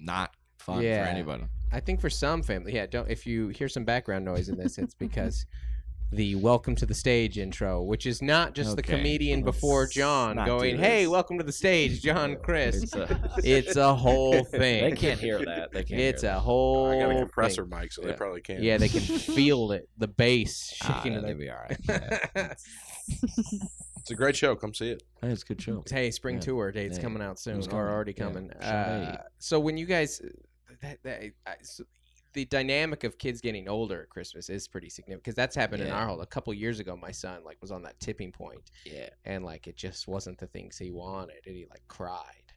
[SPEAKER 3] not fun
[SPEAKER 1] Yeah.
[SPEAKER 3] for anybody.
[SPEAKER 1] I think for some family, yeah. Don't if you hear some background noise in this, it's because the "Welcome to the Stage" intro, which is not just the
[SPEAKER 3] Okay.
[SPEAKER 1] comedian
[SPEAKER 3] Let's
[SPEAKER 1] before John
[SPEAKER 3] not
[SPEAKER 1] going,
[SPEAKER 3] do
[SPEAKER 1] "Hey,
[SPEAKER 3] this."
[SPEAKER 1] welcome to the stage, John Chris."
[SPEAKER 3] It's a,
[SPEAKER 1] it's a whole thing.
[SPEAKER 3] they can't hear that. They can't.
[SPEAKER 1] It's
[SPEAKER 3] hear
[SPEAKER 1] a
[SPEAKER 3] that.
[SPEAKER 1] whole.
[SPEAKER 6] I got a
[SPEAKER 1] thing.
[SPEAKER 6] compressor mic, so they
[SPEAKER 3] Yeah.
[SPEAKER 6] probably can't.
[SPEAKER 1] Yeah, they can feel it. The bass
[SPEAKER 3] Ah,
[SPEAKER 1] shaking.
[SPEAKER 3] yeah,
[SPEAKER 1] it
[SPEAKER 3] they'd
[SPEAKER 1] up.
[SPEAKER 3] be all right. Yeah.
[SPEAKER 6] It's a great show. Come see it.
[SPEAKER 3] Hey, it's a good show.
[SPEAKER 1] Hey, spring
[SPEAKER 3] Yeah.
[SPEAKER 1] tour dates
[SPEAKER 3] Yeah.
[SPEAKER 1] coming out soon.
[SPEAKER 3] It's
[SPEAKER 1] Are
[SPEAKER 3] coming.
[SPEAKER 1] already
[SPEAKER 3] Yeah.
[SPEAKER 1] coming.
[SPEAKER 3] Sure.
[SPEAKER 1] Uh, so when you guys, that, that, I, so the dynamic of kids getting older at Christmas is pretty significant because that's happened in
[SPEAKER 3] Yeah.
[SPEAKER 1] our whole. A couple years ago, my son like was on that tipping point,
[SPEAKER 3] Yeah.
[SPEAKER 1] and like it just wasn't the things he wanted, and he like cried,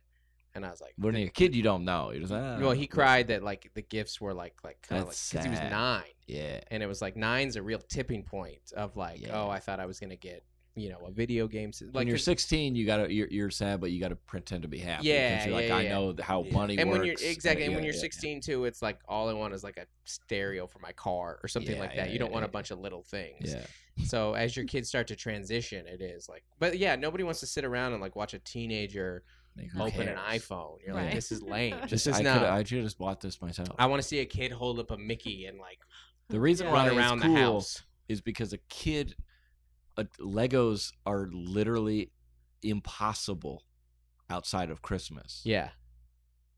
[SPEAKER 1] and I was like,
[SPEAKER 3] When you're a kid, you don't know. You're just, ah,
[SPEAKER 1] well, he cried that like the gifts were like like kind of like
[SPEAKER 3] That's
[SPEAKER 1] because he was
[SPEAKER 3] sad.
[SPEAKER 1] nine,
[SPEAKER 3] Yeah.
[SPEAKER 1] and it was like nine's a real tipping point of like,
[SPEAKER 3] Yeah.
[SPEAKER 1] oh, I thought I was gonna get you know a video game s-
[SPEAKER 3] when
[SPEAKER 1] like
[SPEAKER 3] you're
[SPEAKER 1] there's-
[SPEAKER 3] 16, you gotta you're, you're sad, but you gotta pretend to be happy.
[SPEAKER 1] Yeah,
[SPEAKER 3] because you're like
[SPEAKER 1] yeah,
[SPEAKER 3] I
[SPEAKER 1] yeah.
[SPEAKER 3] know th- how money
[SPEAKER 1] and
[SPEAKER 3] works.
[SPEAKER 1] when you're exactly and
[SPEAKER 3] yeah,
[SPEAKER 1] when you're
[SPEAKER 3] yeah,
[SPEAKER 1] 16 too it's like all i want is like a stereo for my car or something
[SPEAKER 3] Yeah,
[SPEAKER 1] like that
[SPEAKER 3] yeah,
[SPEAKER 1] you don't
[SPEAKER 3] yeah,
[SPEAKER 1] want a
[SPEAKER 3] yeah.
[SPEAKER 1] bunch of little things
[SPEAKER 3] Yeah. yeah.
[SPEAKER 1] so as your kids start to transition it is like but yeah nobody wants to sit around and like watch a teenager
[SPEAKER 3] Like, who
[SPEAKER 1] open an
[SPEAKER 3] cares?
[SPEAKER 1] iphone you're like
[SPEAKER 4] Right.
[SPEAKER 1] this is lame
[SPEAKER 3] This
[SPEAKER 1] this
[SPEAKER 3] is
[SPEAKER 1] is
[SPEAKER 3] I
[SPEAKER 1] not
[SPEAKER 3] could I should have just bought this myself.
[SPEAKER 1] i want to see a kid hold up a mickey and like
[SPEAKER 3] the reason
[SPEAKER 4] Oh, Yeah.
[SPEAKER 3] why
[SPEAKER 1] run
[SPEAKER 3] it's
[SPEAKER 1] around
[SPEAKER 3] cool
[SPEAKER 1] the house
[SPEAKER 3] is because a kid, a, Legos are literally impossible outside of Christmas.
[SPEAKER 1] yeah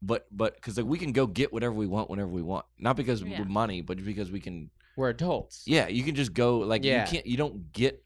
[SPEAKER 3] But but because like, we can go get whatever we want whenever we want, not because
[SPEAKER 4] Yeah.
[SPEAKER 3] we're money, but because we can
[SPEAKER 1] we're adults
[SPEAKER 3] Yeah, you can just go like
[SPEAKER 1] Yeah.
[SPEAKER 3] you can't you don't get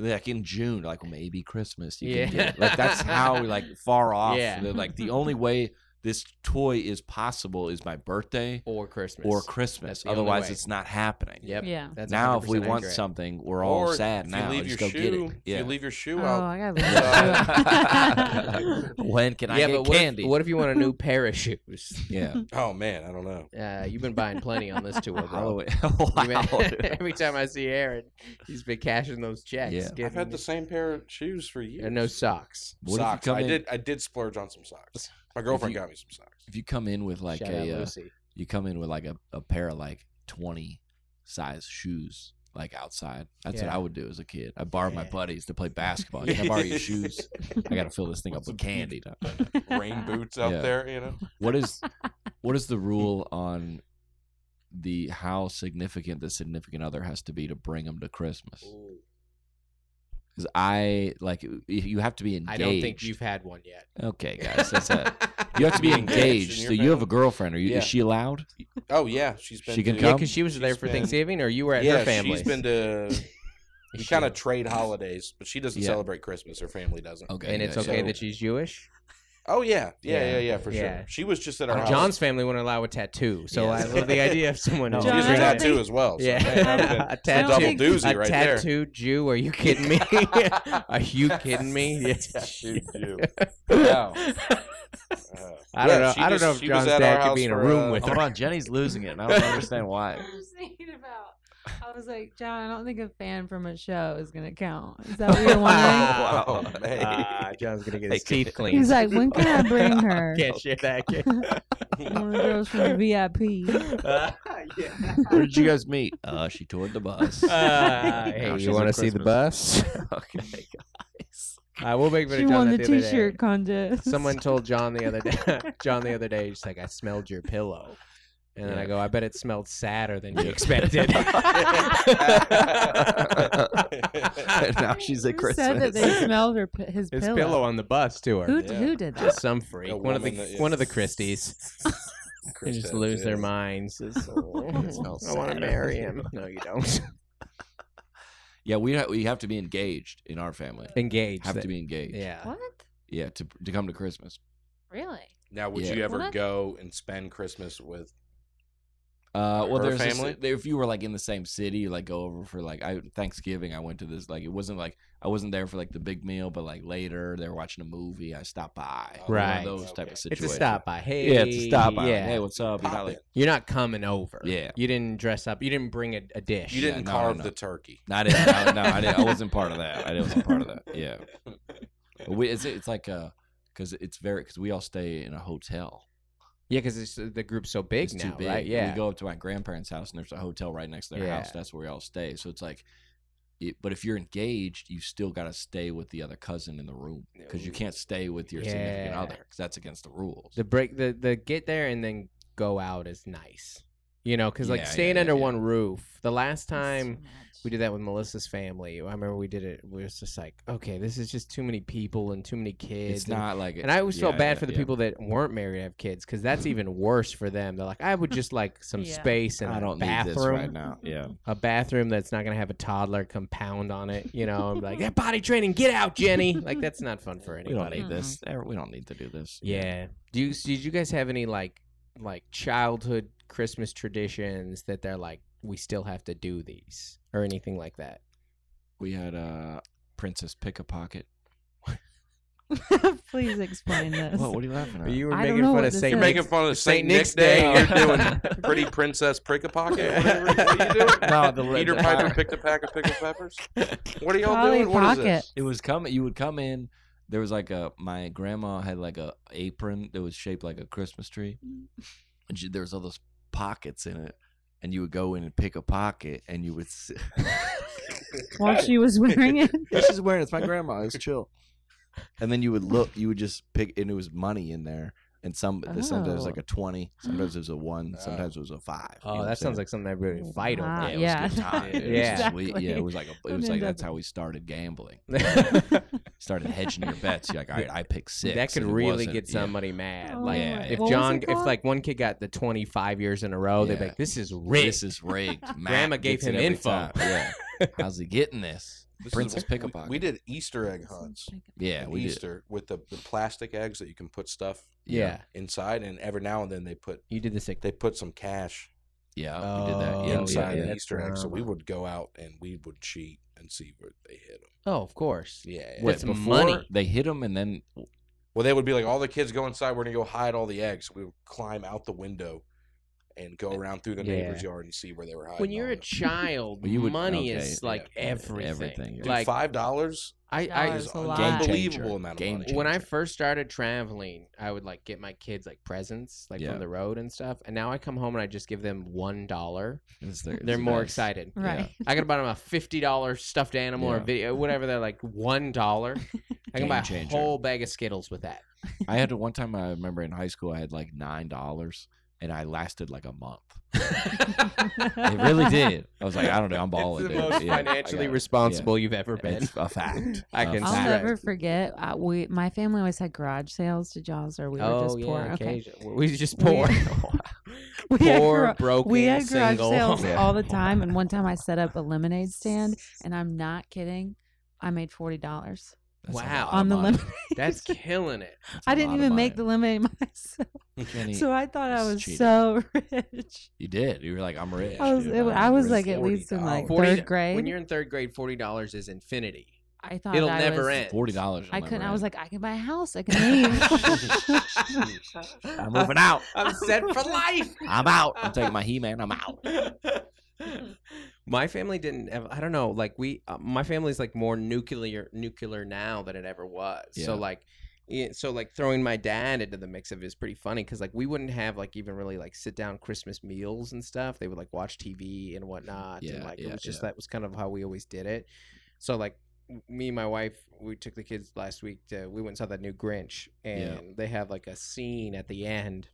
[SPEAKER 3] like in June, like maybe Christmas. You
[SPEAKER 1] Yeah.
[SPEAKER 3] can get like that's how like far off.
[SPEAKER 1] Yeah.
[SPEAKER 3] the- Like the only way this toy is possible is my birthday
[SPEAKER 5] or Christmas
[SPEAKER 3] or
[SPEAKER 5] That's
[SPEAKER 3] Christmas.
[SPEAKER 5] the only
[SPEAKER 3] Otherwise,
[SPEAKER 5] way.
[SPEAKER 3] it's not happening.
[SPEAKER 5] Yep.
[SPEAKER 4] Yeah.
[SPEAKER 5] That's
[SPEAKER 3] now, if we
[SPEAKER 5] 100%
[SPEAKER 3] want
[SPEAKER 5] accurate.
[SPEAKER 3] something, we're all
[SPEAKER 6] Or
[SPEAKER 3] sad
[SPEAKER 6] if
[SPEAKER 3] now.
[SPEAKER 6] You leave
[SPEAKER 3] Just
[SPEAKER 6] your
[SPEAKER 3] go get
[SPEAKER 6] shoe,
[SPEAKER 3] it. Yeah.
[SPEAKER 6] If you leave your shoe
[SPEAKER 4] Oh,
[SPEAKER 6] out,
[SPEAKER 4] I gotta leave.
[SPEAKER 6] Yeah.
[SPEAKER 3] when can I
[SPEAKER 5] yeah,
[SPEAKER 3] get
[SPEAKER 5] but what
[SPEAKER 3] candy?
[SPEAKER 5] If, what if you want a new pair of shoes?
[SPEAKER 3] yeah,
[SPEAKER 6] oh man, I don't know.
[SPEAKER 5] Uh, you've been buying plenty on this tour, bro.
[SPEAKER 3] Halloween. wow.
[SPEAKER 5] You been- every time I see Aaron, he's been cashing those checks.
[SPEAKER 3] Yeah. I've
[SPEAKER 6] I've
[SPEAKER 5] getting-
[SPEAKER 6] had the same pair of shoes for years.
[SPEAKER 1] uh,
[SPEAKER 5] and no socks.
[SPEAKER 3] What if you
[SPEAKER 6] socks.
[SPEAKER 3] come
[SPEAKER 6] I
[SPEAKER 3] in-
[SPEAKER 6] did. I did splurge on some socks. My girlfriend
[SPEAKER 3] you-
[SPEAKER 6] got me some socks.
[SPEAKER 3] If you come in with like
[SPEAKER 5] Shout out
[SPEAKER 3] a, uh,
[SPEAKER 5] Lucy.
[SPEAKER 3] you come in with like a, a pair of like twenty size shoes, like outside. That's what
[SPEAKER 5] Yeah.
[SPEAKER 3] I would do as a kid. I borrowed my buddies to play basketball. Can I borrow your shoes? I gotta fill this thing up with candy.
[SPEAKER 6] Rain boots out
[SPEAKER 3] Yeah.
[SPEAKER 6] there, you know.
[SPEAKER 3] What is what is the rule on the how significant the significant other has to be to bring them to Christmas? Because I like y- you have to be
[SPEAKER 5] I
[SPEAKER 3] engaged.
[SPEAKER 5] don't think you've had one yet.
[SPEAKER 3] Okay, guys, that's it. You have to be
[SPEAKER 6] Engaged in
[SPEAKER 3] engaged.
[SPEAKER 6] your
[SPEAKER 3] So you have a
[SPEAKER 6] family.
[SPEAKER 3] girlfriend. Are you?
[SPEAKER 6] Yeah.
[SPEAKER 3] Is she allowed?
[SPEAKER 6] Oh yeah, she's been.
[SPEAKER 3] She can
[SPEAKER 6] to-
[SPEAKER 3] come?
[SPEAKER 1] Yeah, because she was there
[SPEAKER 6] She's
[SPEAKER 1] for
[SPEAKER 6] been-
[SPEAKER 1] Thanksgiving, or you were at
[SPEAKER 6] yeah,
[SPEAKER 1] her family.
[SPEAKER 6] she's been to. We
[SPEAKER 1] She-
[SPEAKER 6] kind of trade holidays, but she doesn't
[SPEAKER 3] Yeah.
[SPEAKER 6] celebrate Christmas. Her family doesn't.
[SPEAKER 3] Okay,
[SPEAKER 1] and it's
[SPEAKER 3] yeah,
[SPEAKER 1] okay
[SPEAKER 6] so-
[SPEAKER 1] that she's Jewish.
[SPEAKER 6] Oh yeah, yeah, yeah,
[SPEAKER 1] Yeah.
[SPEAKER 6] yeah, for
[SPEAKER 1] Yeah.
[SPEAKER 6] sure. She was just at our
[SPEAKER 1] Uh,
[SPEAKER 6] house.
[SPEAKER 1] John's family wouldn't allow a tattoo, so
[SPEAKER 3] Yeah.
[SPEAKER 1] I love the idea of someone.
[SPEAKER 2] No.
[SPEAKER 1] who-
[SPEAKER 6] She
[SPEAKER 2] John,
[SPEAKER 6] has
[SPEAKER 2] I
[SPEAKER 6] a
[SPEAKER 2] don't
[SPEAKER 6] tattoo as well. So,
[SPEAKER 1] Yeah,
[SPEAKER 6] man, that would've been-
[SPEAKER 1] a
[SPEAKER 4] I
[SPEAKER 1] tattoo.
[SPEAKER 4] don't
[SPEAKER 6] double
[SPEAKER 4] think-
[SPEAKER 6] doozy
[SPEAKER 1] a
[SPEAKER 6] right there.
[SPEAKER 1] tattooed Jew? Are you kidding me? are you kidding me? Yeah.
[SPEAKER 6] Tattooed Jew.
[SPEAKER 3] Wow.
[SPEAKER 6] Uh,
[SPEAKER 1] I don't
[SPEAKER 6] yeah,
[SPEAKER 1] know.
[SPEAKER 6] Uh, she
[SPEAKER 1] I don't know
[SPEAKER 6] just-
[SPEAKER 1] if
[SPEAKER 6] she was
[SPEAKER 1] John's
[SPEAKER 6] at our
[SPEAKER 1] dad could
[SPEAKER 6] house
[SPEAKER 1] be in a
[SPEAKER 6] for,
[SPEAKER 1] room
[SPEAKER 6] uh,
[SPEAKER 1] with
[SPEAKER 3] Hold
[SPEAKER 1] her.
[SPEAKER 3] on, Jenny's losing it. and I don't understand why.
[SPEAKER 4] I was thinking about. I was like, John, I don't think a fan from a show is gonna count. Is that what you're wondering?
[SPEAKER 1] Wow.
[SPEAKER 6] Oh, man.
[SPEAKER 1] Ah, John's gonna get his
[SPEAKER 3] They
[SPEAKER 1] teeth cleaned. Oh,
[SPEAKER 4] He's like, when can I bring her?
[SPEAKER 1] Can't share that.
[SPEAKER 4] One of the girls from the VIP.
[SPEAKER 1] Ah, yeah.
[SPEAKER 3] Where did you guys meet? Uh, she toured the bus.
[SPEAKER 1] Ah,
[SPEAKER 3] Now
[SPEAKER 1] hey,
[SPEAKER 3] she's
[SPEAKER 1] you
[SPEAKER 3] on
[SPEAKER 1] want to see the
[SPEAKER 3] Christmas.
[SPEAKER 1] bus?
[SPEAKER 3] okay, guys.
[SPEAKER 1] I will make fun
[SPEAKER 4] She
[SPEAKER 1] of John
[SPEAKER 4] won the
[SPEAKER 1] that the other day.
[SPEAKER 4] T-shirt contest.
[SPEAKER 1] Someone told John the other day. John the other day, he's like, "I smelled your pillow," and then I
[SPEAKER 3] Yeah.
[SPEAKER 1] go, "I bet it smelled sadder than you expected."
[SPEAKER 3] now she's at
[SPEAKER 4] Who
[SPEAKER 3] Christmas.
[SPEAKER 4] said that they smelled her, p- his
[SPEAKER 1] His
[SPEAKER 4] pillow.
[SPEAKER 1] pillow. on the bus to her.
[SPEAKER 4] Who
[SPEAKER 6] Yeah.
[SPEAKER 4] who did that?
[SPEAKER 1] Just some freak.
[SPEAKER 6] A
[SPEAKER 1] One of the
[SPEAKER 6] woman that- yeah.
[SPEAKER 1] one of the Christies. They
[SPEAKER 6] Chris
[SPEAKER 1] just
[SPEAKER 6] had
[SPEAKER 1] lose their
[SPEAKER 6] kids.
[SPEAKER 1] minds. It's, oh,
[SPEAKER 4] It
[SPEAKER 1] I want to marry him. No, you don't.
[SPEAKER 3] yeah, we ha- we have to be engaged in our family.
[SPEAKER 1] Engaged.
[SPEAKER 3] Have to
[SPEAKER 1] that-
[SPEAKER 3] be engaged.
[SPEAKER 1] Yeah.
[SPEAKER 4] What?
[SPEAKER 3] Yeah, to to come to Christmas.
[SPEAKER 4] Really?
[SPEAKER 6] Now, would
[SPEAKER 3] Yeah.
[SPEAKER 6] you ever
[SPEAKER 4] What?
[SPEAKER 6] go and spend Christmas with?
[SPEAKER 3] Uh, well,
[SPEAKER 6] Her
[SPEAKER 3] there's this-
[SPEAKER 6] family?
[SPEAKER 3] there- if you were like in the same city, you, like go over for like I Thanksgiving. I went to this like it wasn't like I wasn't there for like the big meal, but like later they were watching a movie. I stopped by. One of
[SPEAKER 1] Right.
[SPEAKER 3] those type of
[SPEAKER 1] It's
[SPEAKER 3] situations.
[SPEAKER 1] a stop by. Hey.
[SPEAKER 3] Yeah, it's a stop by.
[SPEAKER 1] Yeah.
[SPEAKER 3] Yeah. Hey, what's up? You're not
[SPEAKER 6] Pop
[SPEAKER 3] like
[SPEAKER 6] it.
[SPEAKER 1] You're not coming over.
[SPEAKER 3] Yeah.
[SPEAKER 1] You didn't dress up. You didn't bring a, a dish.
[SPEAKER 6] You
[SPEAKER 3] Yeah,
[SPEAKER 6] didn't
[SPEAKER 3] no, no,
[SPEAKER 6] carve
[SPEAKER 3] no.
[SPEAKER 6] the turkey.
[SPEAKER 3] not it. I, no, I didn't. I wasn't part of that. I wasn't part of that. Yeah. But we, it's it's like uh, because it's very because we all stay in a hotel.
[SPEAKER 1] Yeah, because the group's so big
[SPEAKER 3] it's
[SPEAKER 1] now,
[SPEAKER 3] too big.
[SPEAKER 1] right? Yeah.
[SPEAKER 3] We go up to my grandparents' house and there's a hotel right next to their
[SPEAKER 1] Yeah.
[SPEAKER 3] house. That's where we all stay. So it's like, it, but if you're engaged, you still got to stay with the other cousin in the room because you can't stay with your significant
[SPEAKER 1] Yeah.
[SPEAKER 3] other because that's against the rules.
[SPEAKER 1] the break, the the get there and then go out is nice. You know, because like
[SPEAKER 3] Yeah, yeah,
[SPEAKER 1] staying
[SPEAKER 3] yeah,
[SPEAKER 1] under
[SPEAKER 3] yeah.
[SPEAKER 1] one roof. The last
[SPEAKER 4] That's too
[SPEAKER 1] time
[SPEAKER 4] much.
[SPEAKER 1] we did that with Melissa's family, I remember we did it. We was just like, okay, this is just too many people and too many kids.
[SPEAKER 3] it's
[SPEAKER 1] and-
[SPEAKER 3] not like,
[SPEAKER 1] And I always felt
[SPEAKER 3] yeah,
[SPEAKER 1] bad
[SPEAKER 3] yeah,
[SPEAKER 1] for the
[SPEAKER 3] yeah.
[SPEAKER 1] people that weren't married and have kids because that's even worse for them. They're like, I would just like some
[SPEAKER 4] Yeah.
[SPEAKER 1] space and
[SPEAKER 3] I don't
[SPEAKER 1] a
[SPEAKER 3] need this
[SPEAKER 1] bathroom, Mm-hmm.
[SPEAKER 3] right now. Yeah,
[SPEAKER 1] a bathroom that's not going to have a toddler compound on it. You know, I'm like, that potty training, get out, Jenny. Like, that's not fun for
[SPEAKER 3] we don't
[SPEAKER 1] anybody.
[SPEAKER 3] need this. Eh, We don't need to do this.
[SPEAKER 1] Yeah. Do you, did you guys have any like like childhood Christmas traditions that they're like, we still have to do these or anything like that?
[SPEAKER 3] we had uh, Princess Pick a Pocket.
[SPEAKER 4] Please explain this.
[SPEAKER 3] What? What are you laughing at?
[SPEAKER 1] You were
[SPEAKER 4] I don't
[SPEAKER 1] making
[SPEAKER 4] know
[SPEAKER 1] fun
[SPEAKER 4] what
[SPEAKER 1] of
[SPEAKER 4] this
[SPEAKER 1] Saint
[SPEAKER 6] You're
[SPEAKER 4] is.
[SPEAKER 1] Nick's
[SPEAKER 6] making fun of
[SPEAKER 1] Saint
[SPEAKER 6] Saint Nick's
[SPEAKER 1] Nick's
[SPEAKER 6] Day.
[SPEAKER 1] Day.
[SPEAKER 6] You're doing pretty princess prick a pocket. Whatever. What are you doing?
[SPEAKER 3] no, the
[SPEAKER 6] Peter
[SPEAKER 3] the-
[SPEAKER 6] Piper picked a pack of pickled peppers. What are y'all
[SPEAKER 4] Polly
[SPEAKER 6] doing? What is
[SPEAKER 4] Pocket.
[SPEAKER 6] this?
[SPEAKER 3] It was coming. You would come in. There was like a my grandma had like a apron that was shaped like a Christmas tree, and she, there was all those pockets in it. And you would go in and pick a pocket, and you would. s-
[SPEAKER 4] While she was wearing it,
[SPEAKER 3] She's wearing it's my grandma. It's chill. And then you would look. You would just pick, and it was money in there. And some sometimes it was
[SPEAKER 4] Oh.
[SPEAKER 3] like a twenty, sometimes it was a one,
[SPEAKER 6] Oh.
[SPEAKER 3] sometimes it was a five. you know
[SPEAKER 1] Oh,
[SPEAKER 3] what I'm
[SPEAKER 1] that sounds
[SPEAKER 3] saying?
[SPEAKER 1] like something I really fight over.
[SPEAKER 4] Wow.
[SPEAKER 3] yeah, it
[SPEAKER 4] Yeah.
[SPEAKER 3] was a good time.
[SPEAKER 1] Yeah.
[SPEAKER 3] It was sweet.
[SPEAKER 4] Exactly.
[SPEAKER 3] yeah, it was like a, it
[SPEAKER 4] Who
[SPEAKER 3] was like
[SPEAKER 4] did
[SPEAKER 3] that's
[SPEAKER 4] that?
[SPEAKER 3] how we started gambling.
[SPEAKER 1] that
[SPEAKER 3] started hedging your bets. You're like, all right, I picked six.
[SPEAKER 1] could
[SPEAKER 3] and it
[SPEAKER 1] really
[SPEAKER 3] wasn't-
[SPEAKER 1] get
[SPEAKER 3] yeah.
[SPEAKER 1] somebody mad. Like
[SPEAKER 3] Yeah,
[SPEAKER 1] if
[SPEAKER 4] What was it
[SPEAKER 1] John, if
[SPEAKER 4] called?
[SPEAKER 1] like one kid got the twenty five years in a row, they'd be
[SPEAKER 3] Yeah.
[SPEAKER 1] like, "This is rigged."
[SPEAKER 3] This is rigged. Matt
[SPEAKER 1] Grandma gave
[SPEAKER 3] gets it
[SPEAKER 1] him
[SPEAKER 3] every
[SPEAKER 1] info.
[SPEAKER 3] time. Yeah. How's he getting this?
[SPEAKER 6] This is-
[SPEAKER 3] Princess
[SPEAKER 6] we-
[SPEAKER 3] Pick a
[SPEAKER 6] we-
[SPEAKER 3] Pocket.
[SPEAKER 6] We did Easter egg hunts.
[SPEAKER 3] Yeah,
[SPEAKER 6] at
[SPEAKER 3] we did.
[SPEAKER 6] Easter with the, the plastic eggs that you can put stuff
[SPEAKER 1] Yeah.
[SPEAKER 6] inside, and every now and then they put
[SPEAKER 1] You did the sick.
[SPEAKER 6] they put some cash
[SPEAKER 3] Yeah, we did that.
[SPEAKER 1] Oh,
[SPEAKER 3] Yeah,
[SPEAKER 6] inside
[SPEAKER 3] yeah,
[SPEAKER 6] an
[SPEAKER 3] yeah.
[SPEAKER 1] that's
[SPEAKER 6] Easter egg. So we
[SPEAKER 1] phenomenal.
[SPEAKER 6] would go out and we would cheat and see where they hit them.
[SPEAKER 1] Oh, of course.
[SPEAKER 6] Yeah, yeah.
[SPEAKER 3] Wait,
[SPEAKER 1] That's
[SPEAKER 3] before
[SPEAKER 1] money.
[SPEAKER 3] they hit them, and then
[SPEAKER 6] Well, they would be like, all the kids go inside. We're gonna go hide all the eggs. We would climb out the window and
[SPEAKER 3] Eh,
[SPEAKER 6] go around through the
[SPEAKER 1] Yeah.
[SPEAKER 6] neighbor's yard and see where they were hiding.
[SPEAKER 1] When you're
[SPEAKER 6] all
[SPEAKER 1] a
[SPEAKER 6] the-
[SPEAKER 1] child,
[SPEAKER 3] Well, you would-
[SPEAKER 1] money
[SPEAKER 3] okay,
[SPEAKER 1] is
[SPEAKER 3] yeah,
[SPEAKER 1] like
[SPEAKER 3] yeah,
[SPEAKER 1] everything.
[SPEAKER 3] everything, yeah.
[SPEAKER 6] Dude,
[SPEAKER 1] Like
[SPEAKER 6] five dollars
[SPEAKER 1] I,
[SPEAKER 4] Oh,
[SPEAKER 1] I
[SPEAKER 6] is
[SPEAKER 4] Dollars. it's a
[SPEAKER 6] an
[SPEAKER 4] lot.
[SPEAKER 3] Game
[SPEAKER 6] unbelievable
[SPEAKER 3] changer.
[SPEAKER 6] amount of
[SPEAKER 3] Game
[SPEAKER 6] money.
[SPEAKER 3] changer.
[SPEAKER 1] when I first started traveling, I would like get my kids like presents like
[SPEAKER 3] Yeah.
[SPEAKER 1] from the road and stuff. And now I come home and I just give them one dollar.
[SPEAKER 3] it's their-
[SPEAKER 1] They're
[SPEAKER 3] it's
[SPEAKER 1] more
[SPEAKER 3] nice.
[SPEAKER 1] excited.
[SPEAKER 4] Right.
[SPEAKER 1] I could buy them a fifty dollar stuffed animal or
[SPEAKER 3] Yeah.
[SPEAKER 1] video, whatever. They're like one dollar. I can
[SPEAKER 3] Game
[SPEAKER 1] buy a
[SPEAKER 3] changer.
[SPEAKER 1] whole bag of Skittles with that.
[SPEAKER 3] I had to one time. I remember in high school, I had like nine dollars, and I lasted like a month. It really did. I was like, I don't know, I'm balling.
[SPEAKER 1] it's the
[SPEAKER 3] dude.
[SPEAKER 1] most
[SPEAKER 3] Yeah, I got
[SPEAKER 1] financially
[SPEAKER 3] it.
[SPEAKER 1] responsible you've ever
[SPEAKER 3] Yeah.
[SPEAKER 1] been.
[SPEAKER 3] It's a fact.
[SPEAKER 1] I
[SPEAKER 3] A
[SPEAKER 1] can
[SPEAKER 4] I'll
[SPEAKER 1] Sorry.
[SPEAKER 3] fact.
[SPEAKER 4] never forget. I, we, my family always had garage sales to Jaws, or we
[SPEAKER 3] Oh,
[SPEAKER 4] were just poor. okay,
[SPEAKER 1] Oh, occasion- We were just
[SPEAKER 4] We-
[SPEAKER 1] poor,
[SPEAKER 4] we had
[SPEAKER 1] poor,
[SPEAKER 4] gar-
[SPEAKER 1] broken,
[SPEAKER 4] we had garage
[SPEAKER 1] single.
[SPEAKER 4] sales
[SPEAKER 3] Yeah.
[SPEAKER 4] all the time. And one time I set up a lemonade stand, and I'm not kidding. I made forty dollars
[SPEAKER 3] That's a
[SPEAKER 1] Wow.
[SPEAKER 3] lot of
[SPEAKER 4] on the
[SPEAKER 3] money.
[SPEAKER 4] lemonade.
[SPEAKER 1] That's killing it.
[SPEAKER 3] That's a
[SPEAKER 4] I didn't
[SPEAKER 3] lot of
[SPEAKER 4] even make the
[SPEAKER 3] money.
[SPEAKER 4] lemonade myself,
[SPEAKER 3] Kenny,
[SPEAKER 4] so I thought I
[SPEAKER 3] It's
[SPEAKER 4] was
[SPEAKER 3] cheating.
[SPEAKER 4] so rich.
[SPEAKER 3] you did. You were like, I'm rich.
[SPEAKER 4] I was,
[SPEAKER 3] dude.
[SPEAKER 4] it,
[SPEAKER 3] I'm
[SPEAKER 4] I was
[SPEAKER 3] rich.
[SPEAKER 4] like at least in like
[SPEAKER 1] $40
[SPEAKER 4] third grade.
[SPEAKER 1] When you're in third grade, forty dollars is infinity.
[SPEAKER 4] I thought
[SPEAKER 1] It'll
[SPEAKER 4] I
[SPEAKER 1] never
[SPEAKER 4] Oh, was-
[SPEAKER 1] end.
[SPEAKER 3] forty dollars.
[SPEAKER 4] I couldn't. I was like, I can buy a house. I can leave.
[SPEAKER 3] I'm moving out.
[SPEAKER 1] I'm set for life.
[SPEAKER 3] I'm out. I'm taking my He Man. I'm out. Mm-hmm.
[SPEAKER 1] my family didn't have, i don't know like we uh, my family's like more nuclear nuclear now than it ever was
[SPEAKER 3] Yeah.
[SPEAKER 1] so like yeah, so like throwing my dad into the mix of it is pretty funny because like we wouldn't have like even really like sit down Christmas meals and stuff. They would like watch TV and whatnot, and
[SPEAKER 3] Mm-hmm. Yeah,
[SPEAKER 1] like
[SPEAKER 3] yeah,
[SPEAKER 1] it was just
[SPEAKER 3] yeah.
[SPEAKER 1] that was kind of how we always did it. So like w- me and my wife, we took the kids last week to we went and saw that new Grinch, and
[SPEAKER 3] Yeah.
[SPEAKER 1] they have like a scene at the end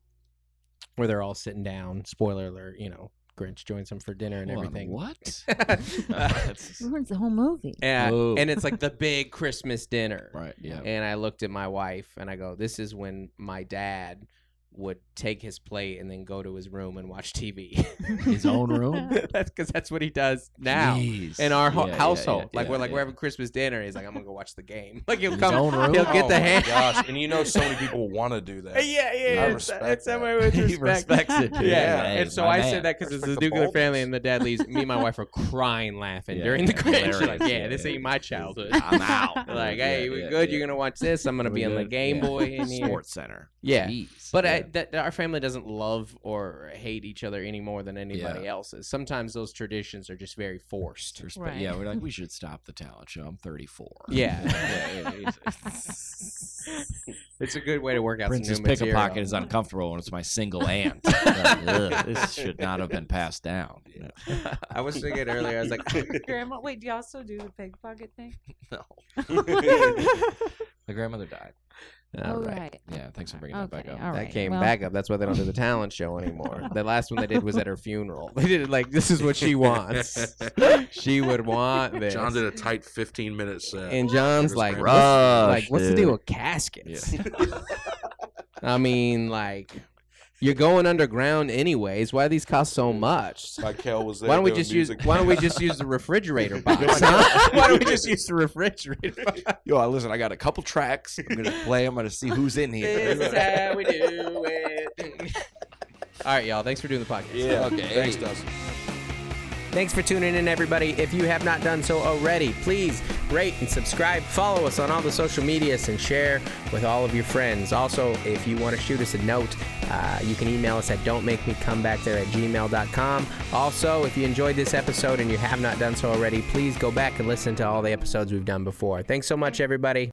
[SPEAKER 1] where they're all sitting down. Spoiler alert, you know, Grinch joins them for dinner and
[SPEAKER 3] Hold on,
[SPEAKER 1] everything.
[SPEAKER 3] What?
[SPEAKER 1] Uh,
[SPEAKER 3] That's-
[SPEAKER 4] Ruins the whole movie.
[SPEAKER 1] and,
[SPEAKER 3] Oh.
[SPEAKER 1] and it's like the big Christmas dinner.
[SPEAKER 3] right. Yeah.
[SPEAKER 1] And I looked at my wife and I go, this is when my dad would take his plate and then go to his room and watch TV.
[SPEAKER 3] His own room?
[SPEAKER 1] that's because that's what he does now
[SPEAKER 3] Jeez.
[SPEAKER 1] in our ho-
[SPEAKER 3] Yeah, yeah,
[SPEAKER 1] household.
[SPEAKER 3] yeah,
[SPEAKER 1] like
[SPEAKER 3] yeah,
[SPEAKER 1] we're like
[SPEAKER 3] yeah.
[SPEAKER 1] we're having Christmas dinner. He's like, I'm gonna go watch the game. Like he'll
[SPEAKER 3] His
[SPEAKER 1] come.
[SPEAKER 3] own room?
[SPEAKER 1] He'll get
[SPEAKER 6] oh
[SPEAKER 1] the
[SPEAKER 6] my
[SPEAKER 1] hand.
[SPEAKER 6] Gosh, and you know so many people want to do that.
[SPEAKER 1] Uh, Yeah, yeah,
[SPEAKER 6] I
[SPEAKER 1] it's,
[SPEAKER 6] respect
[SPEAKER 1] it's
[SPEAKER 6] that.
[SPEAKER 1] somewhere with
[SPEAKER 3] He
[SPEAKER 1] respect.
[SPEAKER 3] respects it, too.
[SPEAKER 1] Yeah,
[SPEAKER 6] Yeah.
[SPEAKER 1] and
[SPEAKER 3] Hey,
[SPEAKER 1] so
[SPEAKER 3] my
[SPEAKER 1] I
[SPEAKER 3] man.
[SPEAKER 1] said that because it's a
[SPEAKER 6] Respect the
[SPEAKER 1] nuclear family,
[SPEAKER 6] boldness.
[SPEAKER 1] and the dad leaves. Me and my wife are crying, laughing
[SPEAKER 3] Yeah,
[SPEAKER 1] during the
[SPEAKER 3] yeah,
[SPEAKER 1] Grinch. We're like,
[SPEAKER 3] hilarious.
[SPEAKER 1] yeah,
[SPEAKER 3] Yeah,
[SPEAKER 1] this
[SPEAKER 3] yeah.
[SPEAKER 1] ain't my childhood.
[SPEAKER 3] I'm out.
[SPEAKER 1] like,
[SPEAKER 3] Yeah,
[SPEAKER 1] hey, we
[SPEAKER 3] yeah,
[SPEAKER 1] good?
[SPEAKER 3] yeah.
[SPEAKER 1] You're gonna watch this. I'm gonna
[SPEAKER 3] We
[SPEAKER 1] be on the
[SPEAKER 3] good?
[SPEAKER 1] Game
[SPEAKER 3] Yeah.
[SPEAKER 1] Boy in here.
[SPEAKER 3] Sports Center.
[SPEAKER 1] Yeah.
[SPEAKER 3] Jeez.
[SPEAKER 1] But I,
[SPEAKER 3] Yeah.
[SPEAKER 1] that, that our family doesn't love or hate each other any more than anybody else's. Sometimes those traditions are just very forced.
[SPEAKER 3] Respect-
[SPEAKER 4] Right.
[SPEAKER 3] Yeah, we're like, we should stop the talent show. I'm 34.
[SPEAKER 1] Yeah.
[SPEAKER 3] yeah, yeah, yeah.
[SPEAKER 1] It's a good way to work out
[SPEAKER 3] Princess
[SPEAKER 1] some new material.
[SPEAKER 3] Pick-a-Pocket is uncomfortable when it's my single aunt. Like, ugh, this should not have been passed down.
[SPEAKER 1] I was thinking earlier. I was like,
[SPEAKER 4] Grandma, wait, do y'all still do the pig pocket thing?
[SPEAKER 3] My grandmother died.
[SPEAKER 4] Oh,
[SPEAKER 1] all right.
[SPEAKER 3] Yeah, thanks for bringing that back
[SPEAKER 4] Okay,
[SPEAKER 3] up.
[SPEAKER 4] all
[SPEAKER 1] That
[SPEAKER 4] right,
[SPEAKER 1] came
[SPEAKER 4] well-
[SPEAKER 1] back up. That's why they don't do the talent show anymore. the last one they did was at her funeral. They did it like this is what she wants. she would want this.
[SPEAKER 6] John did a tight 15 minute set.
[SPEAKER 1] and John's
[SPEAKER 6] Just
[SPEAKER 1] like,
[SPEAKER 6] ran-
[SPEAKER 1] what's, like,
[SPEAKER 3] Rush,
[SPEAKER 1] what's the
[SPEAKER 3] dude.
[SPEAKER 1] deal with caskets? I mean, like, you're going underground anyways. Why do these cost so much?
[SPEAKER 6] Michael was there.
[SPEAKER 1] Why don't we
[SPEAKER 6] doing
[SPEAKER 1] just use?
[SPEAKER 6] music.
[SPEAKER 1] Why don't we just use the refrigerator
[SPEAKER 6] You're
[SPEAKER 1] box?
[SPEAKER 6] like-
[SPEAKER 1] huh? Why don't we just use the refrigerator? box?
[SPEAKER 3] Yo, I- listen, I got a couple tracks. I'm going to play. I'm going to see who's in
[SPEAKER 1] This is how we do it. All right, y'all. Thanks for doing the podcast.
[SPEAKER 6] Yeah.
[SPEAKER 3] Okay.
[SPEAKER 6] Thanks, Dustin.
[SPEAKER 1] Thanks for tuning in, everybody. If you have not done so already, please rate and subscribe, follow us on all the social medias, and share with all of your friends. Also, if you want to shoot us a note, uh, you can email us at don'tmakemecomebackThere at gmail.com. Also, if you enjoyed this episode and you have not done so already, please go back and listen to all the episodes we've done before. Thanks so much, everybody.